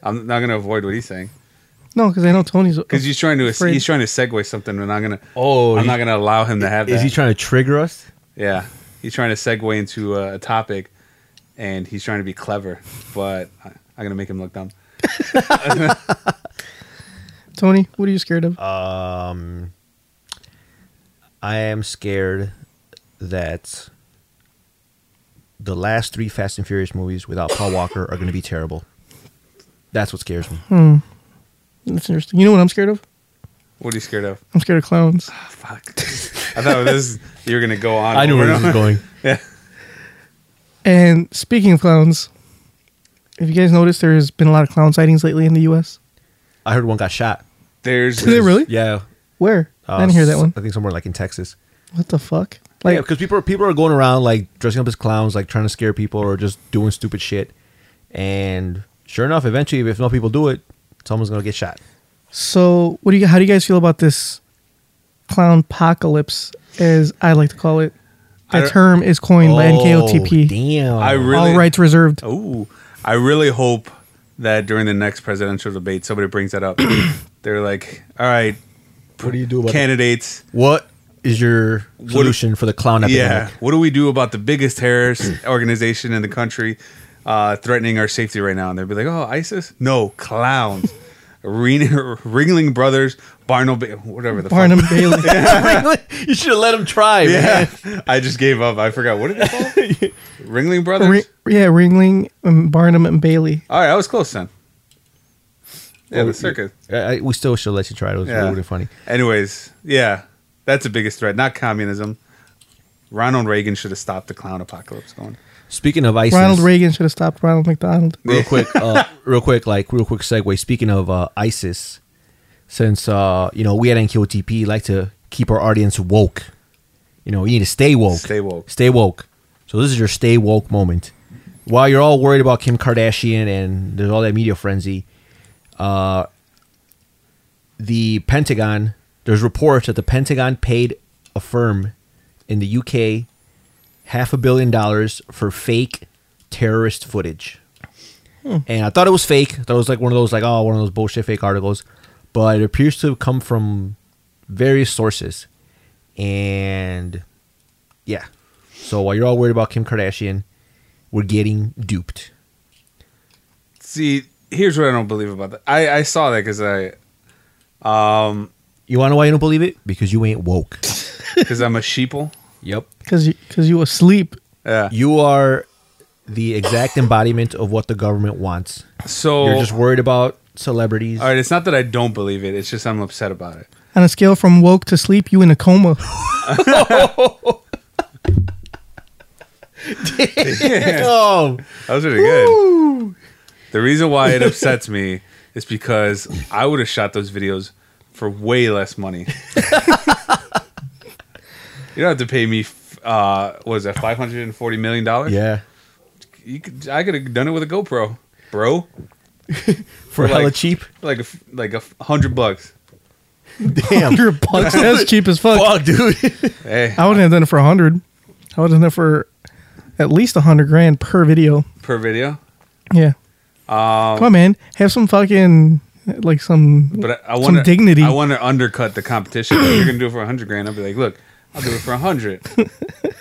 Speaker 2: I'm not going to avoid what he's saying
Speaker 1: No, because I know Tony's.
Speaker 2: because he's trying to
Speaker 1: Afraid.
Speaker 2: he's trying to segue something, and I'm gonna
Speaker 3: Oh,
Speaker 2: I'm
Speaker 3: he-
Speaker 2: not going to allow him to have
Speaker 3: is
Speaker 2: that.
Speaker 3: he trying to trigger us?
Speaker 2: yeah, he's trying to segue into uh, a, a topic, and he's trying to be clever, but I, I'm going to make him look dumb.
Speaker 1: Tony, what are you scared of?
Speaker 2: Uh,
Speaker 3: Um, I am scared that the last three Fast and Furious movies without Paul Walker are going to be terrible. That's what scares me.
Speaker 1: Hmm. That's interesting. You know what I'm scared of?
Speaker 2: What are you scared of?
Speaker 1: I'm scared of clowns.
Speaker 2: Oh, fuck. I thought this you were going to go on.
Speaker 3: I knew
Speaker 2: over
Speaker 3: where
Speaker 2: and
Speaker 3: this
Speaker 2: over.
Speaker 3: was going.
Speaker 1: And speaking of clowns, if you guys noticed, there's been a lot of clown sightings lately in the U.S.
Speaker 3: I heard one got shot.
Speaker 2: There's
Speaker 1: Did they really?
Speaker 3: Yeah,
Speaker 1: Where? I didn't hear
Speaker 2: Uh,
Speaker 1: that one.
Speaker 3: I think somewhere like in Texas.
Speaker 1: What the fuck?
Speaker 3: Like,
Speaker 1: Like,
Speaker 3: because people are, people are going around like dressing up as clowns, like trying to scare people or just doing stupid shit. And sure enough, eventually, if no people do it, someone's going to get shot.
Speaker 1: so what do you? How do you guys feel about this clown apocalypse, as I like to call it? That
Speaker 2: I don't-
Speaker 1: term is coined by
Speaker 3: Oh,
Speaker 1: NKOTP.
Speaker 3: Damn.
Speaker 2: I really
Speaker 1: All rights reserved.
Speaker 2: Oh, I really hope that during the next presidential debate, somebody brings that up. They're like, "All right,
Speaker 3: what do you do about
Speaker 2: candidates,
Speaker 3: What is your solution for the clown epidemic?
Speaker 2: yeah, what do we do about the biggest terrorist organization in the country uh, threatening our safety right now?" And they'd be like, "Oh, ISIS? No, clowns, Ring- Ringling Brothers, Barnum, whatever the fuck."
Speaker 1: Barnum Bailey.
Speaker 3: you should have let him try.
Speaker 2: Yeah,
Speaker 3: man.
Speaker 2: I just gave up. I forgot what did they call? it? Ringling Brothers.
Speaker 1: Ri- yeah, Ringling, and Barnum, and Bailey.
Speaker 2: All right, I was close then. Yeah, the circus.
Speaker 3: I- I- we still should let you try. It was
Speaker 2: Yeah.
Speaker 3: really funny.
Speaker 2: Anyways, yeah, that's the biggest threat, not communism. Ronald Reagan should have stopped the clown apocalypse going.
Speaker 3: Speaking of ISIS,
Speaker 1: Ronald Reagan should have stopped Ronald McDonald.
Speaker 3: real quick, uh, real quick, like real quick segue. Speaking of uh, ISIS, since uh, you know we at NKOTP like to keep our audience woke. You know, you need to stay woke.
Speaker 2: Stay woke.
Speaker 3: Stay woke. So this is your stay woke moment. While you're all worried about Kim Kardashian and there's all that media frenzy, uh, the Pentagon. There's reports that the Pentagon paid a firm in the UK half a billion dollars for fake terrorist footage. And I thought it was fake. I thought it was like one of those like oh one of those bullshit fake articles, but it appears to have come from various sources. And yeah, so while you're all worried about Kim Kardashian, we're getting duped.
Speaker 2: See, here's what I don't believe about that. I, I saw that because I, um,
Speaker 3: You want to know why you don't believe it? Because you ain't woke.
Speaker 2: because I'm a sheeple.
Speaker 3: yep.
Speaker 1: Because you, cause you asleep.
Speaker 2: Yeah.
Speaker 3: You are the exact embodiment of what the government wants.
Speaker 2: So
Speaker 3: You're just worried about celebrities.
Speaker 2: all right. It's not that I don't believe it. It's just I'm upset about it.
Speaker 1: On a scale from woke to sleep, you in a coma.
Speaker 3: Oh,
Speaker 2: That was really good. The reason why it upsets me is because I would have shot those videos for way less money. you don't have to pay me. f- Uh, what is that? Five hundred and forty million dollars.
Speaker 3: yeah.
Speaker 2: you could. I could have done it with a GoPro, bro.
Speaker 3: For hella
Speaker 2: like-
Speaker 3: cheap.
Speaker 2: Like a f- like a f- hundred bucks.
Speaker 3: Damn.
Speaker 1: Hundred bucks. That's cheap as fuck.
Speaker 3: Fuck, dude.
Speaker 2: Hey,
Speaker 1: I wouldn't have done it for a hundred. I would have done it for at least a hundred grand per video.
Speaker 2: per video.
Speaker 1: Yeah.
Speaker 2: Um,
Speaker 1: Come on, man. Have some fucking like some
Speaker 2: But I, I
Speaker 1: some
Speaker 2: want
Speaker 1: dignity.
Speaker 2: I want to undercut the competition. If you're gonna do it for a hundred grand. I'll be like, look, I'll do it for a hundred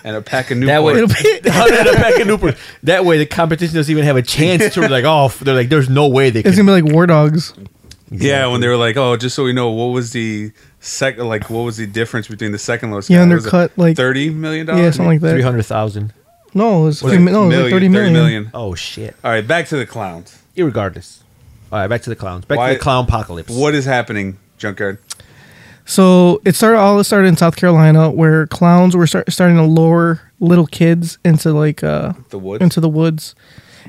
Speaker 2: and a pack of new.
Speaker 3: That way,
Speaker 1: It'll be-
Speaker 3: Back in Newport. That way, the competition doesn't even have a chance to like. Oh, f- they're like, there's no way they
Speaker 1: it's
Speaker 3: can.
Speaker 1: gonna be like war dogs.
Speaker 2: Yeah, when they were like, "Oh, just so we know, what was the second? Like, what was the difference between the second lowest?
Speaker 1: He
Speaker 2: guy? What was it,
Speaker 1: undercut, like-
Speaker 2: thirty million dollars.
Speaker 1: Yeah, something like that.
Speaker 3: Three hundred thousand.
Speaker 1: No, it was,
Speaker 2: Was
Speaker 1: three,
Speaker 2: it
Speaker 1: mi- no, it was like
Speaker 2: million,
Speaker 1: 30 million.
Speaker 3: Oh shit.
Speaker 2: All right, back to the clowns.
Speaker 3: Irregardless. All right, back to the clowns. Back
Speaker 2: Why-
Speaker 3: to the clown apocalypse.
Speaker 2: What is happening, Junkyard?
Speaker 1: So it started all it started in South Carolina where clowns were start, starting to lure little kids into like uh
Speaker 2: The woods?
Speaker 1: into the woods.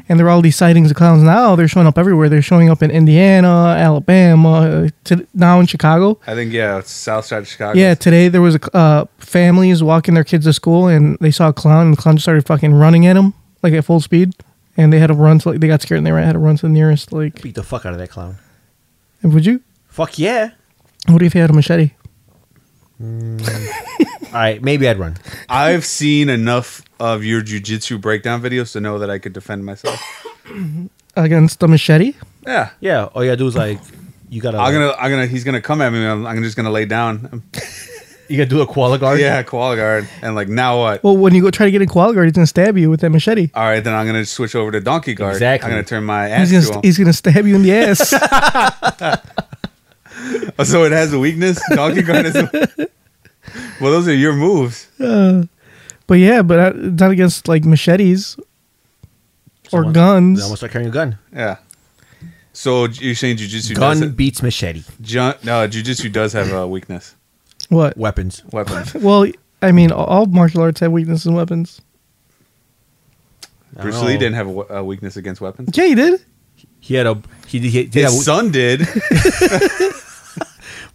Speaker 1: And there were all these sightings of clowns. Now they're showing up everywhere. They're showing up in Indiana, Alabama, uh, to, now in Chicago.
Speaker 2: I think yeah, it's South Side of Chicago.
Speaker 1: Yeah, today there was a uh, families walking their kids to school and they saw a clown and the clown just started fucking running at them like at full speed and they had to run to like they got scared and they ran, had to run to the nearest like
Speaker 3: Beat the fuck out of that clown.
Speaker 1: would you
Speaker 3: Fuck yeah.
Speaker 1: what if you had a machete
Speaker 3: All right, maybe I'd run.
Speaker 2: I've seen enough of your jujitsu breakdown videos to know that I could defend myself.
Speaker 1: against a machete?
Speaker 2: Yeah,
Speaker 3: Yeah. All you gotta do is like, you gotta.
Speaker 2: I'm gonna, I'm gonna, he's gonna come at me. and I'm, I'm just gonna lay down.
Speaker 3: You gotta do a koala guard.
Speaker 2: yeah, koala guard, and like now what?
Speaker 1: Well, when you go try to get in koala guard, he's gonna stab you with that machete.
Speaker 2: All right, then I'm gonna switch over to donkey guard.
Speaker 3: Exactly.
Speaker 2: I'm gonna turn my ass
Speaker 1: He's gonna,
Speaker 2: to him.
Speaker 1: st- he's gonna stab you in the ass.
Speaker 2: Oh, so it has a weakness. Donkey Kong is. well, those are your moves.
Speaker 1: but yeah, but I, not against like machetes or
Speaker 3: Someone-
Speaker 1: guns.
Speaker 3: Then I'm gonna start carrying a gun.
Speaker 2: Yeah. So you're saying jujitsu does
Speaker 3: Gun beats machete.
Speaker 2: ju- no, jujitsu does have a weakness.
Speaker 1: what?
Speaker 3: Weapons.
Speaker 2: Weapons.
Speaker 1: Well, I mean, all- all martial arts have weaknesses and weapons.
Speaker 3: I
Speaker 2: Bruce
Speaker 3: don't
Speaker 2: Lee
Speaker 3: know.
Speaker 2: didn't have a, we- a weakness against weapons.
Speaker 1: Yeah, he did.
Speaker 3: He had a. He did. He did
Speaker 2: His
Speaker 3: have,
Speaker 2: son did.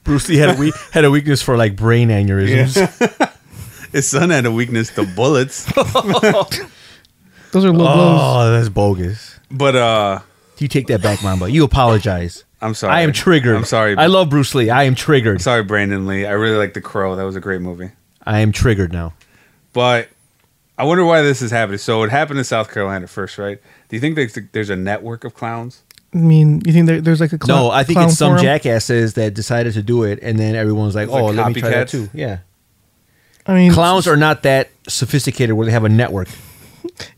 Speaker 3: Bruce Lee had a, we, had a weakness for like brain aneurysms.
Speaker 2: His son had a weakness to bullets.
Speaker 1: Those are low blows.
Speaker 3: Oh, that's bogus.
Speaker 2: But uh,
Speaker 3: You take that back, Mamba. You apologize.
Speaker 2: I'm sorry.
Speaker 3: I am triggered.
Speaker 2: I'm sorry.
Speaker 3: I love Bruce Lee. I am triggered.
Speaker 2: sorry, Brandon Lee. I really like The Crow. That was a great movie.
Speaker 3: I am triggered now.
Speaker 2: But I wonder why this is happening. So it happened in South Carolina first, right? Do you think there's, there's a network of clowns?
Speaker 1: I mean, you think there, there's like a cl-
Speaker 3: no, I think
Speaker 1: clown
Speaker 3: it's some
Speaker 1: forum?
Speaker 3: jackasses that decided to do it, and then everyone's like,
Speaker 2: It's like
Speaker 3: "Oh, let me try that
Speaker 2: copycats.
Speaker 3: too." Yeah,
Speaker 1: I mean,
Speaker 3: clowns are not that sophisticated where they have a network.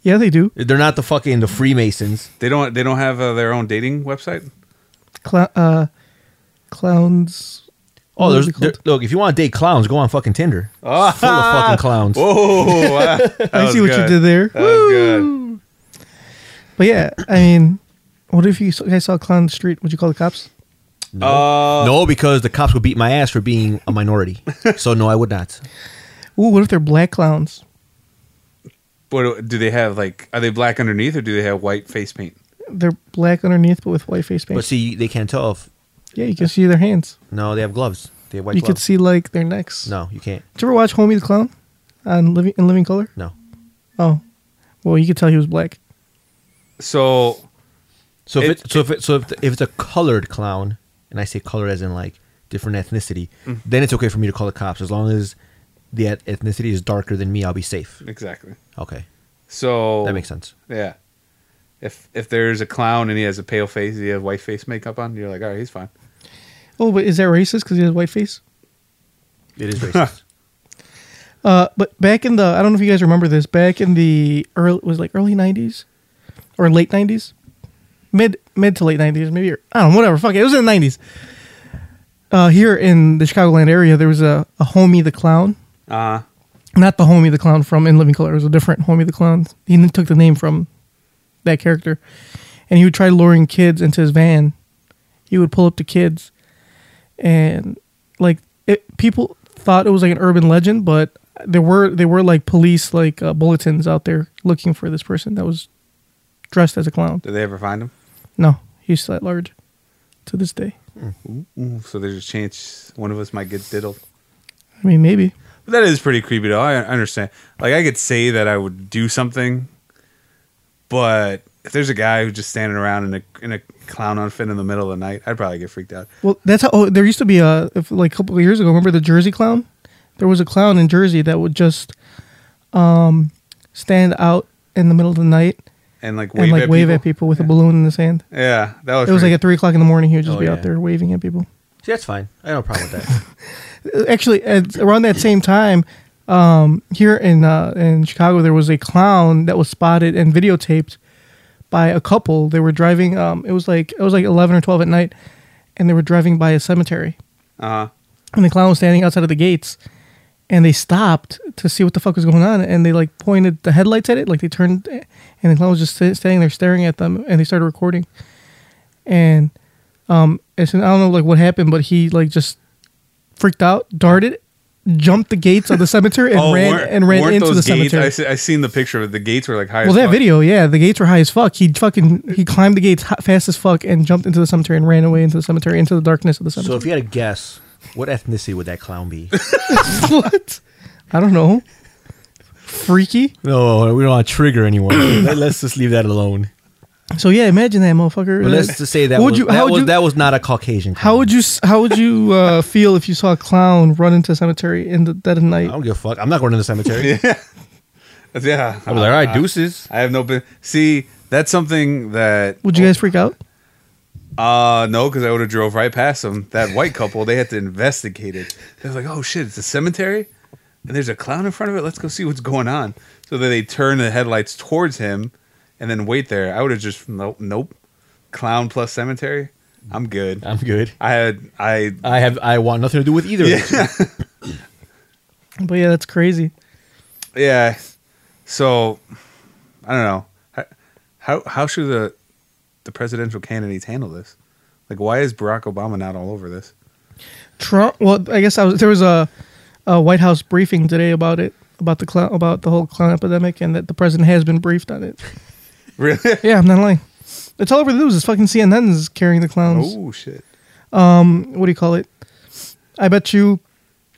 Speaker 1: Yeah, they do.
Speaker 3: They're not the fucking the Freemasons.
Speaker 2: They don't. They don't have uh, their own dating website.
Speaker 1: Cl- uh, clowns.
Speaker 3: Oh,
Speaker 1: what
Speaker 3: there's
Speaker 1: is it called?
Speaker 3: there, look. If you want to date clowns, go on fucking Tinder.
Speaker 2: Ah.
Speaker 3: It's full of fucking clowns.
Speaker 2: Oh, wow.
Speaker 1: I see what you did there.
Speaker 2: That was Uh, good.
Speaker 1: But yeah, I mean, what if you saw- guys saw a clown in the street? Would you call the cops?
Speaker 2: Uh,
Speaker 3: No, because the cops would beat my ass for being a minority. so no, I would not.
Speaker 1: Ooh, what if they're black clowns?
Speaker 2: What uh, do they have? Like, are they black underneath, or do they have white face paint?
Speaker 1: They're black underneath, but with white face paint.
Speaker 3: But see, they can't tell if
Speaker 1: yeah, you can see their hands.
Speaker 3: no, they have gloves. They have white
Speaker 1: you could
Speaker 3: gloves.
Speaker 1: see like their necks.
Speaker 3: no, you can't.
Speaker 1: Did you ever watch Homie the Clown on Living in Living Color?
Speaker 3: No.
Speaker 1: Oh, well, you could tell he was black.
Speaker 2: So,
Speaker 3: So if
Speaker 2: It-
Speaker 3: it, so if it, so if, the, if it's a colored clown, and I say colored as in like different ethnicity,
Speaker 1: Mm.
Speaker 3: then it's okay for me to call the cops as long as the eth- ethnicity is darker than me. I'll be safe.
Speaker 2: exactly.
Speaker 3: Okay,
Speaker 2: So
Speaker 3: that makes sense.
Speaker 2: Yeah. If if there's a clown and he has a pale face, he has white face makeup on, you're like, all right, he's fine.
Speaker 1: Oh, but is that racist because he has a white face?
Speaker 3: It is racist.
Speaker 1: Uh, but back in the I don't know if you guys remember this. Back in the early it was like early '90s or late '90s, mid mid to late '90s, maybe or- I don't know, whatever. Fuck it, it was in the '90s. Uh, here in the Chicagoland area, there was a, a homie the clown,
Speaker 2: Uh
Speaker 1: not the homie the clown from In Living Color. It was a different homie the clown. He took the name from that character, and he would try luring kids into his van. He would pull up to kids, and like it, people thought it was like an urban legend, but there were there were like police like uh, bulletins out there looking for this person that was dressed as a clown.
Speaker 2: did they ever find him?
Speaker 1: No, he's still at large to this day.
Speaker 2: Ooh, so there's a chance one of us might get diddled.
Speaker 1: I mean, maybe.
Speaker 2: But that is pretty creepy, though. I I understand. Like, I could say that I would do something, but if there's a guy who's just standing around in a in a clown outfit in the middle of the night, I'd probably get freaked out.
Speaker 1: Well, that's how. Oh, there used to be a if, like a couple of years ago. Remember the Jersey clown? There was a clown in Jersey that would just um, stand out in the middle of the night
Speaker 2: and like wave,
Speaker 1: and like
Speaker 2: at,
Speaker 1: wave
Speaker 2: people.
Speaker 1: at people with a balloon in his hand.
Speaker 2: Yeah, that was.
Speaker 1: It was like
Speaker 2: pretty-
Speaker 1: at three o'clock in the morning. He would just
Speaker 3: Oh,
Speaker 1: be
Speaker 3: yeah.
Speaker 1: out there waving at people. Uh,
Speaker 3: See, that's fine. I have no problem with that.
Speaker 1: Actually, at, around that same time, um, here in uh, in Chicago, there was a clown that was spotted and videotaped by a couple. They were driving. Um, it was like it was like eleven or twelve at night, and they were driving by a cemetery.
Speaker 2: Uh,
Speaker 1: and the clown was standing outside of the gates and they stopped to see what the fuck was going on and they like pointed the headlights at it like they turned and the clown was just sta- standing there staring at them and they started recording and um as soon, i don't know like what happened but he like just freaked out darted jumped the gates of the cemetery and
Speaker 2: oh,
Speaker 1: ran
Speaker 2: weren't-
Speaker 1: and ran
Speaker 2: weren't
Speaker 1: into the
Speaker 2: those gates-
Speaker 1: cemetery
Speaker 2: I, se- I seen the picture of it. the gates were like high.
Speaker 1: well
Speaker 2: as
Speaker 1: that
Speaker 2: fuck.
Speaker 1: video yeah the gates were high as fuck he fucking he climbed the gates hot, fast as fuck and jumped into the cemetery and ran away into the cemetery into the darkness of the
Speaker 3: So
Speaker 1: cemetery
Speaker 3: if you had to guess, what ethnicity would that clown be?
Speaker 1: what i don't know freaky
Speaker 3: no, we don't want to trigger anyone. Let, us just leave that alone.
Speaker 1: So yeah, imagine that motherfucker.
Speaker 3: But let's just say that
Speaker 1: What
Speaker 3: was, that, was,
Speaker 1: you,
Speaker 3: that was not a Caucasian. Clown.
Speaker 1: how would you s- how would you uh, feel if you saw a clown run into a cemetery in the dead of night?
Speaker 3: I don't give a fuck. I'm not going to the cemetery.
Speaker 2: Yeah,
Speaker 3: I was like, all right, deuces.
Speaker 2: I have no. bu- See, that's something that.
Speaker 1: Would you guys freak out?
Speaker 2: Uh, no, because I would have drove right past them. That white couple, they had to investigate it. They're like, oh shit, it's a cemetery, and there's a clown in front of it. Let's go see what's going on. So then they turn the headlights towards him, and then wait there. I would have just nope, nope. Clown plus cemetery, I'm good.
Speaker 3: I'm good.
Speaker 2: I had I
Speaker 3: I have. I want nothing to do with either. of those.
Speaker 1: But yeah, that's crazy.
Speaker 2: yeah. So I don't know how how, how should the the presidential candidates handle this? Like, why is Barack Obama not all over this?
Speaker 1: Trump. Well, I guess I was there was a, a White House briefing today about it about the clown about the whole clown epidemic and that the president has been briefed on it.
Speaker 2: Really?
Speaker 1: Yeah, I'm not lying. It's all over the news. It's fucking CNN is carrying the clowns.
Speaker 2: oh shit.
Speaker 1: what do you call it? I bet you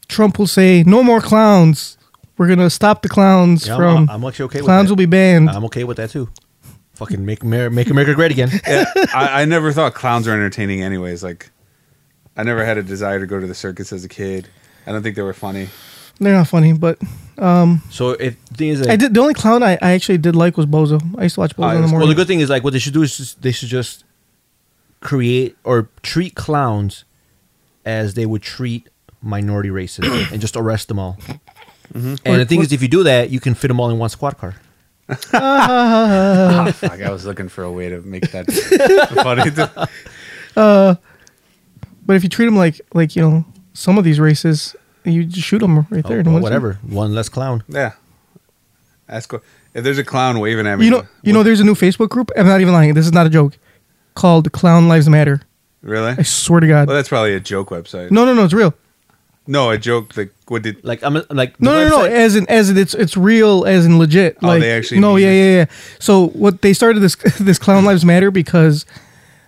Speaker 1: Trump will say no more clowns. We're gonna stop the clowns
Speaker 3: Yeah, I'm-
Speaker 1: from.
Speaker 3: I'm actually okay with Um,
Speaker 1: Clowns
Speaker 3: that.
Speaker 1: will be banned.
Speaker 3: I'm okay with that too. Fucking make Amer- make America great again.
Speaker 2: I, I never thought clowns were entertaining, anyways. Like, I never had a desire to go to the circus as a kid. I don't think they were funny.
Speaker 1: They're not funny, but
Speaker 3: So if the thing is, that-
Speaker 1: I did. The only clown I, I actually did like was Bozo. I used to watch Bozo in
Speaker 2: it
Speaker 1: the
Speaker 2: was-
Speaker 1: morning.
Speaker 3: Well, the good thing is like what they should do is just, they should just create or treat clowns as they would treat minority races and just arrest them all. And the thing is, if you do that, you can fit them all in one squad car.
Speaker 2: Fuck, I was looking for a way to make that funny.
Speaker 1: but if you treat them like like you know some of these races, you just shoot them right there.
Speaker 3: Oh,
Speaker 1: in one
Speaker 3: whatever, one less clown.
Speaker 2: Yeah, that's cool. If there's a clown waving
Speaker 1: scene.
Speaker 2: at me,
Speaker 1: You know, you know, there's a new Facebook group. I'm not even lying. This is not a joke. Called Clown Lives Matter.
Speaker 2: really?
Speaker 1: I swear to God.
Speaker 2: Well, that's probably a joke website.
Speaker 1: no, no, no. It's real.
Speaker 2: no, a joke. Like, what did?
Speaker 3: Like I'm like the
Speaker 1: No, no, no, no.
Speaker 3: website-
Speaker 1: As in, as in, it's it's real. As in, legit.
Speaker 2: Oh,
Speaker 1: like,
Speaker 2: they actually
Speaker 1: No,
Speaker 2: mean
Speaker 1: yeah,
Speaker 2: it.
Speaker 1: yeah, yeah. So what they started this this clown lives matter because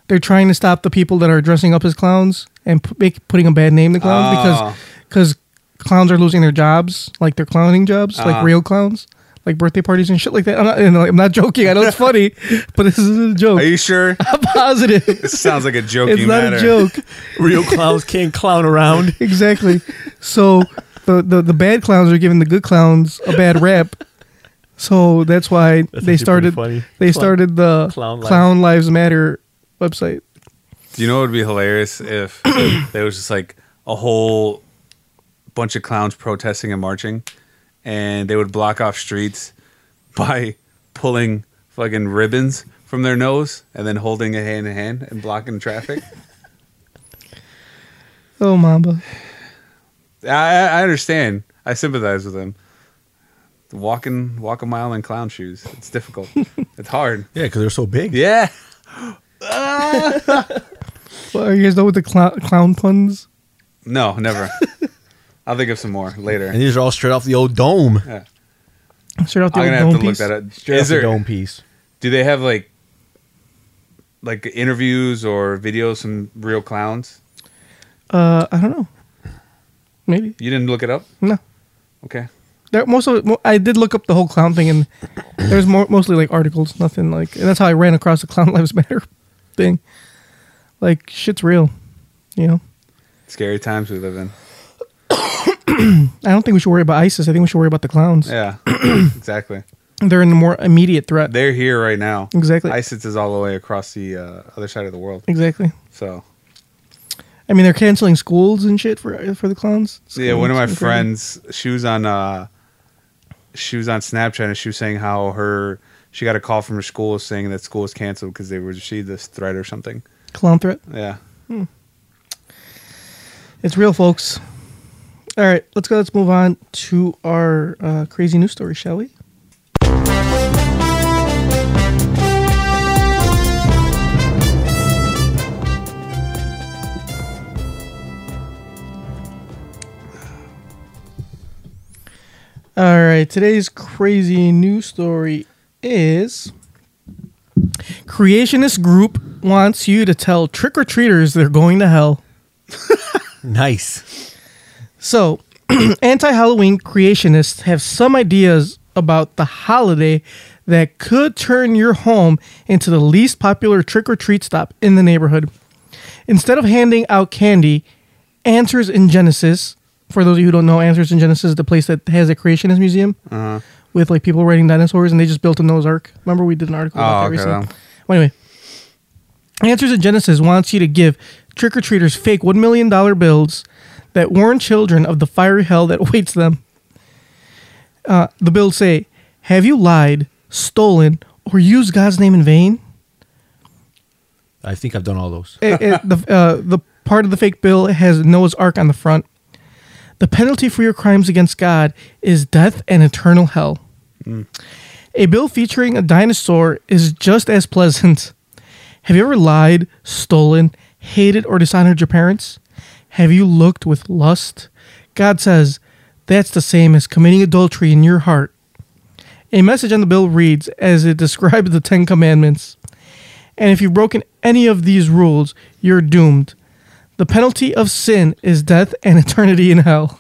Speaker 1: they're trying to stop the people that are dressing up as clowns and p- make, putting a bad name to clowns
Speaker 2: Ah.
Speaker 1: because because clowns are losing their jobs, like their clowning jobs,
Speaker 2: Ah.
Speaker 1: like real clowns, like birthday parties and shit like that. I'm not, and, like, I'm not joking. I know it's funny, but this isn't a joke.
Speaker 2: Are you sure?
Speaker 1: I'm positive.
Speaker 2: This sounds like a joke.
Speaker 1: it's not a joke.
Speaker 3: real clowns can't clown around.
Speaker 1: exactly. So the, the the bad clowns are giving the good clowns a bad rap. So that's why they
Speaker 3: actually
Speaker 1: started
Speaker 3: pretty funny.
Speaker 1: they
Speaker 3: Clown-
Speaker 1: started the
Speaker 3: Clown
Speaker 1: Clown,
Speaker 3: Lives.
Speaker 1: Lives Matter website.
Speaker 2: Do you know it would be hilarious if there was just like a whole bunch of clowns protesting and marching, and they would block off streets by pulling fucking ribbons from their nose and then holding a hand in hand and blocking traffic?
Speaker 1: Oh Mamba.
Speaker 2: I, I I understand. I sympathize with them. Walking, walk a mile in clown shoes. It's difficult. it's hard.
Speaker 3: Yeah, because they're so big.
Speaker 2: Yeah.
Speaker 1: Well, are you guys done with the clown clown puns?
Speaker 2: No, never. I'll think of some more later.
Speaker 3: And these are all straight off the old dome.
Speaker 1: Straight out the
Speaker 2: I'm gonna
Speaker 1: old
Speaker 2: have
Speaker 1: dome
Speaker 2: to look
Speaker 1: piece.
Speaker 2: that up.
Speaker 3: Straight
Speaker 2: Is
Speaker 3: off the
Speaker 2: there-
Speaker 3: dome piece.
Speaker 2: Do they have like like interviews or videos from real clowns?
Speaker 1: Uh, I don't know. Maybe
Speaker 2: You didn't look it up?
Speaker 1: no.
Speaker 2: Okay.
Speaker 1: There, most of it, mo- I did look up the whole clown thing, and there's more mostly like articles, nothing like, and that's how I ran across the Clown Lives Matter thing. Like shit's real, you know.
Speaker 2: Scary times we live in.
Speaker 1: I don't think we should worry about ISIS. I think we should worry about the clowns.
Speaker 2: Yeah. exactly.
Speaker 1: They're in the more immediate threat.
Speaker 2: They're here right now.
Speaker 1: Exactly.
Speaker 2: ISIS is all the way across the uh, other side of the world.
Speaker 1: exactly.
Speaker 2: So
Speaker 1: I mean, they're canceling schools and shit for for the clowns. It's
Speaker 2: yeah, one of my
Speaker 1: crazy.
Speaker 2: friends, she was on uh she was on Snapchat and she was saying how her she got a call from her school saying that school was canceled because they received this threat or something.
Speaker 1: Clown threat.
Speaker 2: Yeah.
Speaker 1: It's real, folks. All right, let's go. Let's move on to our uh, crazy news story, shall we? All right, today's crazy news story is creationist group wants you to tell trick or treaters they're going to hell.
Speaker 3: nice.
Speaker 1: So, anti Halloween creationists have some ideas about the holiday that could turn your home into the least popular trick or treat stop in the neighborhood. Instead of handing out candy, Answers in Genesis, for those of you who don't know, Answers in Genesis is the place that has a creationist museum
Speaker 2: Uh-huh.
Speaker 1: with like people writing dinosaurs and they just built a Noah's Ark. Remember, we did an article about
Speaker 2: Oh,
Speaker 1: that
Speaker 2: okay,
Speaker 1: recently?
Speaker 2: then.
Speaker 1: Well, anyway, Answers in Genesis wants you to give trick or treaters fake $1 million bills that warn children of the fiery hell that awaits them. Uh, the bills say, Have you lied, stolen, or used God's name in vain?
Speaker 3: I think I've done all those.
Speaker 1: it, it- the, uh, the part of the fake bill has Noah's Ark on the front. The penalty for your crimes against God is death and eternal hell. A bill featuring a dinosaur is just as pleasant. Have you ever lied, stolen, hated, or dishonored your parents? Have you looked with lust? God says that's the same as committing adultery in your heart. A message on the bill reads as it describes the Ten Commandments. And if you've broken any of these rules, you're doomed. The penalty of sin is death and eternity in hell.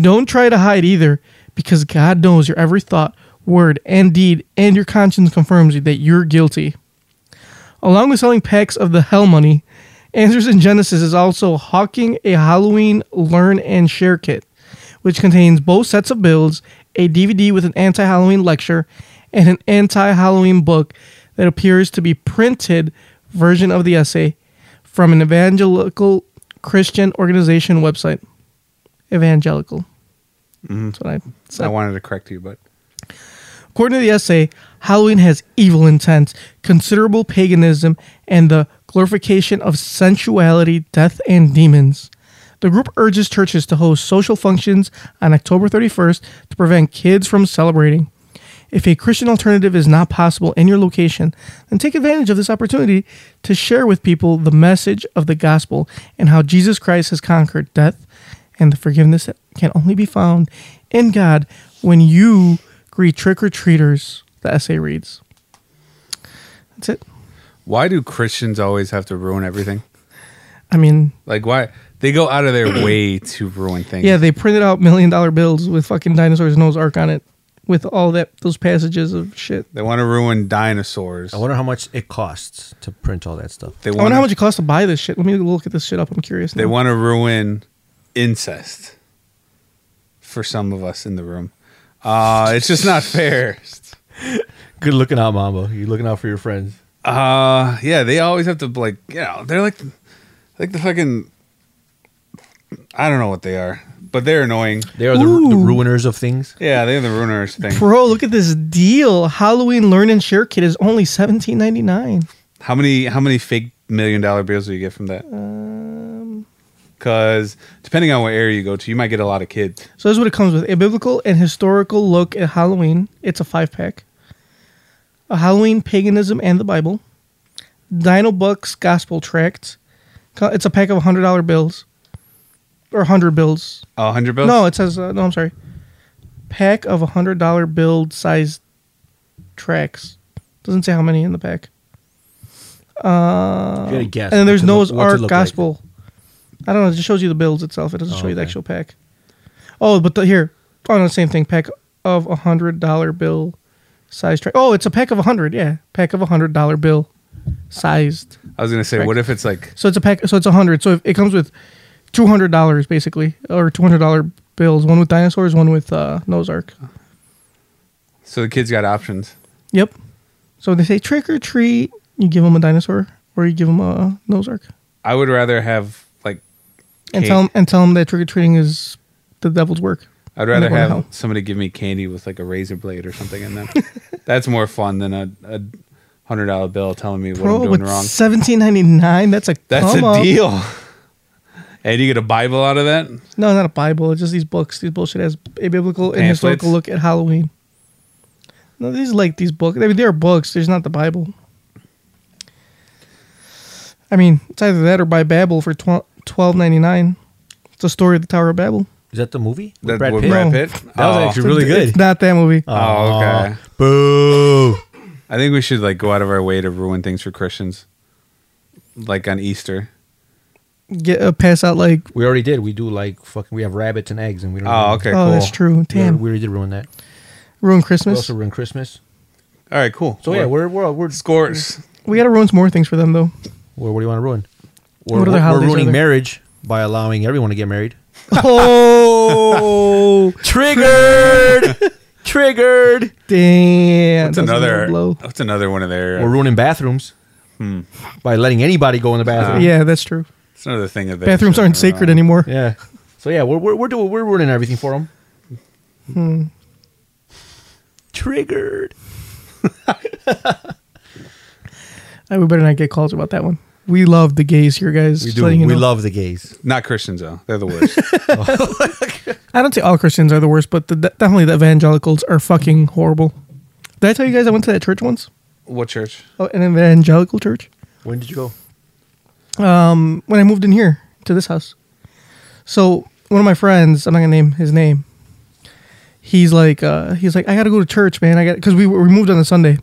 Speaker 1: Don't try to hide either, because God knows your every thought, word, and deed, and your conscience confirms that you're guilty. Along with selling packs of the hell money, Answers in Genesis is also hawking a Halloween Learn and Share kit, which contains both sets of builds, a DVD with an anti Halloween lecture, and an anti Halloween book that appears to be printed version of the essay from an evangelical Christian organization website. Evangelical. That's what I said.
Speaker 2: I wanted to correct you, but
Speaker 1: According to the essay, Halloween has evil intent, considerable paganism, and the glorification of sensuality, death, and demons. The group urges churches to host social functions on October 31st to prevent kids from celebrating. If a Christian alternative is not possible in your location, then take advantage of this opportunity to share with people the message of the gospel and how Jesus Christ has conquered death and the forgiveness that can only be found in God when you greet trick or treaters, the essay reads. That's it.
Speaker 2: why do Christians always have to ruin everything?
Speaker 1: I mean,
Speaker 2: Like why they go out of their way to ruin things?
Speaker 1: yeah, they printed out million dollar bills with fucking dinosaurs' nose arc on it with all that those passages of shit.
Speaker 2: They want to ruin dinosaurs.
Speaker 3: I wonder how much it costs to print all that stuff.
Speaker 2: They
Speaker 1: I wonder how much
Speaker 2: want.
Speaker 1: it costs to buy this shit. Let me look at this shit up. I'm curious.
Speaker 2: They
Speaker 1: now.
Speaker 2: want to ruin incest for some of us in the room. Uh, it's just not fair.
Speaker 3: Good looking out, Mamba. You're looking out for your friends.
Speaker 2: Uh, yeah, they always have to like you know they're like like the fucking I don't know what they are, but they're annoying.
Speaker 3: They are the, the
Speaker 1: Ooh.
Speaker 3: ruiners of things.
Speaker 2: Yeah, they're the ruiners thing.
Speaker 1: Bro, look at this deal. Halloween Learn and Share Kit is only seventeen ninety nine.
Speaker 2: How many how many fake million dollar bills do you get from that? Because depending on what area you go to, you might get a lot of kids.
Speaker 1: So this is what it comes with: a biblical and historical look at Halloween. It's a five pack. A Halloween paganism and the Bible. Dino Bucks gospel tract. Co- It's a pack of hundred dollar bills, or hundred bills.
Speaker 2: A hundred bills.
Speaker 1: No, it says uh, no. I'm sorry. Pack of hundred dollar bill size tracks. Doesn't say how many in the pack.
Speaker 3: you gotta guess.
Speaker 1: Uh, and then there's
Speaker 3: what to
Speaker 1: Noah's
Speaker 3: look- what to
Speaker 1: Ark
Speaker 3: look like.
Speaker 1: Gospel. I don't know. It just shows you the builds itself. It doesn't show you the
Speaker 3: okay.
Speaker 1: actual pack. Oh, but the, here, oh no, same thing. Pack of a hundred dollar bill size track. Oh, it's a pack of a hundred. Yeah, pack of a hundred dollar bill sized.
Speaker 2: I was gonna say, what if it's like
Speaker 1: So it's a pack. So it's a hundred. So if it comes with two hundred dollars basically, or two hundred dollar bills. One with dinosaurs. One with uh, Noah's Ark.
Speaker 2: so the kids got options?
Speaker 1: Yep. So they say trick or treat. You give them a dinosaur, or you give them a Noah's Ark.
Speaker 2: I would rather have like
Speaker 1: and
Speaker 2: Cake.
Speaker 1: tell them and tell them that trick or treating is the devil's work.
Speaker 2: I'd rather
Speaker 1: Never
Speaker 2: have
Speaker 1: know.
Speaker 2: somebody give me candy with like a razor blade or something in them. That's more fun than a, a hundred dollar bill telling me what I'm doing wrong.
Speaker 1: seventeen ninety nine. That's a
Speaker 2: That's
Speaker 1: come
Speaker 2: a
Speaker 1: up.
Speaker 2: deal. And you get a Bible out of that?
Speaker 1: No, not a Bible. It's just these books. These bullshit has a biblical and
Speaker 2: Pamphlets?
Speaker 1: historical look at Halloween. No, these like these books. I mean, they're books. There's not the Bible. I mean, it's either that or buy Babel for twelve twelve ninety nine. It's a story of the Tower of Babel.
Speaker 3: Is that the movie?
Speaker 2: That- with Brad Pitt?
Speaker 3: That was
Speaker 2: Oh.
Speaker 3: actually really good.
Speaker 1: It's not that movie.
Speaker 2: Oh, okay.
Speaker 3: Boo.
Speaker 2: I think we should like go out of our way to ruin things for Christians, like on Easter.
Speaker 1: Get uh, pass out like
Speaker 3: We already did. We do like fucking. We have rabbits and eggs, and we don't.
Speaker 2: Oh, okay,
Speaker 1: oh,
Speaker 2: cool.
Speaker 1: that's true.
Speaker 3: We already-
Speaker 1: Damn,
Speaker 3: we already did ruin that.
Speaker 1: ruin
Speaker 3: We
Speaker 1: Christmas.
Speaker 3: also ruined Christmas.
Speaker 2: All right, cool.
Speaker 3: So yeah, we're we're we're,
Speaker 2: scores.
Speaker 1: We gotta ruin some more things for them though.
Speaker 3: we're what do you want to ruin? We're,
Speaker 1: What other
Speaker 3: we're
Speaker 1: holidays are
Speaker 3: ruining
Speaker 1: there?
Speaker 3: marriage by allowing everyone to get married.
Speaker 1: oh,
Speaker 3: Triggered. Triggered.
Speaker 1: damn!
Speaker 2: What's
Speaker 1: that was a
Speaker 2: another?
Speaker 1: low blow.
Speaker 2: What's another one of their?
Speaker 3: We're ruining bathrooms Hmm. by letting anybody go in the
Speaker 2: Uh.
Speaker 3: bathroom.
Speaker 1: Yeah, that's true.
Speaker 2: It's another thing of theirs.
Speaker 1: Bathrooms aren't sacred anymore.
Speaker 3: Yeah. So yeah, we're we're we're doing we're ruining everything for them.
Speaker 1: Hmm.
Speaker 3: Triggered.
Speaker 1: Uh, We better not get calls about that one. We love the gays here, guys.
Speaker 3: We
Speaker 1: just
Speaker 3: do.
Speaker 1: letting you
Speaker 3: we
Speaker 1: know.
Speaker 3: love the gays.
Speaker 2: Not Christians though. They're the worst.
Speaker 1: I don't say all Christians are the worst, but the, definitely the evangelicals are fucking horrible. Did I tell you guys I went to that church once?
Speaker 2: what church?
Speaker 1: Oh, an evangelical church.
Speaker 3: When did you go?
Speaker 1: When I moved in here to this house, so one of my friends, I'm not gonna name his name. He's like, uh, he's like, I gotta go to church, man. I got because we were- we moved on a Sunday.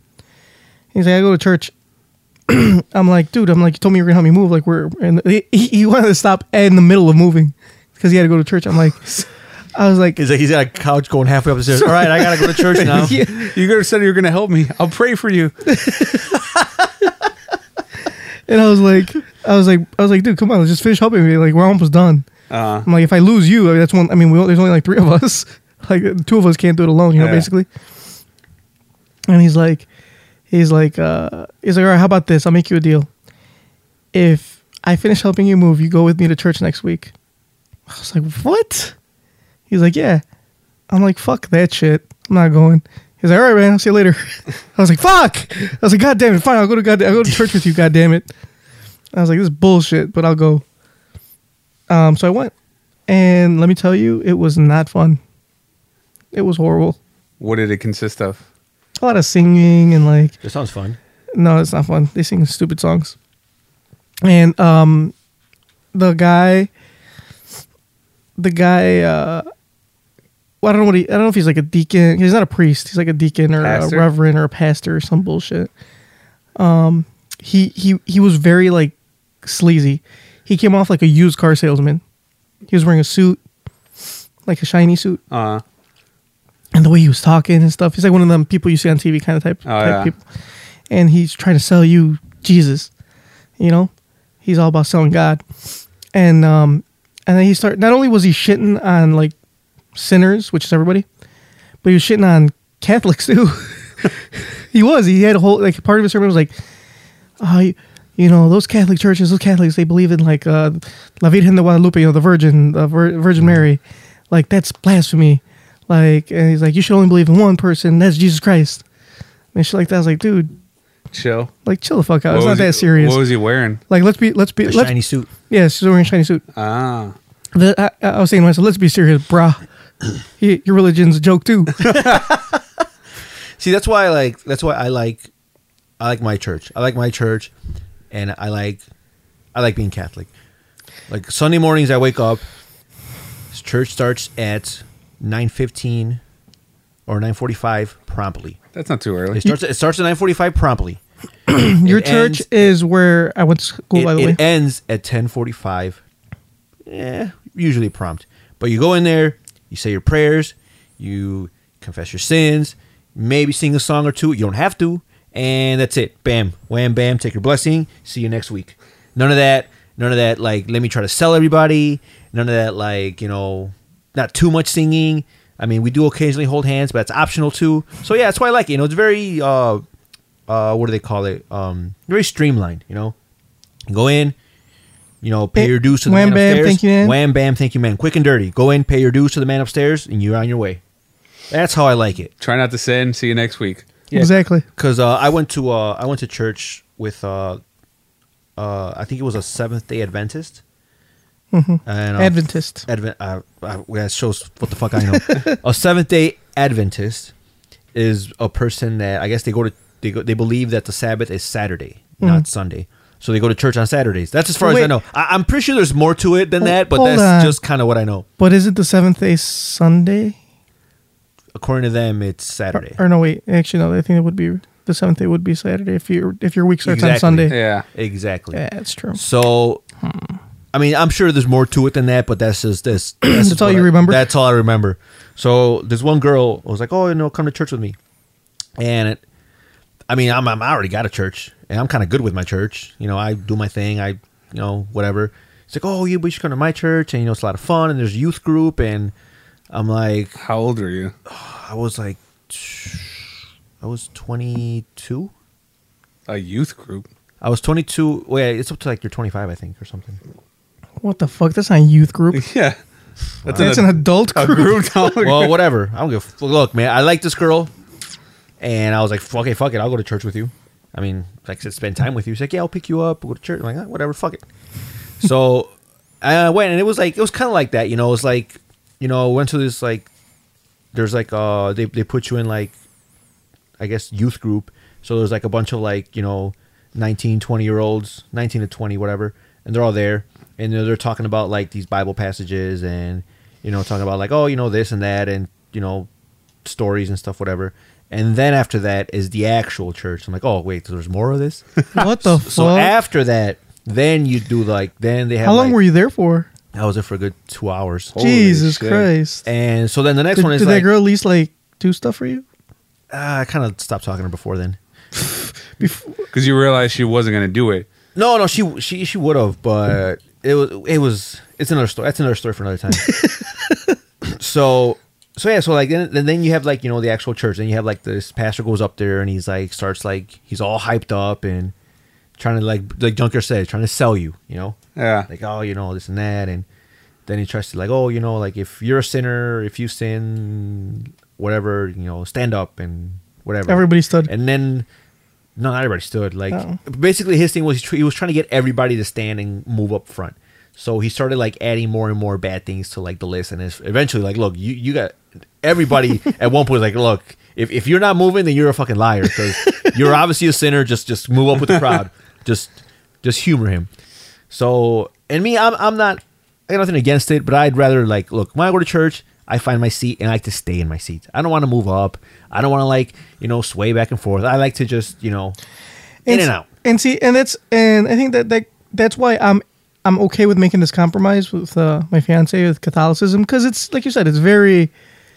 Speaker 1: He's like, I go to church. I'm like, dude. I'm like, you told me you were gonna help me move. Like, we're and he, he he wanted to stop in the middle of moving because he had to go to church. I'm like, I was like,
Speaker 3: He's like he's got a couch going halfway up the stairs. All right, I gotta go to church now.
Speaker 2: You guys said you were going to help me. I'll pray for you.
Speaker 1: And I was like, I was like, I was like, dude, come on, let's just finish helping me. Like, we're almost done.
Speaker 2: Uh,
Speaker 1: I'm like, if I lose you, I mean, that's one. I mean, we, there's only like three of us. Like, the two of us can't do it alone, you know,
Speaker 2: Yeah.
Speaker 1: basically. And he's like, he's like, uh, he's like, all right, how about this? I'll make you a deal. If I finish helping you move, you go with me to church next week. I was like, what? He's like, yeah. I'm like, fuck that shit. I'm not going. He's like, all right, man, I'll see you later. I was like, fuck. I was like, god damn it, fine, I'll go to god. I'll go to church with you, god damn it. I was like, this is bullshit, but I'll go. Um, so I went, and let me tell you, it was not fun. It was horrible.
Speaker 2: what did it consist of?
Speaker 1: A lot of singing and like,
Speaker 3: That sounds fun.
Speaker 1: no, it's not fun. They sing stupid songs, and um, the guy, the guy, uh, well, I don't know what he. I don't know if he's like a deacon. He's not a priest. He's like a deacon or
Speaker 2: Pastor?
Speaker 1: a reverend or a pastor or some bullshit. Um, he he he was very like sleazy. He came off like a used car salesman. He was wearing a suit, like a shiny suit
Speaker 2: Uh,
Speaker 1: and the way he was talking and stuff. He's like one of them people you see on TV kind of type, type
Speaker 2: yeah.
Speaker 1: people. And he's trying to sell you Jesus. You know, he's all about selling God. And um, and then he started. Not only was he shitting on like sinners, which is everybody, but he was shitting on Catholics too. he was. He had a whole like part of his sermon was like, uh, you, you know, those Catholic churches, those Catholics, they believe in like uh, La Virgen de Guadalupe, you know, the Virgin, the Vir- Virgin
Speaker 3: Mm.
Speaker 1: Mary. Like that's blasphemy. Like, and he's like, you should only believe in one person. That's Jesus Christ. And shit like that. I was like, dude,
Speaker 2: chill.
Speaker 1: like chill the fuck out. it's
Speaker 2: What
Speaker 1: not
Speaker 2: was
Speaker 1: that
Speaker 2: he-
Speaker 1: serious.
Speaker 2: What was he wearing?
Speaker 1: like, let's be, let's be,
Speaker 3: A
Speaker 1: let's,
Speaker 3: shiny suit.
Speaker 1: yeah, she's wearing a shiny suit.
Speaker 2: Ah,
Speaker 1: The, I, I was saying to myself, let's be serious, brah. Y- Your religion's a joke too.
Speaker 3: See, that's why I like. That's why I like. I like my church. I like my church, and I like. I like being Catholic. Like Sunday mornings, I wake up. Church starts at nine fifteen, or nine forty five promptly.
Speaker 2: that's not too early.
Speaker 3: It starts. It starts at nine forty-five promptly.
Speaker 1: Your
Speaker 3: It
Speaker 1: church
Speaker 3: ends-
Speaker 1: is where I went to school,
Speaker 3: it,
Speaker 1: by the
Speaker 3: it
Speaker 1: way.
Speaker 3: ends at ten forty-five. Yeah, usually prompt. But you go in there, you say your prayers, you confess your sins, maybe sing a song or two. You don't have to, and that's it. Bam, wham, bam. Take your blessing. See you next week. None of that. None of that. Like, let me try to sell everybody. None of that. Like, you know, not too much singing. I mean, we do occasionally hold hands, but that's optional too. So yeah, that's why I like it. You know, it's very uh, uh, what do they call it? Um, very streamlined. You know, go in, you know, pay
Speaker 1: Hey,
Speaker 3: your dues to the
Speaker 1: wham,
Speaker 3: man
Speaker 1: bam,
Speaker 3: upstairs.
Speaker 1: thank you, man.
Speaker 3: Wham bam, thank you, man. Quick and dirty. Go in, pay your dues to the man upstairs, and you're on your way. That's how I like it.
Speaker 2: Try not to sin. See you next week.
Speaker 1: Exactly.
Speaker 3: Cause uh, I went to uh, I went to church with uh, uh, I think it was a Seventh Day Adventist,
Speaker 1: Mhm.
Speaker 3: And, uh,
Speaker 1: Adventist.
Speaker 3: Advent. Uh, uh, that shows what the fuck I know. a Seventh Day Adventist is a person that I guess they go to. They go, they believe that the Sabbath is Saturday, not
Speaker 1: Mhm.
Speaker 3: Sunday. So they go to church on Saturdays. That's as far as I
Speaker 1: Wait.
Speaker 3: know. I, I'm pretty sure there's more to it than
Speaker 1: Hol-
Speaker 3: that, but
Speaker 1: hold
Speaker 3: that's
Speaker 1: on.
Speaker 3: just kind of what I know.
Speaker 1: But is it the seventh day Sunday?
Speaker 3: According to them, it's
Speaker 1: Or,
Speaker 3: Saturday.
Speaker 1: or no, wait. Actually, no. I think it would be the seventh day would be Saturday if your if your week starts on Sunday.
Speaker 3: Exactly.
Speaker 1: Yeah, that's true.
Speaker 3: So, I mean, I'm sure there's more to it than that, but that's just this.
Speaker 1: That's
Speaker 3: just
Speaker 1: all
Speaker 3: what
Speaker 1: you
Speaker 3: I-
Speaker 1: remember?
Speaker 3: That's all I remember. So this one girl was like, "Oh, you know, come to church with me," and it, I mean, I'm, I'm I already got a church, and I'm kind of good with my church. You know, I do my thing. I, you know, whatever. It's like, "Oh, you, but you should come to my church," and you know, it's a lot of fun, and there's a youth group, and I'm like,
Speaker 2: "How old are you?"
Speaker 3: I was like, I was 22.
Speaker 2: A youth group.
Speaker 3: I was 22. Wait, it's up to like you're 25, I think, or something.
Speaker 1: What the fuck? That's not a youth group.
Speaker 2: Yeah.
Speaker 1: That's, an, adult group.
Speaker 3: well, whatever. I don't give. a f- Look, man, I like this girl, and I was like, "Fuck it, fuck it. I'll go to church with you." I mean, like I said, spend time with you. She's like, "Yeah, I'll pick you up. We'll go to church." I'm like, "Ah, "Whatever, fuck it." so I went, and it was like it was kind of like that, you know. It was like, you know, went to this like, there's like uh they they put you in like, I guess youth group. So there's like a bunch of like you know, 19, 20 year olds, 19 to 20, whatever, and they're all there, and they're, they're talking about like these Bible passages and you know talking about like oh you know this and that and you know stories and stuff whatever. And then after that is the actual church. I'm like, oh wait, there's more of this.
Speaker 1: What the fuck?
Speaker 3: so after that, then you do like then they have
Speaker 1: How long
Speaker 3: like,
Speaker 1: were you there for?
Speaker 3: I was there for a good two hours.
Speaker 1: Jesus Christ.
Speaker 3: And so then the next
Speaker 1: Did,
Speaker 3: one is
Speaker 1: did that
Speaker 3: like,
Speaker 1: girl at least like do stuff for you?
Speaker 3: ah, I kind of stopped talking to her before then.
Speaker 2: Because you realized she wasn't going to do it.
Speaker 3: No, no, she she she would have, but it was it was it's another story. That's another story for another time. so so yeah, so like then then- then you have like you know the actual church, then you have like this pastor goes up there and he's like starts like he's all hyped up and trying to like like Junker said, trying to sell you, you know.
Speaker 2: Yeah.
Speaker 3: Like oh, you know this and that, and then he tries to like oh, you know like if you're a sinner, if you sin, whatever, you know, stand up and whatever.
Speaker 1: Everybody stood.
Speaker 3: And then no, not everybody stood. Like
Speaker 1: Oh.
Speaker 3: basically, his thing was he tr- he was trying to get everybody to stand and move up front. So he started like adding more and more bad things to like the list, and it's eventually like, look, you you got everybody at one point was like, look, if if you're not moving, then you're a fucking liar because you're obviously a sinner. Just just move up with the crowd. Just just humor him. So and me, I'm I'm not I got nothing against it, but I'd rather like look when I go to church, I find my seat and I like to stay in my seat. I don't want to move up. I don't want to like you know sway back and forth. I like to just you know in and
Speaker 1: s-
Speaker 3: out.
Speaker 1: And see, and that's and I think that that that's why I'm I'm okay with making this compromise with uh, my fiance with Catholicism because it's like you said, it's very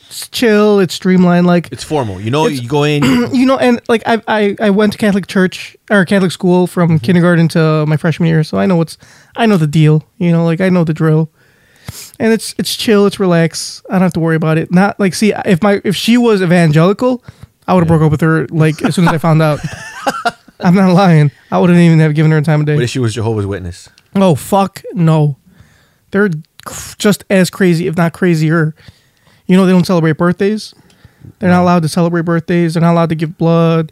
Speaker 1: it's chill, it's streamlined. Like
Speaker 3: It's formal. You know, you go in.
Speaker 1: you know, and like I I, I went to Catholic church or Catholic school from
Speaker 3: Mm-hmm.
Speaker 1: kindergarten to my freshman year, so I know what's I know the deal. You know, like I know the drill. And it's it's chill, it's relaxed. I don't have to worry about it. Not like see if my if she was evangelical, I would have broke up with her like as soon as I found out. I'm not lying. I wouldn't even have given her a time of day.
Speaker 3: What if she was Jehovah's Witness?
Speaker 1: Oh fuck no, they're cr- just as crazy, if not crazier. You know they don't celebrate birthdays. They're not allowed to celebrate birthdays. They're not allowed to give blood.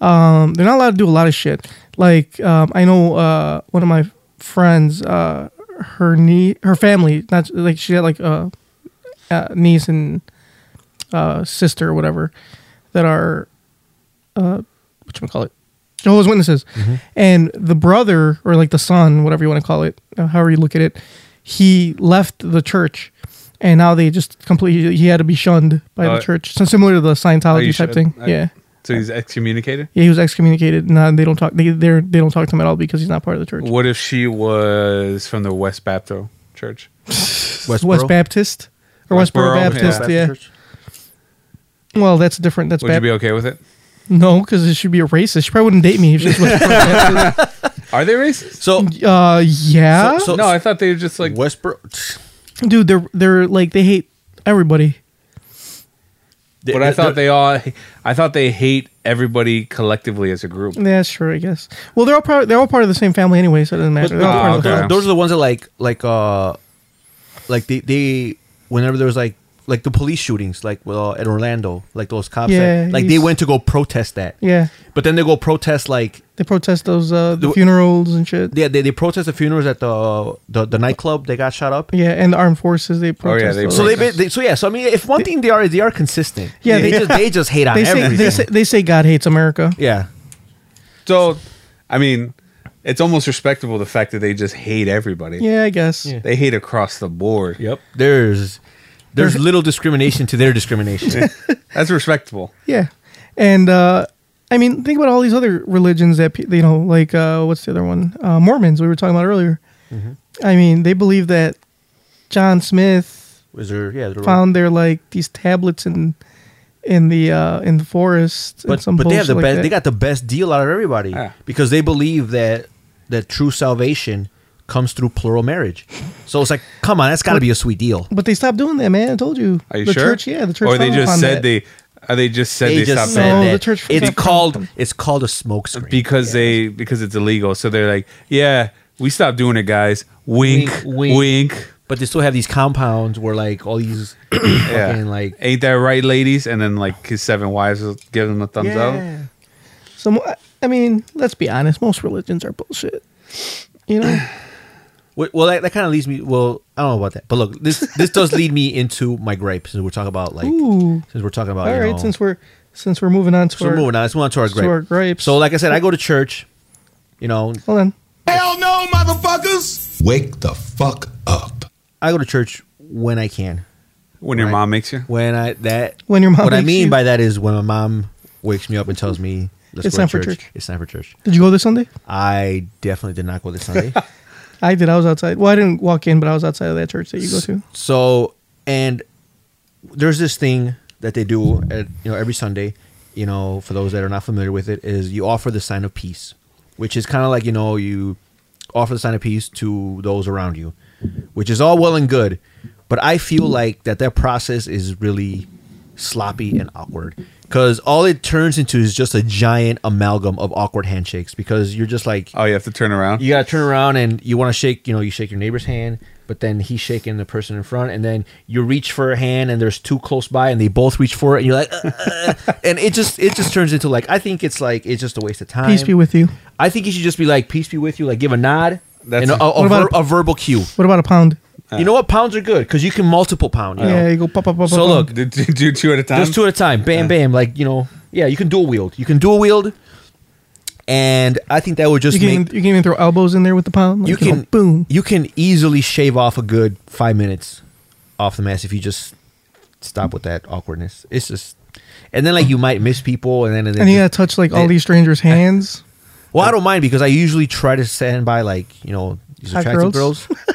Speaker 1: Um, they're not allowed to do a lot of shit. Like um, I know uh, one of my friends, uh, her knee, her family, not like she had like a, uh niece and uh, sister or whatever that are what you call it Jehovah's Witnesses,
Speaker 2: Mm-hmm.
Speaker 1: and the brother or like the son, whatever you want to call it, uh, however you look at it, he left the church, and now they just completely he had to be shunned by
Speaker 2: Oh.
Speaker 1: the church, so similar to the
Speaker 2: Oh, you
Speaker 1: Scientology type
Speaker 2: should-
Speaker 1: thing.
Speaker 2: I-
Speaker 1: yeah,
Speaker 2: So he's excommunicated?
Speaker 1: yeah, he was excommunicated. and, uh, they don't talk. They they're, they don't talk to him at all because he's not part of the church.
Speaker 2: What if she was from the West Baptist Church?
Speaker 3: Westboro?
Speaker 1: West Baptist or Westboro,
Speaker 2: Westboro,
Speaker 1: Baptist?
Speaker 2: yeah.
Speaker 1: Yeah. Well, that's different. That's
Speaker 2: Would you
Speaker 1: bad.
Speaker 2: be okay with it?
Speaker 1: no, because it should be a racist. She probably wouldn't date me if she was Westboro Baptist.
Speaker 2: Are they racist?
Speaker 3: So,
Speaker 1: Uh, yeah,
Speaker 3: so, so
Speaker 2: no, I thought they were just like.
Speaker 3: Westboro.
Speaker 1: dude, they're they're like they hate everybody.
Speaker 2: But I thought they all. I thought they hate everybody collectively as a group.
Speaker 1: Yeah, sure, I guess. Well, they're all part. They're all part of the same family anyway, so it doesn't matter. They're all
Speaker 2: Ah,
Speaker 1: part of the
Speaker 2: okay.
Speaker 1: family.
Speaker 3: those are the ones that like like uh like they they whenever there was like like the police shootings, like uh, in Orlando, like those cops,
Speaker 1: Yeah,
Speaker 3: that, like they
Speaker 1: he's-
Speaker 3: went to go protest that.
Speaker 1: Yeah.
Speaker 3: But then they go protest like
Speaker 1: They protest those uh, the
Speaker 3: The-
Speaker 1: funerals and shit.
Speaker 3: yeah, they, they protest the funerals at the the, the nightclub they got shot up.
Speaker 1: Yeah, and the armed forces they protest.
Speaker 2: they
Speaker 1: those.
Speaker 3: So they, they so yeah, so I mean, if one thing they are, they are consistent.
Speaker 1: Yeah,
Speaker 3: they,
Speaker 1: they-
Speaker 3: just they just hate on
Speaker 1: they say,
Speaker 3: everything.
Speaker 1: they say they say God hates America.
Speaker 3: yeah,
Speaker 2: So, I mean, it's almost respectable the fact that they just hate everybody.
Speaker 1: Yeah, I guess.
Speaker 2: They hate across the board.
Speaker 3: yep. There's there's little discrimination to their discrimination.
Speaker 2: That's respectable.
Speaker 1: Yeah, and uh, I mean, think about all these other religions that pe- you know, like uh, what's the other one? Uh, Mormons. We were talking about earlier.
Speaker 3: Mm-hmm.
Speaker 1: I mean, they believe that John Smith
Speaker 3: Was there yeah? there were-
Speaker 1: found their like these tablets in in the uh, in the forest. and
Speaker 3: but
Speaker 1: some
Speaker 3: but they have the
Speaker 1: bullshit like
Speaker 3: best.
Speaker 1: that.
Speaker 3: They got the best deal out of everybody
Speaker 2: Yeah.
Speaker 3: because they believe that that true salvation comes through plural marriage. So it's like, come on, that's got to be a sweet deal.
Speaker 1: But they stopped doing that, man. I told you.
Speaker 2: Are you
Speaker 1: the
Speaker 2: sure?
Speaker 1: church, yeah, the church.
Speaker 2: Or they
Speaker 1: frowned
Speaker 2: just
Speaker 1: upon
Speaker 2: said
Speaker 1: that.
Speaker 2: they. Or they just said they,
Speaker 3: They just
Speaker 2: stopped
Speaker 3: said
Speaker 1: No,
Speaker 2: that
Speaker 1: the
Speaker 3: that
Speaker 1: church-
Speaker 3: it's
Speaker 1: church-
Speaker 3: called it's called a smokescreen.
Speaker 2: because they because it's illegal. So they're like, yeah, we stopped doing it, guys. Wink,
Speaker 3: Wink,
Speaker 2: wink.
Speaker 3: wink. but they still have these compounds where like all these
Speaker 2: Yeah.
Speaker 3: fucking like
Speaker 2: Ain't that right, ladies? And then like his seven wives will give him a thumbs up.
Speaker 1: Some, I mean, let's be honest. Most religions are bullshit. You know,
Speaker 3: Wh- Well, that, that kind of leads me. Well, I don't know about that, but look, this this does lead me into my gripe since we're talking about like
Speaker 1: Ooh.
Speaker 3: since we're talking about
Speaker 1: all
Speaker 3: you
Speaker 1: right.
Speaker 3: know,
Speaker 1: Since we're since we're moving on to
Speaker 3: so
Speaker 1: our,
Speaker 3: we're moving on. Let's move on to our
Speaker 1: to
Speaker 3: gripe.
Speaker 1: our gripes.
Speaker 3: So, like I said, I go to church. You know,
Speaker 1: hold on.
Speaker 7: Hell no, motherfuckers! Wake the fuck up.
Speaker 3: I go to church when I can.
Speaker 2: When your
Speaker 3: Right.
Speaker 2: mom makes you.
Speaker 3: When I that
Speaker 1: When your mom
Speaker 3: What I
Speaker 1: wakes
Speaker 3: mean
Speaker 1: you.
Speaker 3: by that is when my mom wakes me up and tells me Let's
Speaker 1: It's
Speaker 3: go to
Speaker 1: time for church.
Speaker 3: It's time for church.
Speaker 1: Did you go this Sunday?
Speaker 3: I definitely did not go this Sunday.
Speaker 1: I did. I was outside. Well, I didn't walk in, but I was outside of that church that you go to.
Speaker 3: So, and there's this thing that they do, at, you know, every Sunday. You know, for those that are not familiar with it, is you offer the sign of peace, which is kind of like you know you offer the sign of peace to those around you, which is all well and good, but I feel like that that process is really sloppy and awkward because all it turns into is just a giant amalgam of awkward handshakes because you're just like
Speaker 2: Oh, you have to turn around.
Speaker 3: you gotta turn around and you want to shake you know you shake your neighbor's hand but then he's shaking the person in front and then you reach for a hand and there's two close by and they both reach for it and you're like "Uh, uh," and it just it just turns into like i think it's like it's just a waste of time
Speaker 1: Peace be with you.
Speaker 3: i think you should just be like peace be with you like give a nod
Speaker 2: That's-
Speaker 3: and a, a,
Speaker 1: What
Speaker 3: a,
Speaker 1: about
Speaker 3: ver- a verbal cue
Speaker 1: What about a pound?
Speaker 3: you know what pounds are good because you can multiple pound you
Speaker 1: yeah,
Speaker 3: know
Speaker 1: you go pop, pop, pop.
Speaker 3: So
Speaker 1: pop, pop.
Speaker 3: look,
Speaker 2: Do, Oh, do, do two at a time.
Speaker 3: there's two at a time bam bam like you know yeah you can dual wield you can dual wield and i think that would just
Speaker 1: you can
Speaker 3: make
Speaker 1: you can even throw elbows in there with the pound. Like,
Speaker 3: you
Speaker 1: know,
Speaker 3: can
Speaker 1: boom.
Speaker 3: You can easily shave off a good five minutes off the mess if you just stop with that awkwardness. It's just, and then like you might miss people, and then
Speaker 1: And you gotta touch like all
Speaker 3: they-
Speaker 1: these strangers' hands.
Speaker 3: Well, I don't mind because I usually try to stand by like you know these
Speaker 1: Hot
Speaker 3: attractive
Speaker 1: girls.
Speaker 3: girls.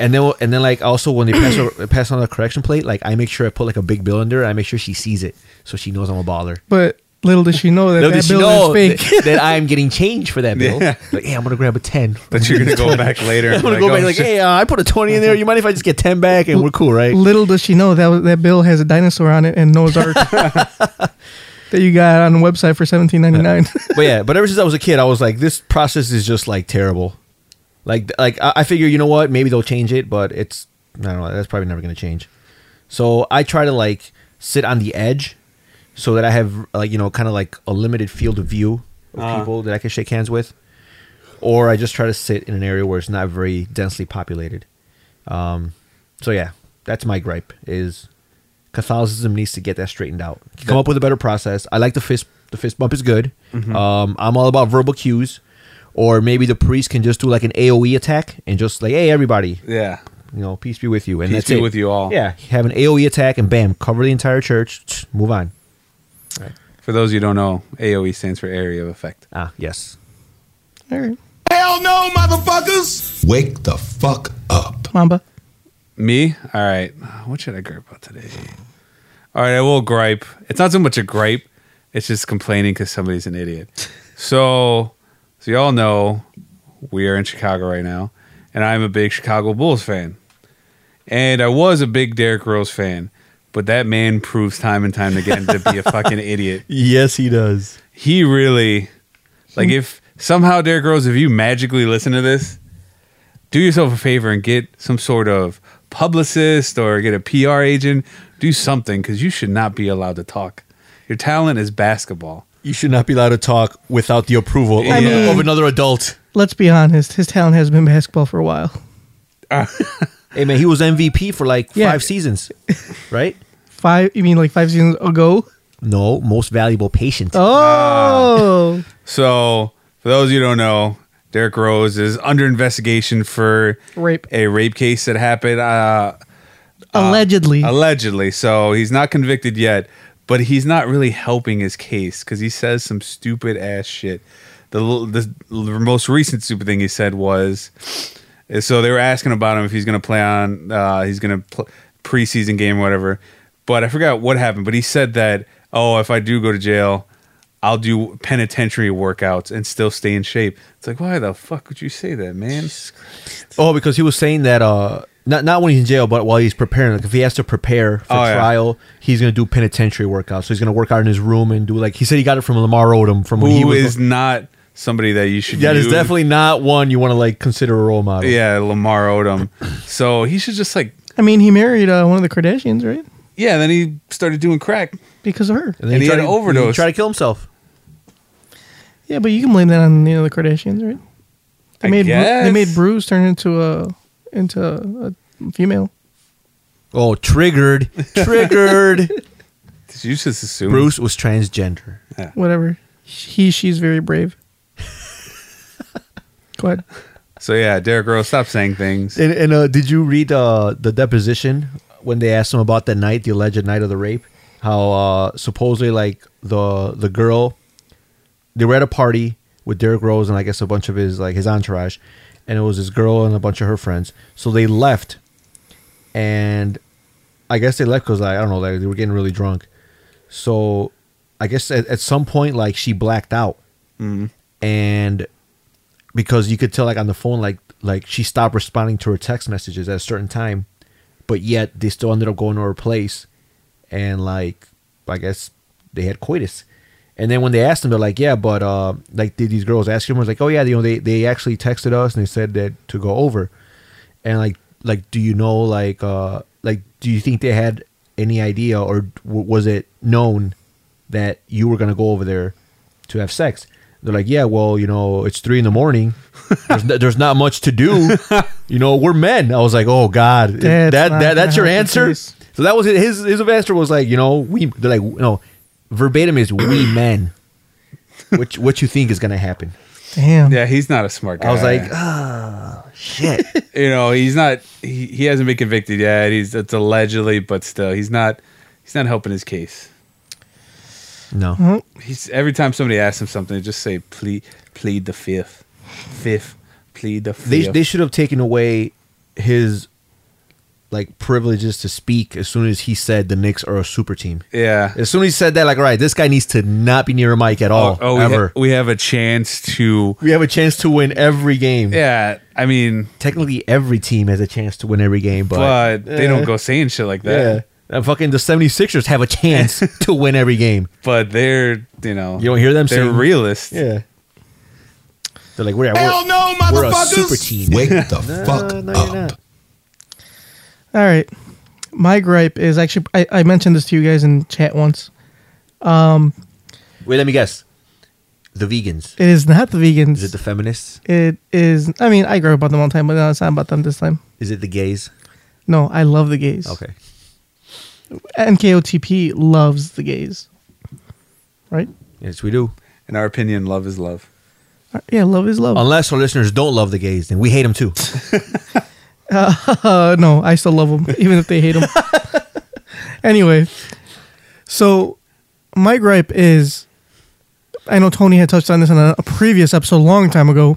Speaker 3: And then, and then, like also when they pass over, pass on the correction plate, like I make sure I put like a big bill in there. I make sure she sees it, so she knows I'm a baller.
Speaker 1: But little did she know that
Speaker 3: Little
Speaker 1: that
Speaker 3: does she know
Speaker 1: building is fake.
Speaker 3: that, that I'm getting change for that bill.
Speaker 2: Yeah.
Speaker 3: Like, hey, I'm gonna grab a ten.
Speaker 2: that you're gonna go back later. and
Speaker 3: I'm gonna
Speaker 2: be
Speaker 3: go back
Speaker 2: oh,
Speaker 3: like,
Speaker 2: shit.
Speaker 3: hey, uh, I put a twenty in there. You mind if I just get ten back and we're cool, right?
Speaker 1: Little does she know that was- that bill has a dinosaur on it and Noah's Ark that you got on the website for seventeen ninety nine.
Speaker 3: But yeah, but ever since I was a kid, I was like, this process is just like terrible. Like, like I, I figure, you know what? Maybe they'll change it, but it's I don't know. That's probably never gonna change. So I try to like sit on the edge, so that I have like you know kind of like a limited field of view of people that I can shake hands with, or I just try to sit in an area where it's not very densely populated. Um, so yeah, that's my gripe is Catholicism needs to get that straightened out. Come up with a better process. I like the fist. The fist bump is good. Um, I'm all about verbal cues, or maybe the priest can just do like an AOE attack and just like, hey, everybody,
Speaker 2: yeah,
Speaker 3: you know, peace be with you, and
Speaker 2: Peace
Speaker 3: that's
Speaker 2: be
Speaker 3: it.
Speaker 2: with you all.
Speaker 3: Yeah, have an AOE attack and bam, cover the entire church. Move on.
Speaker 2: For those you don't know, AOE stands for area of effect.
Speaker 3: Ah, yes.
Speaker 1: all right,
Speaker 7: Hell no, motherfuckers! Wake the fuck up.
Speaker 1: Mamba.
Speaker 2: Me? All right. What should I gripe about today? All right, I will gripe. It's not so much a gripe, it's just complaining because somebody's an idiot. So, so y'all know we are in Chicago right now, and I'm a big Chicago Bulls fan. And I was a big Derrick Rose fan, but that man proves time and time again to be a fucking idiot
Speaker 3: Yes, he does.
Speaker 2: he really like if somehow Derrick Rose, if you magically listen to this, do yourself a favor and get some sort of publicist or get a PR agent. Do something because you should not be allowed to talk. Your talent is basketball.
Speaker 3: You should not be allowed to talk without the approval of,
Speaker 2: I mean-
Speaker 3: of another adult.
Speaker 1: Let's be honest. His talent has been basketball for a while.
Speaker 3: Hey man, he was MVP for like
Speaker 1: Yeah.
Speaker 3: five seasons, right?
Speaker 1: Five? You mean like five seasons ago?
Speaker 3: No, most valuable patient.
Speaker 1: Oh,
Speaker 2: So, for those you who don't know, Derek Rose is under investigation for
Speaker 1: Rape.
Speaker 2: a rape case that happened uh,
Speaker 1: allegedly.
Speaker 3: uh,
Speaker 2: allegedly. So he's not convicted yet, but he's not really helping his case because he says some stupid ass shit. The l- the l- most recent stupid thing he said was, eh, so they were asking about him if he's going to play on, uh, he's going to pl- preseason game, whatever. But I forgot what happened. But he said that, oh, if I do go to jail, I'll do penitentiary workouts and still stay in shape. It's like, why the fuck would you say that, man?
Speaker 3: Oh, because he was saying that uh not not when he's in jail, but while he's preparing, like if he has to prepare for
Speaker 2: Oh, yeah.
Speaker 3: trial, he's gonna do penitentiary workouts. So he's gonna work out in his room and do like he said he got it from Lamar Odom from when he
Speaker 2: Who
Speaker 3: was
Speaker 2: is not somebody that you should?
Speaker 3: That is
Speaker 2: use-
Speaker 3: definitely not one you want to like consider a role model.
Speaker 2: Yeah, Lamar Odom. So he should just like
Speaker 1: I mean, he married uh, one of the Kardashians, right?
Speaker 2: yeah. Then he started doing crack.
Speaker 1: Because of her.
Speaker 3: And, then
Speaker 2: And he
Speaker 3: tried
Speaker 2: had an
Speaker 3: to-
Speaker 2: overdose.
Speaker 3: tried to kill himself.
Speaker 1: Yeah, but you can blame that on you know, the Kardashians, right? They
Speaker 2: I
Speaker 1: made Bru-
Speaker 2: guess.
Speaker 1: they made Bruce turn into a into a female.
Speaker 3: Oh, triggered, triggered.
Speaker 2: Did you just assume
Speaker 3: Bruce was transgender.
Speaker 1: Whatever. He she's very brave. Go ahead.
Speaker 2: So yeah, Derek Rose, stop saying things.
Speaker 3: And, and uh, did you read uh, the deposition when they asked him about the night, the alleged night of the rape? How uh, supposedly like the the girl, they were at a party with Derrick Rose and I guess a bunch of his like his entourage, and it was this girl and a bunch of her friends. So they left, and I guess they left because I don't know like they were getting really drunk. So I guess at, at some point like she blacked out, and because you could tell like on the phone like like she stopped responding to her text messages at a certain time but yet they still ended up going to her place and like i guess they had coitus and then when they asked them they're like yeah but uh like did these girls ask him I was like oh yeah you know they they actually texted us and they said that to go over and like like do you know like uh like do you think they had any idea or w- was it known that you were gonna go over there to have sex they're like yeah well you know it's three in the morning there's, no, there's not much to do you know we're men i was like oh god
Speaker 1: That's
Speaker 3: that,
Speaker 1: not
Speaker 3: that that's
Speaker 1: gonna
Speaker 3: your
Speaker 1: help the
Speaker 3: answer
Speaker 1: case.
Speaker 3: so that was it. his his investor was like you know we they're like no verbatim is we men which what you think is gonna happen
Speaker 1: Damn.
Speaker 2: Yeah, he's not a smart guy.
Speaker 3: i was like ah shit
Speaker 2: you know, he's not. He, he hasn't been convicted yet. He's it's allegedly, but still, he's not. He's not helping his case.
Speaker 3: no
Speaker 2: Mm-hmm. He's every time somebody asks him something, just say plead plead the fifth, fifth, plead the fifth.
Speaker 3: they they should have taken away his like privileges to speak as soon as he said the Knicks are a super team.
Speaker 2: yeah.
Speaker 3: As soon as he said that, like, all right, this guy needs to not be near a mic at all.
Speaker 2: oh, we, ha-
Speaker 3: ever.
Speaker 2: we have a chance to.
Speaker 3: we have a chance to win every game.
Speaker 2: Yeah, I mean,
Speaker 3: Technically, every team has a chance to win every game, but,
Speaker 2: but they
Speaker 3: Eh.
Speaker 2: don't go saying shit like that.
Speaker 3: yeah. And fucking the 76ers have a chance to win every game.
Speaker 2: But they're you know
Speaker 3: You don't hear them
Speaker 2: they're
Speaker 3: saying-
Speaker 2: realists.
Speaker 3: Yeah. They're like, we're, we're,
Speaker 7: Hell no,
Speaker 3: we're a
Speaker 7: motherfuckers!
Speaker 3: super team.
Speaker 7: Wake the fuck
Speaker 3: no,
Speaker 7: up.
Speaker 3: you're not.
Speaker 1: All right. My gripe is actually I, I mentioned this to you guys in chat once.
Speaker 3: Wait, let me guess. The vegans.
Speaker 1: It is not the vegans.
Speaker 3: Is it the feminists?
Speaker 1: it is I mean, I gripe about them all the time, but no, it's not about them this time.
Speaker 3: Is it the gays?
Speaker 1: No, I love the gays.
Speaker 3: Okay.
Speaker 1: NKOTP loves the gays. Right?
Speaker 3: Yes, we do.
Speaker 2: In our opinion, love is love.
Speaker 1: Uh, Yeah, love is love.
Speaker 3: Unless our listeners don't love the gays, then we hate them too.
Speaker 1: Uh, no, I still love them, even if they hate them. anyway, so my gripe is I know Tony had touched on this on a, a previous episode a long time ago.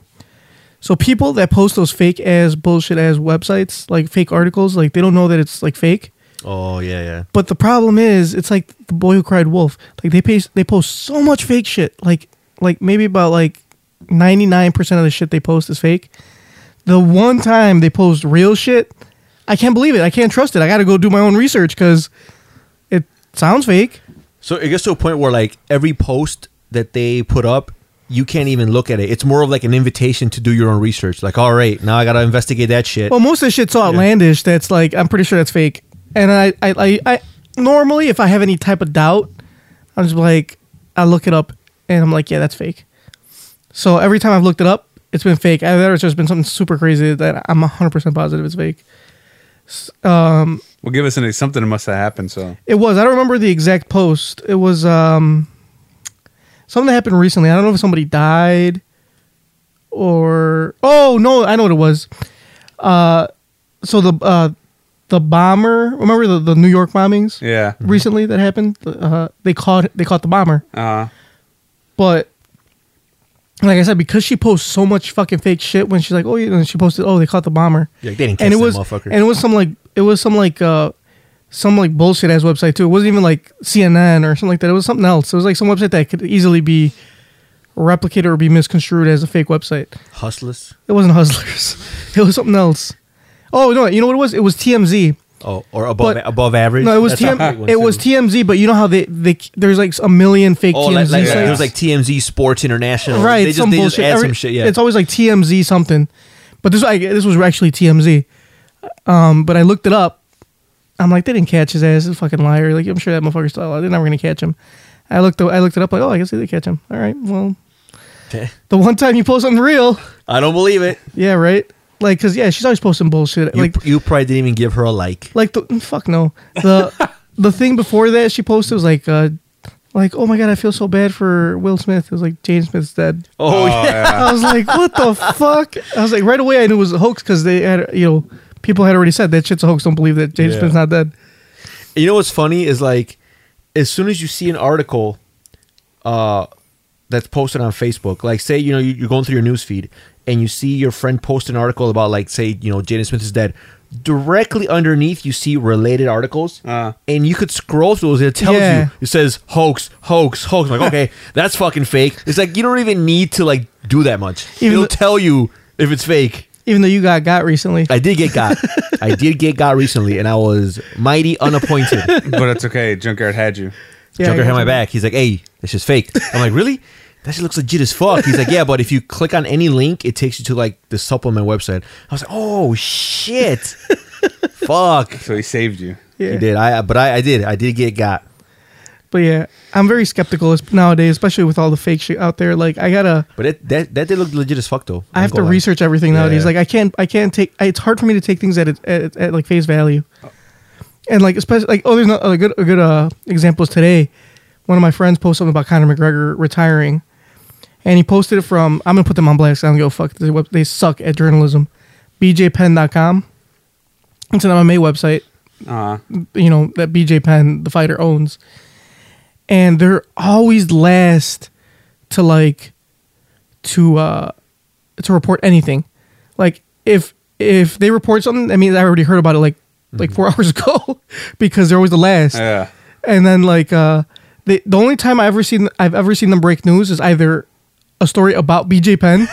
Speaker 1: So people that post those fake ass bullshit ass websites, like fake articles, like they don't know that it's like fake.
Speaker 3: Oh yeah, yeah.
Speaker 1: But the problem is, it's like the boy who cried wolf. Like they paste, they post so much fake shit. Like, like maybe about like ninety nine percent of the shit they post is fake. The one time they post real shit, I can't believe it. I can't trust it. I got to go do my own research because it sounds fake.
Speaker 3: So it gets to a point where like every post that they put up you can't even look at it. It's more of like an invitation to do your own research. Like, all right, now I gotta investigate that shit.
Speaker 1: Well, most of the shit's so outlandish that's like I'm pretty sure that's fake. And I, I, I, I normally if I have any type of doubt, I'm just like I look it up and I'm like, yeah, that's fake. So every time I've looked it up, it's been fake. Either it's just been something super crazy that I'm 100 percent positive it's fake. S- Um,
Speaker 2: Well, give us an, something that must have happened. So
Speaker 1: it was. I don't remember the exact post. It was um, something that happened recently. I don't know if somebody died or oh no, I know what it was. Uh, so the uh, the bomber. Remember the, the New York bombings
Speaker 2: yeah,
Speaker 1: recently that happened? Uh, they caught they caught the bomber,
Speaker 2: uh,
Speaker 1: but like I said, because she posts so much fucking fake shit when she's like, oh, you know, she posted, oh, they caught the bomber.
Speaker 3: Yeah, they didn't catch
Speaker 1: and it
Speaker 3: that
Speaker 1: was,
Speaker 3: motherfucker.
Speaker 1: And it was some like it was some like uh some like bullshit ass website too. It wasn't even like CNN or something like that. It was something else. It was like some website that could easily be replicated or be misconstrued as a fake website.
Speaker 3: Hustlers.
Speaker 1: It wasn't Hustlers. it was something else. Oh no, you know what it was? It was TMZ.
Speaker 3: Oh, or above
Speaker 1: But-
Speaker 3: above average.
Speaker 1: No, it was
Speaker 3: That's a big
Speaker 1: TM,
Speaker 3: one,
Speaker 1: It was
Speaker 3: too.
Speaker 1: TMZ, but you know how they, they there's like a million fake
Speaker 3: Oh,
Speaker 1: TMZ
Speaker 3: like, like,
Speaker 1: sites.
Speaker 3: it was like TMZ Sports International.
Speaker 1: Right,
Speaker 3: They just,
Speaker 1: some
Speaker 3: they
Speaker 1: bullshit.
Speaker 3: just add
Speaker 1: Every-
Speaker 3: some shit. Yeah.
Speaker 1: it's always like TMZ something, but this I, this was actually TMZ. Um, but I looked it up. I'm like, they didn't catch his ass. He's a fucking liar. Like I'm sure that motherfucker's still alive. They're never gonna catch him. I looked I looked it up. Like oh, I guess they did catch him. All right, well, the one time you post something real,
Speaker 3: I don't believe it.
Speaker 1: yeah, right. Like, cause yeah, she's always posting bullshit.
Speaker 3: You,
Speaker 1: like,
Speaker 3: you probably didn't even give her a like.
Speaker 1: like the fuck no the the thing before that she posted was like uh like oh my god I feel so bad for Will Smith. It was like James Smith's dead.
Speaker 3: Oh,
Speaker 1: I was like, what the fuck? I was like, right away, I knew it was a hoax because they had, you know, people had already said that shit's a hoax. Don't believe that James
Speaker 3: Yeah.
Speaker 1: Smith's not dead.
Speaker 3: You know what's funny is like, as soon as you see an article, uh, that's posted on Facebook, like say you know you- you're going through your news feed and you see your friend post an article about like say you know Jaden Smith is dead. Directly underneath, you see related articles, and you could scroll through those. and It tells
Speaker 1: Yeah.
Speaker 3: you, it says hoax, hoax, hoax. I'm like, okay, that's fucking fake. It's like you don't even need to like do that much.
Speaker 1: Even
Speaker 3: It'll
Speaker 1: the-
Speaker 3: tell you if it's fake.
Speaker 1: Even though you got got recently.
Speaker 3: I did get got. I did get got recently, and I was mighty unappointed.
Speaker 2: but it's okay. Junkyard had you.
Speaker 1: Yeah,
Speaker 3: Joker
Speaker 1: I
Speaker 3: had
Speaker 1: got
Speaker 3: my
Speaker 1: you.
Speaker 3: back. He's like, "Hey, this is fake." I'm like, "Really? That shit looks legit as fuck." He's like, "Yeah, but if you click on any link, it takes you to like the supplement website." I was like, "Oh shit, fuck."
Speaker 2: So he saved you.
Speaker 1: Yeah.
Speaker 3: He did. I but I, I did. I did get got.
Speaker 1: But yeah, I'm very skeptical as- nowadays, especially with all the fake shit out there. Like, I gotta,
Speaker 3: But it, that that did look legit as fuck though.
Speaker 1: I have
Speaker 3: Ain't
Speaker 1: to
Speaker 3: gonna lie.
Speaker 1: research everything nowadays.
Speaker 3: Yeah.
Speaker 1: Like, I can't, I can't take, I, it's hard for me to take things at, it- at, at like face value. And like, especially like, oh, there's not a good, a good uh, example is today. One of my friends posted something about Conor McGregor retiring. and he posted it from I'm gonna put them on blast. 'cause I don't give a fuck. They, they suck at journalism. BJPenn.com. It's an MMA website.
Speaker 2: Uh,
Speaker 1: You know that BJ Penn, the fighter, owns, and they're always last to like to uh to report anything. Like if if they report something, that means I already heard about it like like four hours ago because they're always the last
Speaker 2: yeah.
Speaker 1: and then like uh the the only time I ever seen I've ever seen them break news is either a story about BJ Penn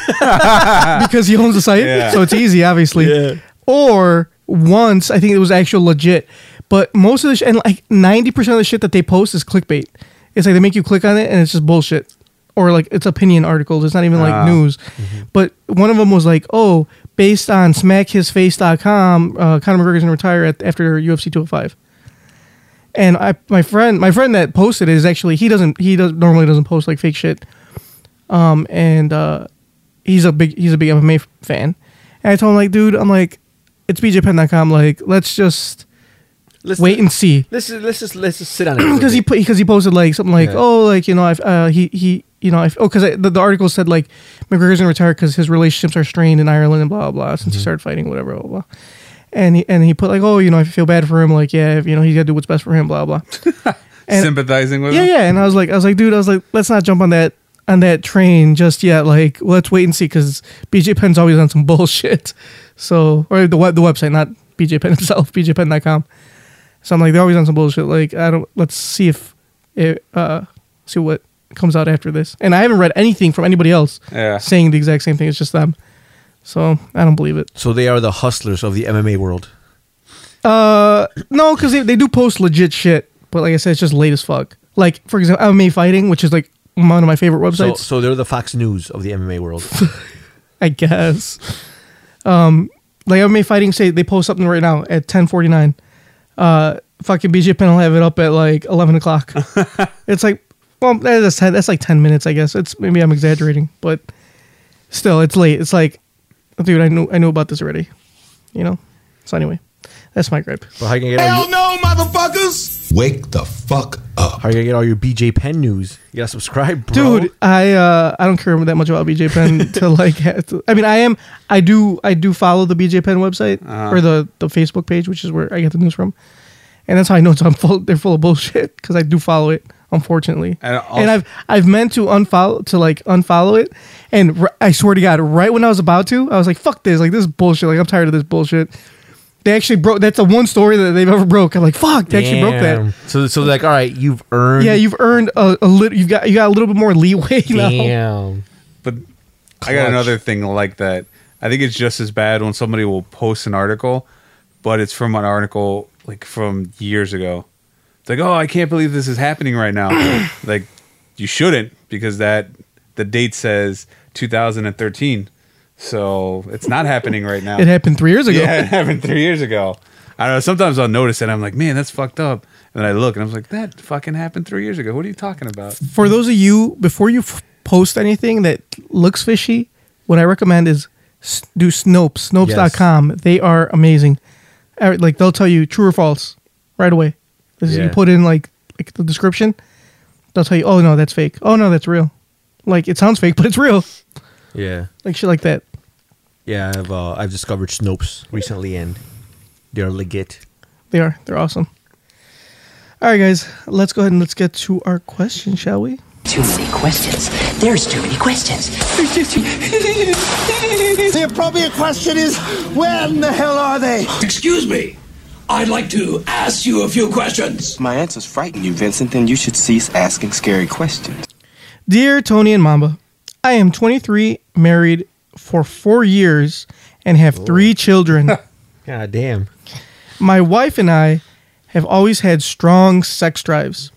Speaker 1: because he owns the site,
Speaker 2: Yeah.
Speaker 1: so it's easy, obviously. Or once I think it was actual legit, but most of the sh- and like ninety percent of the shit that they post is clickbait. It's like they make you click on it and it's just bullshit, or like it's opinion articles. It's not even like news. But one of them was like, oh, based on smackhisface.com, uh, Conor McGregor's gonna retire at, after UFC 205 and I my friend my friend that posted it is actually he doesn't he does normally doesn't post like fake shit. Um and uh he's a big he's a big MMA f- fan. And I told him like dude, I'm like it's bjpen.com like let's just
Speaker 3: Let's
Speaker 1: wait and see
Speaker 3: Let's just- let's just let's just sit on it a little
Speaker 1: because he
Speaker 3: bit.
Speaker 1: put because he posted like something like
Speaker 3: Yeah.
Speaker 1: oh like you know I've, uh, he he you know I've, oh because the, the article said like McGregor's gonna retire because his relationships are strained in Ireland and blah blah blah since he started fighting whatever blah blah. And he, and he put like oh you know I feel bad for him like yeah you know he's gotta do what's best for him blah blah. And-
Speaker 2: Sympathizing with
Speaker 1: Yeah,
Speaker 2: him.
Speaker 1: yeah. And I was like, I was like, dude, I was like, let's not jump on that on that train just yet. Like, let's wait and see because BJ Penn's always on some bullshit. So, or the web, the website, not BJ Penn himself, bjpenn.com. So I'm like, they're always on some bullshit. Like, I don't. Let's see if it uh see what comes out after this. And I haven't read anything from anybody else
Speaker 2: Yeah.
Speaker 1: saying the exact same thing. It's just them. So I don't believe it.
Speaker 3: so they are the hustlers of the MMA world.
Speaker 1: Uh, no, because they, they do post legit shit, but like I said, it's just late as fuck. Like for example, MMA fighting, which is like one of my favorite
Speaker 3: So,
Speaker 1: websites.
Speaker 3: so they're the Fox News of the MMA world.
Speaker 1: I guess. Um, like MMA fighting, say they post something right now at ten forty nine. Uh, fucking BJ Penn will have it up at like eleven o'clock. it's like, well, that's ten, that's like ten minutes, I guess. It's maybe I'm exaggerating, but still, it's late. It's like, dude, I knew I knew about this already. You know. So anyway, that's my gripe.
Speaker 3: But how you gonna get all
Speaker 7: Hell
Speaker 3: your,
Speaker 7: no, motherfuckers! Wake the fuck up.
Speaker 3: how you gonna get all your BJ Penn news? You gotta subscribe, bro.
Speaker 1: Dude, I uh, I don't care that much about BJ Penn to like. have to- I mean, I am. I do. I do follow the BJ Penn website
Speaker 3: Uh-huh.
Speaker 1: or the the Facebook page, which is where I get the news from, and that's how I know it's I'm full. They're full of bullshit because I do follow it. Unfortunately, and,
Speaker 2: And also-
Speaker 1: I've I've meant to unfollow to like unfollow it, and r- I swear to God, right when I was about to, I was like, "Fuck this! Like this is bullshit! Like I'm tired of this bullshit." They actually broke. That's the one story that they've ever broke. I'm like, "Fuck!" They actually broke that.
Speaker 3: Damn. So, so like, all right, you've earned.
Speaker 1: Yeah, you've earned a, a little. You've got you got a little bit more leeway now.
Speaker 3: Damn.
Speaker 2: But I got
Speaker 3: Clutch.
Speaker 2: another thing like that. I think it's just as bad when somebody will post an article, but it's from an article like from years ago. It's like, oh, I can't believe this is happening right now. like, you shouldn't because that the date says 2013, so it's not happening right now.
Speaker 1: It happened three years ago.
Speaker 2: Yeah, it happened three years ago. I don't know. Sometimes I'll notice it. and I'm like, man, that's fucked up. And then I look and I'm like, that fucking happened three years ago. What are you talking about?
Speaker 1: For those of you, before you f- post anything that looks fishy, what I recommend is s- do Snopes, Snopes.com. They are amazing. Uh, Like they'll tell you true or false right away. This is,
Speaker 3: Yeah.
Speaker 1: you put in like like the description, they'll tell you, oh no, that's fake. Oh no, that's real. Like it sounds fake, but it's real.
Speaker 3: Yeah.
Speaker 1: Like shit like that.
Speaker 3: Yeah, I've uh, I've discovered Snopes recently, and they're legit.
Speaker 1: They are. They're awesome. All right, guys, let's go ahead and let's get to our question, shall we?
Speaker 10: Too many questions. There's too many questions.
Speaker 7: The appropriate question is when the hell are they?
Speaker 11: Excuse me. I'd like to ask you a few questions.
Speaker 12: My answers frighten you, Vincent, then you should cease asking scary questions.
Speaker 1: Dear Tony and Mamba, I am 23, married for four years, and have
Speaker 12: Oh.
Speaker 1: three children.
Speaker 3: God damn.
Speaker 1: My wife and I have always had strong sex drives.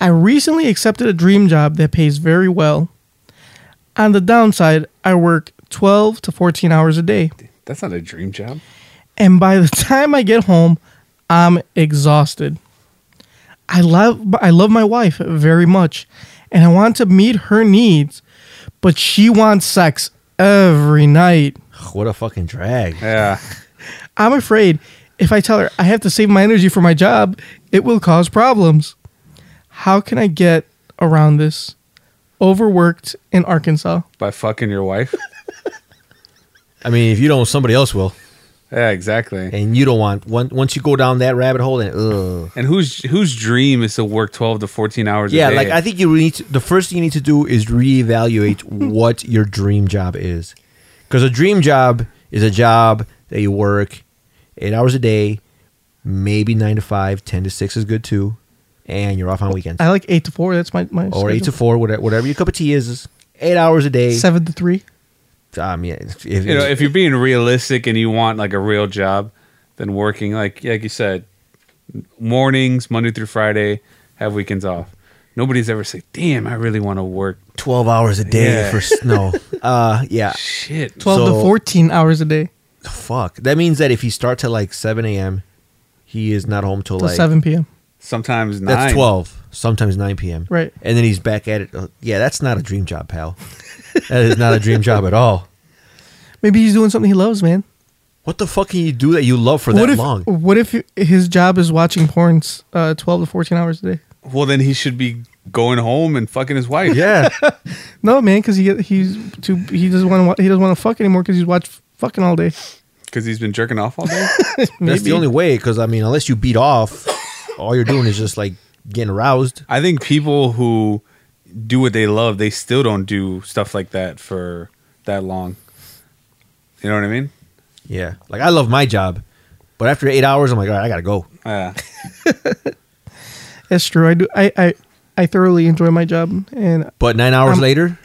Speaker 1: I recently accepted a dream job that pays very well. On the downside, I work 12 to 14 hours a day.
Speaker 2: That's not a dream job.
Speaker 1: And by the time I get home, I'm exhausted. I love I love my wife very much and I want to meet her needs, but she wants sex every night.
Speaker 3: What a fucking drag.
Speaker 2: Yeah.
Speaker 1: I'm afraid if I tell her I have to save my energy for my job, it will cause problems. How can I get around this? Overworked in Arkansas.
Speaker 2: By fucking your wife.
Speaker 3: I mean, if you don't, somebody else will.
Speaker 2: Yeah, exactly.
Speaker 3: And you don't want one, once you go down that rabbit hole, and ugh.
Speaker 2: And whose whose dream is to work twelve to fourteen hours?
Speaker 3: Yeah,
Speaker 2: a day?
Speaker 3: like I think you really need to, the first thing you need to do is reevaluate what your dream job is, because a dream job is a job that you work eight hours a day, maybe nine to five, ten to six is good too, and you're off on weekends
Speaker 1: I like eight to four. That's my, my
Speaker 3: or eight to
Speaker 1: schedule.
Speaker 3: four, whatever, whatever your cup of tea is, is eight hours a day.
Speaker 1: seven to three.
Speaker 3: Um, yeah, if, if,
Speaker 2: you know if you're being realistic and you want like a real job, then working like like you said, mornings Monday through Friday, have weekends off. Nobody's ever say, "Damn, I really want to work."
Speaker 3: twelve hours a day
Speaker 2: Yeah.
Speaker 3: for snow. uh, yeah,
Speaker 2: Shit,
Speaker 1: Twelve
Speaker 3: So-
Speaker 1: to fourteen hours a day.
Speaker 3: fuck. That means that if he starts at like seven a.m., he is not home till
Speaker 1: Till
Speaker 3: like
Speaker 1: seven PM.
Speaker 2: sometimes nine.
Speaker 3: That's 12, sometimes 9 p.m.
Speaker 1: Right.
Speaker 3: And then he's back at it. Uh, Yeah, that's not a dream job, pal. that is not a dream job at all.
Speaker 1: Maybe he's doing something he loves, man.
Speaker 3: What the fuck can you do that you love for
Speaker 1: what
Speaker 3: that
Speaker 1: if,
Speaker 3: long?
Speaker 1: What if his job is watching porns uh, 12 to 14 hours a day?
Speaker 2: Well, then he should be going home and fucking his wife.
Speaker 3: Yeah.
Speaker 1: No, man, because he get, he's too he doesn't want to he doesn't want to fuck anymore because he's watched fucking all day.
Speaker 2: because he's been jerking off all day.
Speaker 3: That's the only way because, I mean, unless you beat off, all you're doing is just like getting aroused.
Speaker 2: I think people who do what they love, they still don't do stuff like that for that long. You know what I mean?
Speaker 3: Yeah. Like, I love my job, but after eight hours, I'm like, all right, I got to go.
Speaker 2: Yeah.
Speaker 1: That's true. I do. I I, I thoroughly enjoy my job and
Speaker 3: But nine hours
Speaker 1: I'm
Speaker 3: later,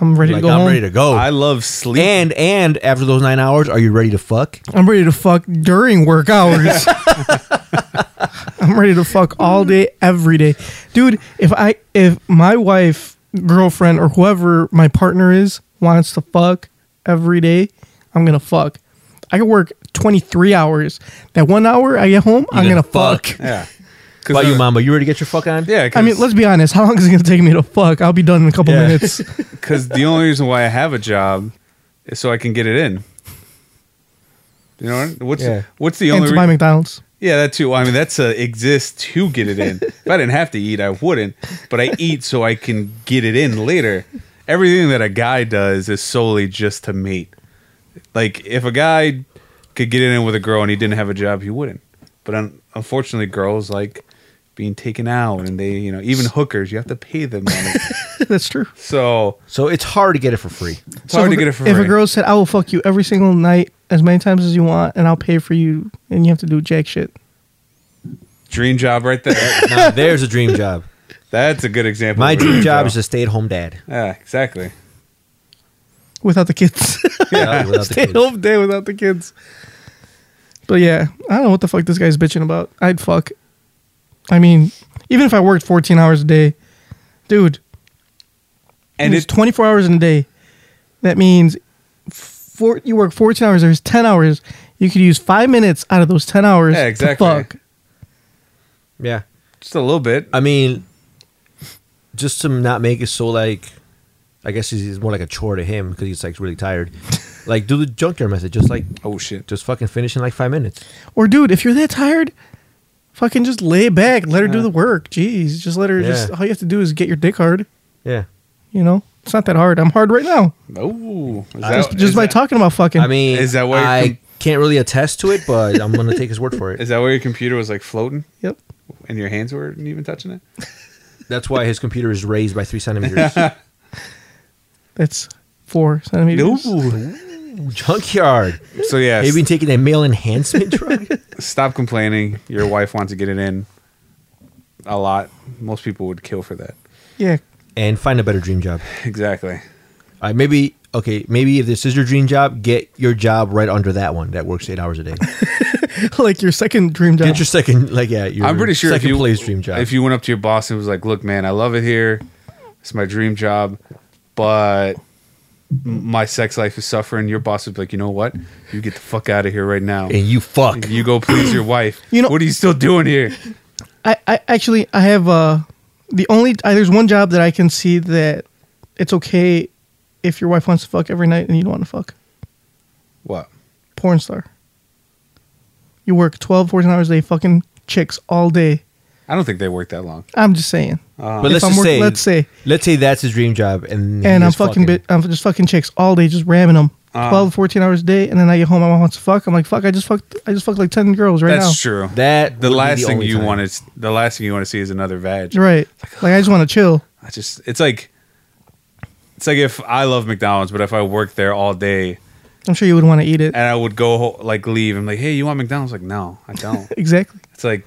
Speaker 1: I'm ready
Speaker 3: like,
Speaker 1: to Um, go
Speaker 3: I'm
Speaker 1: home.
Speaker 3: ready to go.
Speaker 2: I love sleep.
Speaker 3: and and after those nine hours, are you ready to fuck?
Speaker 1: I'm ready to fuck during work hours. I'm ready to fuck all day, every day, dude. If I if my wife girlfriend or whoever my partner is wants to fuck every day, I'm gonna fuck. I can work 23 hours. That one hour I get home, I'm gonna fuck.
Speaker 2: Yeah.
Speaker 3: About you, mama. You ready to get your fuck on?
Speaker 2: Yeah.
Speaker 1: I mean, let's be honest. How long is it gonna take me to fuck? I'll be done in a couple minutes.
Speaker 2: Because the only reason why I have a job is so I can get it in. You know what? What's
Speaker 1: Yeah.
Speaker 2: what's the
Speaker 1: and
Speaker 2: only
Speaker 1: to buy
Speaker 2: rea-
Speaker 1: McDonald's.
Speaker 2: Yeah, that too. I mean, that's a exist to get it in. if I didn't have to eat, I wouldn't. But I eat so I can get it in later. Everything that a guy does is solely just to mate. Like if a guy could get it in with a girl and he didn't have a job, he wouldn't. But un- unfortunately, girls like being taken out, and they, you know, even hookers, you have to pay them money.
Speaker 1: That's true.
Speaker 2: So
Speaker 3: so it's hard to get it for free.
Speaker 2: It's hard to get it for
Speaker 1: if
Speaker 2: free.
Speaker 1: a girl said, "I will fuck you every single night as many times as you want, and I'll pay for you," and you have to do jack shit.
Speaker 2: dream job right there.
Speaker 3: Now, there's a dream job.
Speaker 2: That's a good example.
Speaker 3: My
Speaker 2: of a
Speaker 3: dream job is a stay-at-home dad.
Speaker 2: Yeah, exactly.
Speaker 1: without the kids.
Speaker 3: Yeah, without the
Speaker 1: Stay
Speaker 3: kids.
Speaker 1: home day without the kids. But yeah, I don't know what the fuck this guy's bitching about. I'd fuck. I mean, even if I worked 14 hours a day, dude,
Speaker 2: And
Speaker 1: and it's
Speaker 2: it-
Speaker 1: 24 hours in a day. That means four, you work 14 hours, there's 10 hours. You could use five minutes out of those 10 hours.
Speaker 2: Yeah,
Speaker 1: to
Speaker 2: exactly.
Speaker 1: fuck.
Speaker 3: Yeah.
Speaker 2: Just a little bit.
Speaker 3: I mean, just to not make it so like, I guess it's more like a chore to him because he's like really tired. like, do the junkyard method. Just like,
Speaker 2: oh shit,
Speaker 3: just fucking finish in like five minutes.
Speaker 1: Or, dude, if you're that tired, fucking just lay back. Let her do the work. Jeez, just let her just,
Speaker 3: Yeah.
Speaker 1: all you have to do is get your dick hard.
Speaker 3: Yeah.
Speaker 1: You know, it's not that hard. I'm hard right now.
Speaker 2: Oh, is that,
Speaker 1: just just by talking about fucking.
Speaker 3: I mean,
Speaker 2: Is that why
Speaker 3: I
Speaker 2: you-
Speaker 3: can't really attest to it, but I'm gonna take his word for it.
Speaker 2: is that where your computer was like floating?
Speaker 1: Yep.
Speaker 2: And your hands weren't even touching it.
Speaker 3: That's why his computer is raised by three centimeters.
Speaker 1: that's four centimeters.
Speaker 3: junkyard.
Speaker 2: So yeah,
Speaker 3: Have you been taking that male enhancement drug?
Speaker 2: stop complaining. Your wife wants to get it in. A lot. Most people would kill for that.
Speaker 1: Yeah.
Speaker 3: And find a better dream job.
Speaker 2: Exactly.
Speaker 3: All right, maybe okay. Maybe if this is your dream job, get your job right under that one that works eight hours a day.
Speaker 1: like your second dream job.
Speaker 3: Get your second, like yeah. Your
Speaker 2: I'm pretty sure if
Speaker 3: second
Speaker 2: you
Speaker 3: place dream job.
Speaker 2: if you went up to your boss and was like, "Look, man, I love it here. It's my dream job, but my sex life is suffering." Your boss would be like, "You know what? You get the fuck out of here right now."
Speaker 3: and you fuck.
Speaker 2: You go please your wife.
Speaker 1: You know-
Speaker 2: what are you still doing here?
Speaker 1: I, I actually I have uh the only I, there's one job that I can see that it's okay if your wife wants to fuck every night and you don't want to fuck.
Speaker 2: What?
Speaker 1: Porn star. You work 12, 14 hours a day, fucking chicks all day.
Speaker 2: I don't think they work that long.
Speaker 1: I'm just saying.
Speaker 2: Uh,
Speaker 3: but
Speaker 1: If
Speaker 3: let's
Speaker 1: I'm
Speaker 3: just
Speaker 1: work-
Speaker 3: say,
Speaker 1: let's say-
Speaker 3: let's say that's his dream job,
Speaker 1: and
Speaker 3: and he
Speaker 1: I'm
Speaker 3: is
Speaker 1: fucking, bit, I'm just fucking chicks all day, just ramming them.
Speaker 3: Ah.
Speaker 1: 12, 14 hours a day, and then I get home. My mom wants to fuck. I'm like, fuck. I just fucked. I just fucked like ten girls right
Speaker 2: That's
Speaker 1: now.
Speaker 2: true.
Speaker 3: That
Speaker 2: the
Speaker 3: would be
Speaker 2: last
Speaker 3: the
Speaker 2: thing
Speaker 3: only
Speaker 2: you
Speaker 3: time.
Speaker 2: want is the last thing you want to see is another vag.
Speaker 1: Right. Like I just want to chill.
Speaker 2: I just it's like it's like if I love McDonald's, but if I worked there all day
Speaker 1: I'm sure you would want to eat it.
Speaker 2: and I would go ho- like leave, I'm like, hey, you want McDonald's? Like, no, I don't.
Speaker 1: Exactly.
Speaker 2: it's like,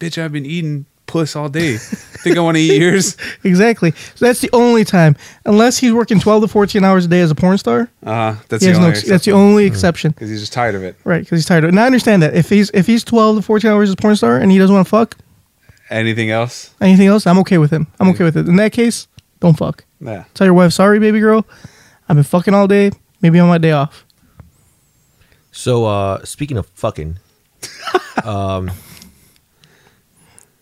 Speaker 2: bitch, I've been eating puss all day. Think I want to eat yours?
Speaker 1: Exactly. So that's the only time, unless he's working twelve to fourteen hours a day as a porn star.
Speaker 2: Uh, that's
Speaker 1: He
Speaker 2: the
Speaker 1: has no
Speaker 2: only
Speaker 1: ex- that's the only exception,
Speaker 2: because he's just tired of it.
Speaker 1: right? Because he's tired of it. And I understand that if he's if he's twelve to fourteen hours as a porn star and he doesn't want to fuck
Speaker 2: Anything else?
Speaker 1: anything else, I'm okay with him. I'm okay with it. In that case, don't fuck.
Speaker 2: Yeah.
Speaker 1: Tell your wife, sorry, baby girl, I've been fucking all day. Maybe on my day off.
Speaker 3: So uh speaking of fucking, um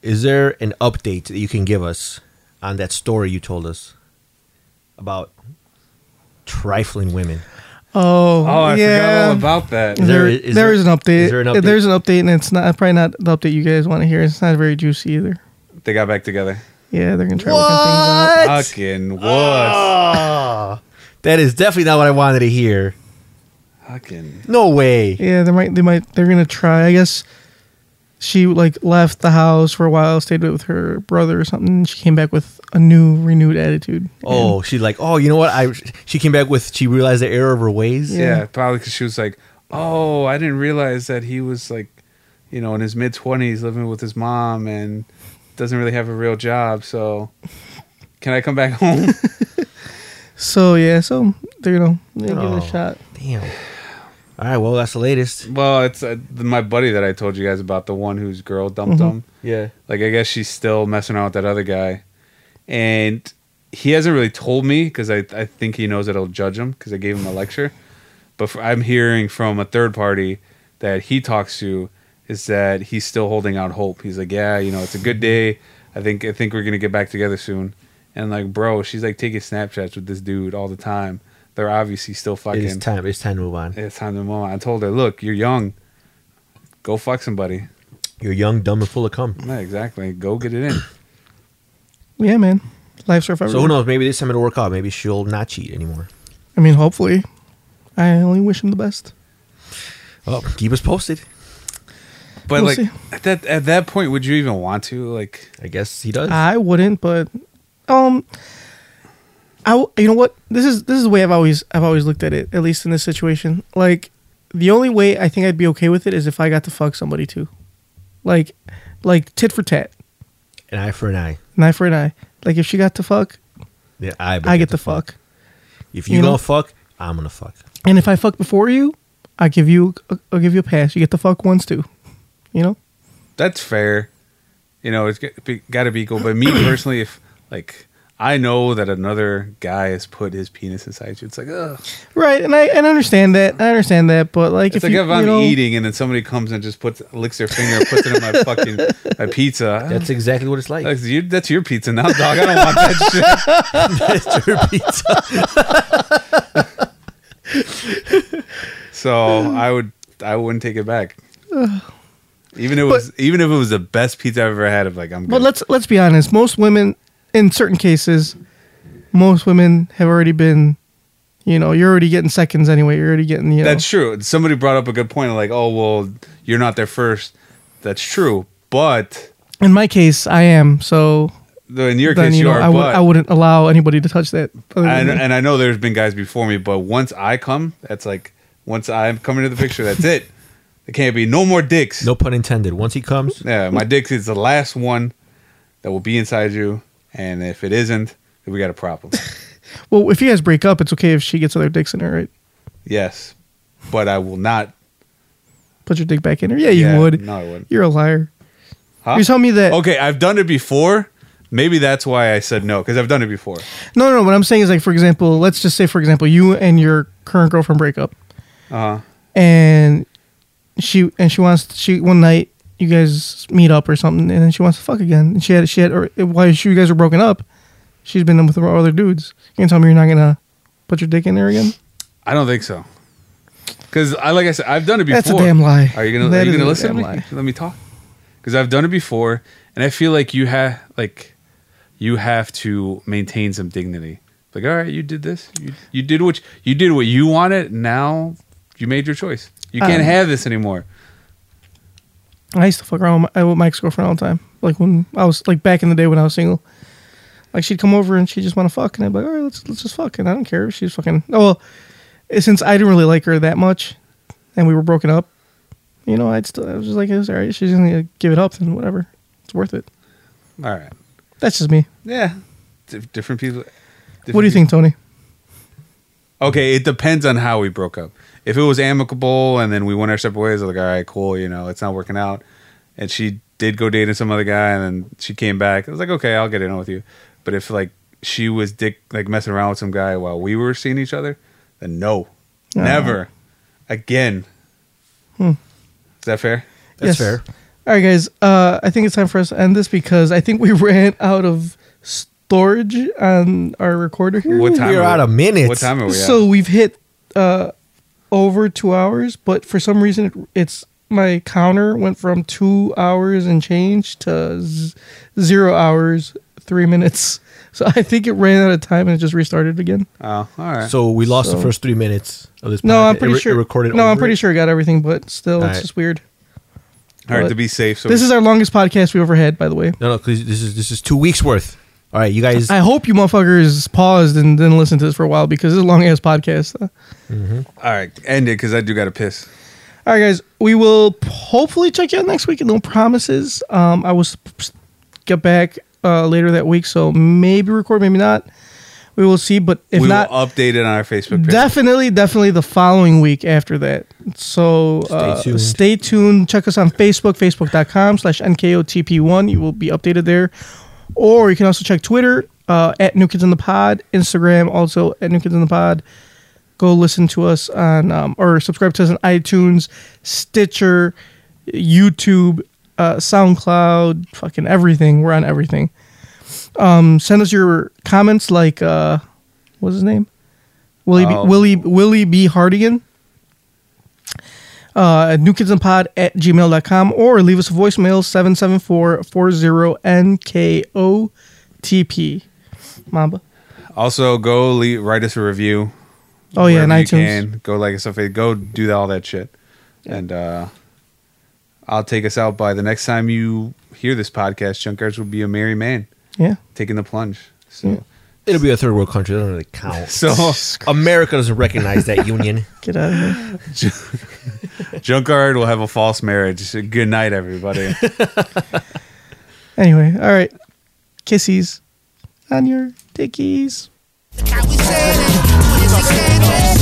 Speaker 3: is there an update that you can give us on that story you told us about trifling women?
Speaker 1: Oh,
Speaker 2: Oh, I
Speaker 1: yeah.
Speaker 2: forgot all about that.
Speaker 3: Is
Speaker 1: there,
Speaker 3: there- is
Speaker 1: there
Speaker 3: there-
Speaker 1: is an update.
Speaker 3: is there an update?
Speaker 1: There's an update, and it's not probably not the update you guys want to hear. It's not very juicy either.
Speaker 2: They got back together.
Speaker 1: Yeah, they're gonna try working things out.
Speaker 2: Fucking what?
Speaker 3: That is definitely not what I wanted to hear.
Speaker 2: Fucking
Speaker 3: No way.
Speaker 1: Yeah, they might. They might. They're gonna try. I guess she like left the house for a while, stayed with her brother or something. and She came back with a new, renewed attitude.
Speaker 3: Oh, she's like, oh, you know what? I she came back with she realized the error of her ways.
Speaker 2: yeah, probably because she was like, "Oh, I didn't realize that he was like, you know, in his mid twenties, living with his mom, and doesn't really have a real job. So, can I come back home?
Speaker 1: So yeah, so they're gonna they give it
Speaker 3: Oh.
Speaker 1: a shot.
Speaker 3: Damn. All right. Well, that's the latest.
Speaker 2: well, it's uh, th- my buddy that I told you guys about, the one whose girl dumped
Speaker 1: Mhm.
Speaker 2: him.
Speaker 3: Yeah.
Speaker 2: Like, I guess she's still messing around with that other guy, and he hasn't really told me because I, I think he knows that I'll judge him because I gave him a lecture. But fr- I'm hearing from a third party that he talks to is that he's still holding out hope. He's like, yeah, you know, it's a good day. I think I think we're gonna get back together soon. And like, bro, she's like taking Snapchats with this dude all the time. They're obviously still fucking.
Speaker 3: It's time. It's time to move on.
Speaker 2: It's time to move on. I told her, look, you're young. Go fuck somebody.
Speaker 3: You're young, dumb, and full of cum.
Speaker 2: Yeah, exactly. Go get it in.
Speaker 1: Yeah, man. Life's worth
Speaker 3: So who knows? Maybe this time it'll work out. Maybe she'll not cheat anymore.
Speaker 1: I mean, hopefully. I only wish him the best.
Speaker 3: Oh, keep us posted.
Speaker 2: But
Speaker 1: We'll
Speaker 2: like
Speaker 1: see.
Speaker 2: at that at that point, would you even want to? Like,
Speaker 3: I guess he does.
Speaker 1: I wouldn't, but um, I w- you know what? This is this is the way I've always I've always looked at it. At least in this situation, like the only way I think I'd be okay with it is if I got to fuck somebody too, like like tit for tat,
Speaker 3: An eye for an eye.
Speaker 1: an eye for an eye. Like if she got to fuck,
Speaker 3: Yeah, I. would
Speaker 1: I get to fuck.
Speaker 3: If you,
Speaker 1: You know?
Speaker 3: gonna fuck, I'm gonna fuck.
Speaker 1: And if I fuck before you, I give you I'll give you a pass. You get to fuck once too, you know.
Speaker 2: that's fair. You know, it's got to be equal. But me personally, if like I know that another guy has put his penis inside you, it's like, ugh.
Speaker 1: Right, and I and I understand that. I understand that, but like
Speaker 2: It's
Speaker 1: if
Speaker 2: like
Speaker 1: you,
Speaker 2: if
Speaker 1: you
Speaker 2: I'm
Speaker 1: know,
Speaker 2: eating and then somebody comes and just puts licks their finger and puts it in my fucking my pizza.
Speaker 3: That's exactly what it's like.
Speaker 2: Uh, That's your, that's your pizza now, dog. I don't want that shit.
Speaker 3: That's your
Speaker 2: pizza. so I would I wouldn't take it back. Even if it was even if it was the best pizza I've ever had, if like I'm
Speaker 1: But let's let's be honest. Most women, in certain cases, most women have already been, you know, you're already getting seconds anyway. You're already getting, you know,
Speaker 2: That's true. Somebody brought up a good point, like, oh well, you're not there first. That's true, but
Speaker 1: in my case, I am. So
Speaker 2: though in your
Speaker 1: then
Speaker 2: case,
Speaker 1: you
Speaker 2: you,
Speaker 1: know,
Speaker 2: are.
Speaker 1: I would
Speaker 2: but
Speaker 1: I wouldn't allow anybody to touch that. other than
Speaker 2: and,
Speaker 1: me.
Speaker 2: and I know there's been guys before me, but once I come, that's like once I'm coming to the picture, that's it. There can't be no more dicks.
Speaker 3: No pun intended. Once he comes,
Speaker 2: Yeah, my dick is the last one that will be inside you, and if it isn't, then we got a problem.
Speaker 1: well, if you guys break up, it's okay if she gets other dicks in her, right?
Speaker 2: yes, but I will not.
Speaker 1: Put your dick back in her. Yeah, you
Speaker 2: Yeah,
Speaker 1: would.
Speaker 2: no, I wouldn't.
Speaker 1: You're a liar.
Speaker 2: Huh?
Speaker 1: You're telling me that-
Speaker 2: Okay, I've done it before. Maybe that's why I said no because I've done it before.
Speaker 1: No, no, no. What I'm saying is, like, for example, let's just say, for example, you and your current girlfriend break up.
Speaker 2: Uh huh.
Speaker 1: and she and she wants she one night you guys meet up or something and then she wants to fuck again and she had she had or while she, you guys were broken up she's been with other dudes you can tell me you're not gonna put your dick in there again
Speaker 2: I don't think so. Because I, like I said, I've done it before.
Speaker 1: That's a damn lie.
Speaker 2: Are you gonna
Speaker 1: That
Speaker 2: are you
Speaker 1: is
Speaker 2: gonna
Speaker 1: a
Speaker 2: listen to
Speaker 1: damn
Speaker 2: me?
Speaker 1: lie.
Speaker 2: Let me talk. Because I've done it before, and I feel like you have like you have to maintain some dignity. Like, all right, you did this. You you did what you, you did what you wanted. Now you made your choice. You
Speaker 1: Um,
Speaker 2: can't have this anymore.
Speaker 1: I used to fuck around with my, with my ex girlfriend all the time like when I was like back in the day when I was single like she'd come over and she just want to fuck and I'd be like all right let's let's just fuck and I don't care if she's fucking oh well eh, since I didn't really like her that much and we were broken up you know I'd still I was just like it's all right she's gonna give it up then whatever it's worth it
Speaker 2: All right.
Speaker 1: that's just me
Speaker 2: Yeah. Di- different people.
Speaker 1: what do you
Speaker 2: different
Speaker 1: think Tony
Speaker 2: Okay, it depends on how we broke up. If it was amicable and then we went our separate ways, I'm like, all right, cool, you know, it's not working out. And she did go dating some other guy and then she came back. I was like, okay, I'll get in with you. But if like she was dick like messing around with some guy while we were seeing each other, then no.
Speaker 1: No.
Speaker 2: Never. Again.
Speaker 1: Ah. Hmm.
Speaker 2: Is that fair?
Speaker 1: Yes. All right, guys. Uh, I think it's time for us to end this because I think we ran out of storage on our recorder here.
Speaker 2: What time are we- What time
Speaker 3: Oh,
Speaker 2: are we at?
Speaker 1: So we've hit uh, over two hours, but for some reason, it, it's my counter went from two hours and change to z- zero hours three minutes. So I think it ran out of time and it just restarted again.
Speaker 2: Oh, all right.
Speaker 3: So we lost the
Speaker 1: So-
Speaker 3: first three minutes of this.
Speaker 1: No, I'm
Speaker 3: podcast. Uh, It
Speaker 1: pretty
Speaker 3: re-
Speaker 1: sure.
Speaker 3: it recorded.
Speaker 1: no, I'm
Speaker 3: over
Speaker 1: pretty
Speaker 3: it.
Speaker 1: sure I got everything, but still,
Speaker 3: All
Speaker 1: it's
Speaker 3: right.
Speaker 1: just weird.
Speaker 2: All right,
Speaker 1: But
Speaker 2: to be safe. So
Speaker 1: this is our longest podcast we've ever had, by the way.
Speaker 3: No, no, because this is this is two weeks worth. All right, you guys.
Speaker 1: I hope you motherfuckers paused and didn't listen to this for a while because this is a long ass podcast. All
Speaker 2: All right, end it because I do got to piss.
Speaker 1: right, guys, we will hopefully check you out next week. No promises. Um, I will s- s- get back uh, later that week, so maybe record, maybe not. We will see, but if
Speaker 2: we
Speaker 1: not,
Speaker 2: will update it on our Facebook page.
Speaker 1: definitely, definitely the following week after that. So uh,
Speaker 3: tuned.
Speaker 1: stay tuned. Check us on Facebook, facebook.com slash NKOTP1. You will be updated there. Or you can also check Twitter uh, at New Kids in the Pod, Instagram also at New Kids in the Pod. Go listen to us on um, or subscribe to us on iTunes, Stitcher, YouTube, uh, SoundCloud, fucking everything. We're on everything. Um, send us your comments like uh, what's his name? Willie
Speaker 13: Oh.
Speaker 2: Um,
Speaker 1: B, Willie Willie B Hardigan. Uh, newkidsonpod at gmail.com or leave us a voicemail 774 40 NKOTP. Mamba.
Speaker 2: Also, go le write us a review.
Speaker 1: Oh, yeah,
Speaker 2: wherever
Speaker 1: on
Speaker 2: you
Speaker 1: iTunes.
Speaker 2: can. Go like us on Facebook. Go do all that shit. And uh, I'll take us out by the next time you hear this podcast. Junkards will be a merry man.
Speaker 1: Yeah.
Speaker 2: Taking the plunge. So
Speaker 3: It'll be a third world country. That doesn't really count.
Speaker 2: So-
Speaker 3: America doesn't recognize that union.
Speaker 1: Get out of here.
Speaker 2: Junkard will have a false marriage. Good night, everybody.
Speaker 1: Anyway, all right. Kissies on your dickies.
Speaker 14: It's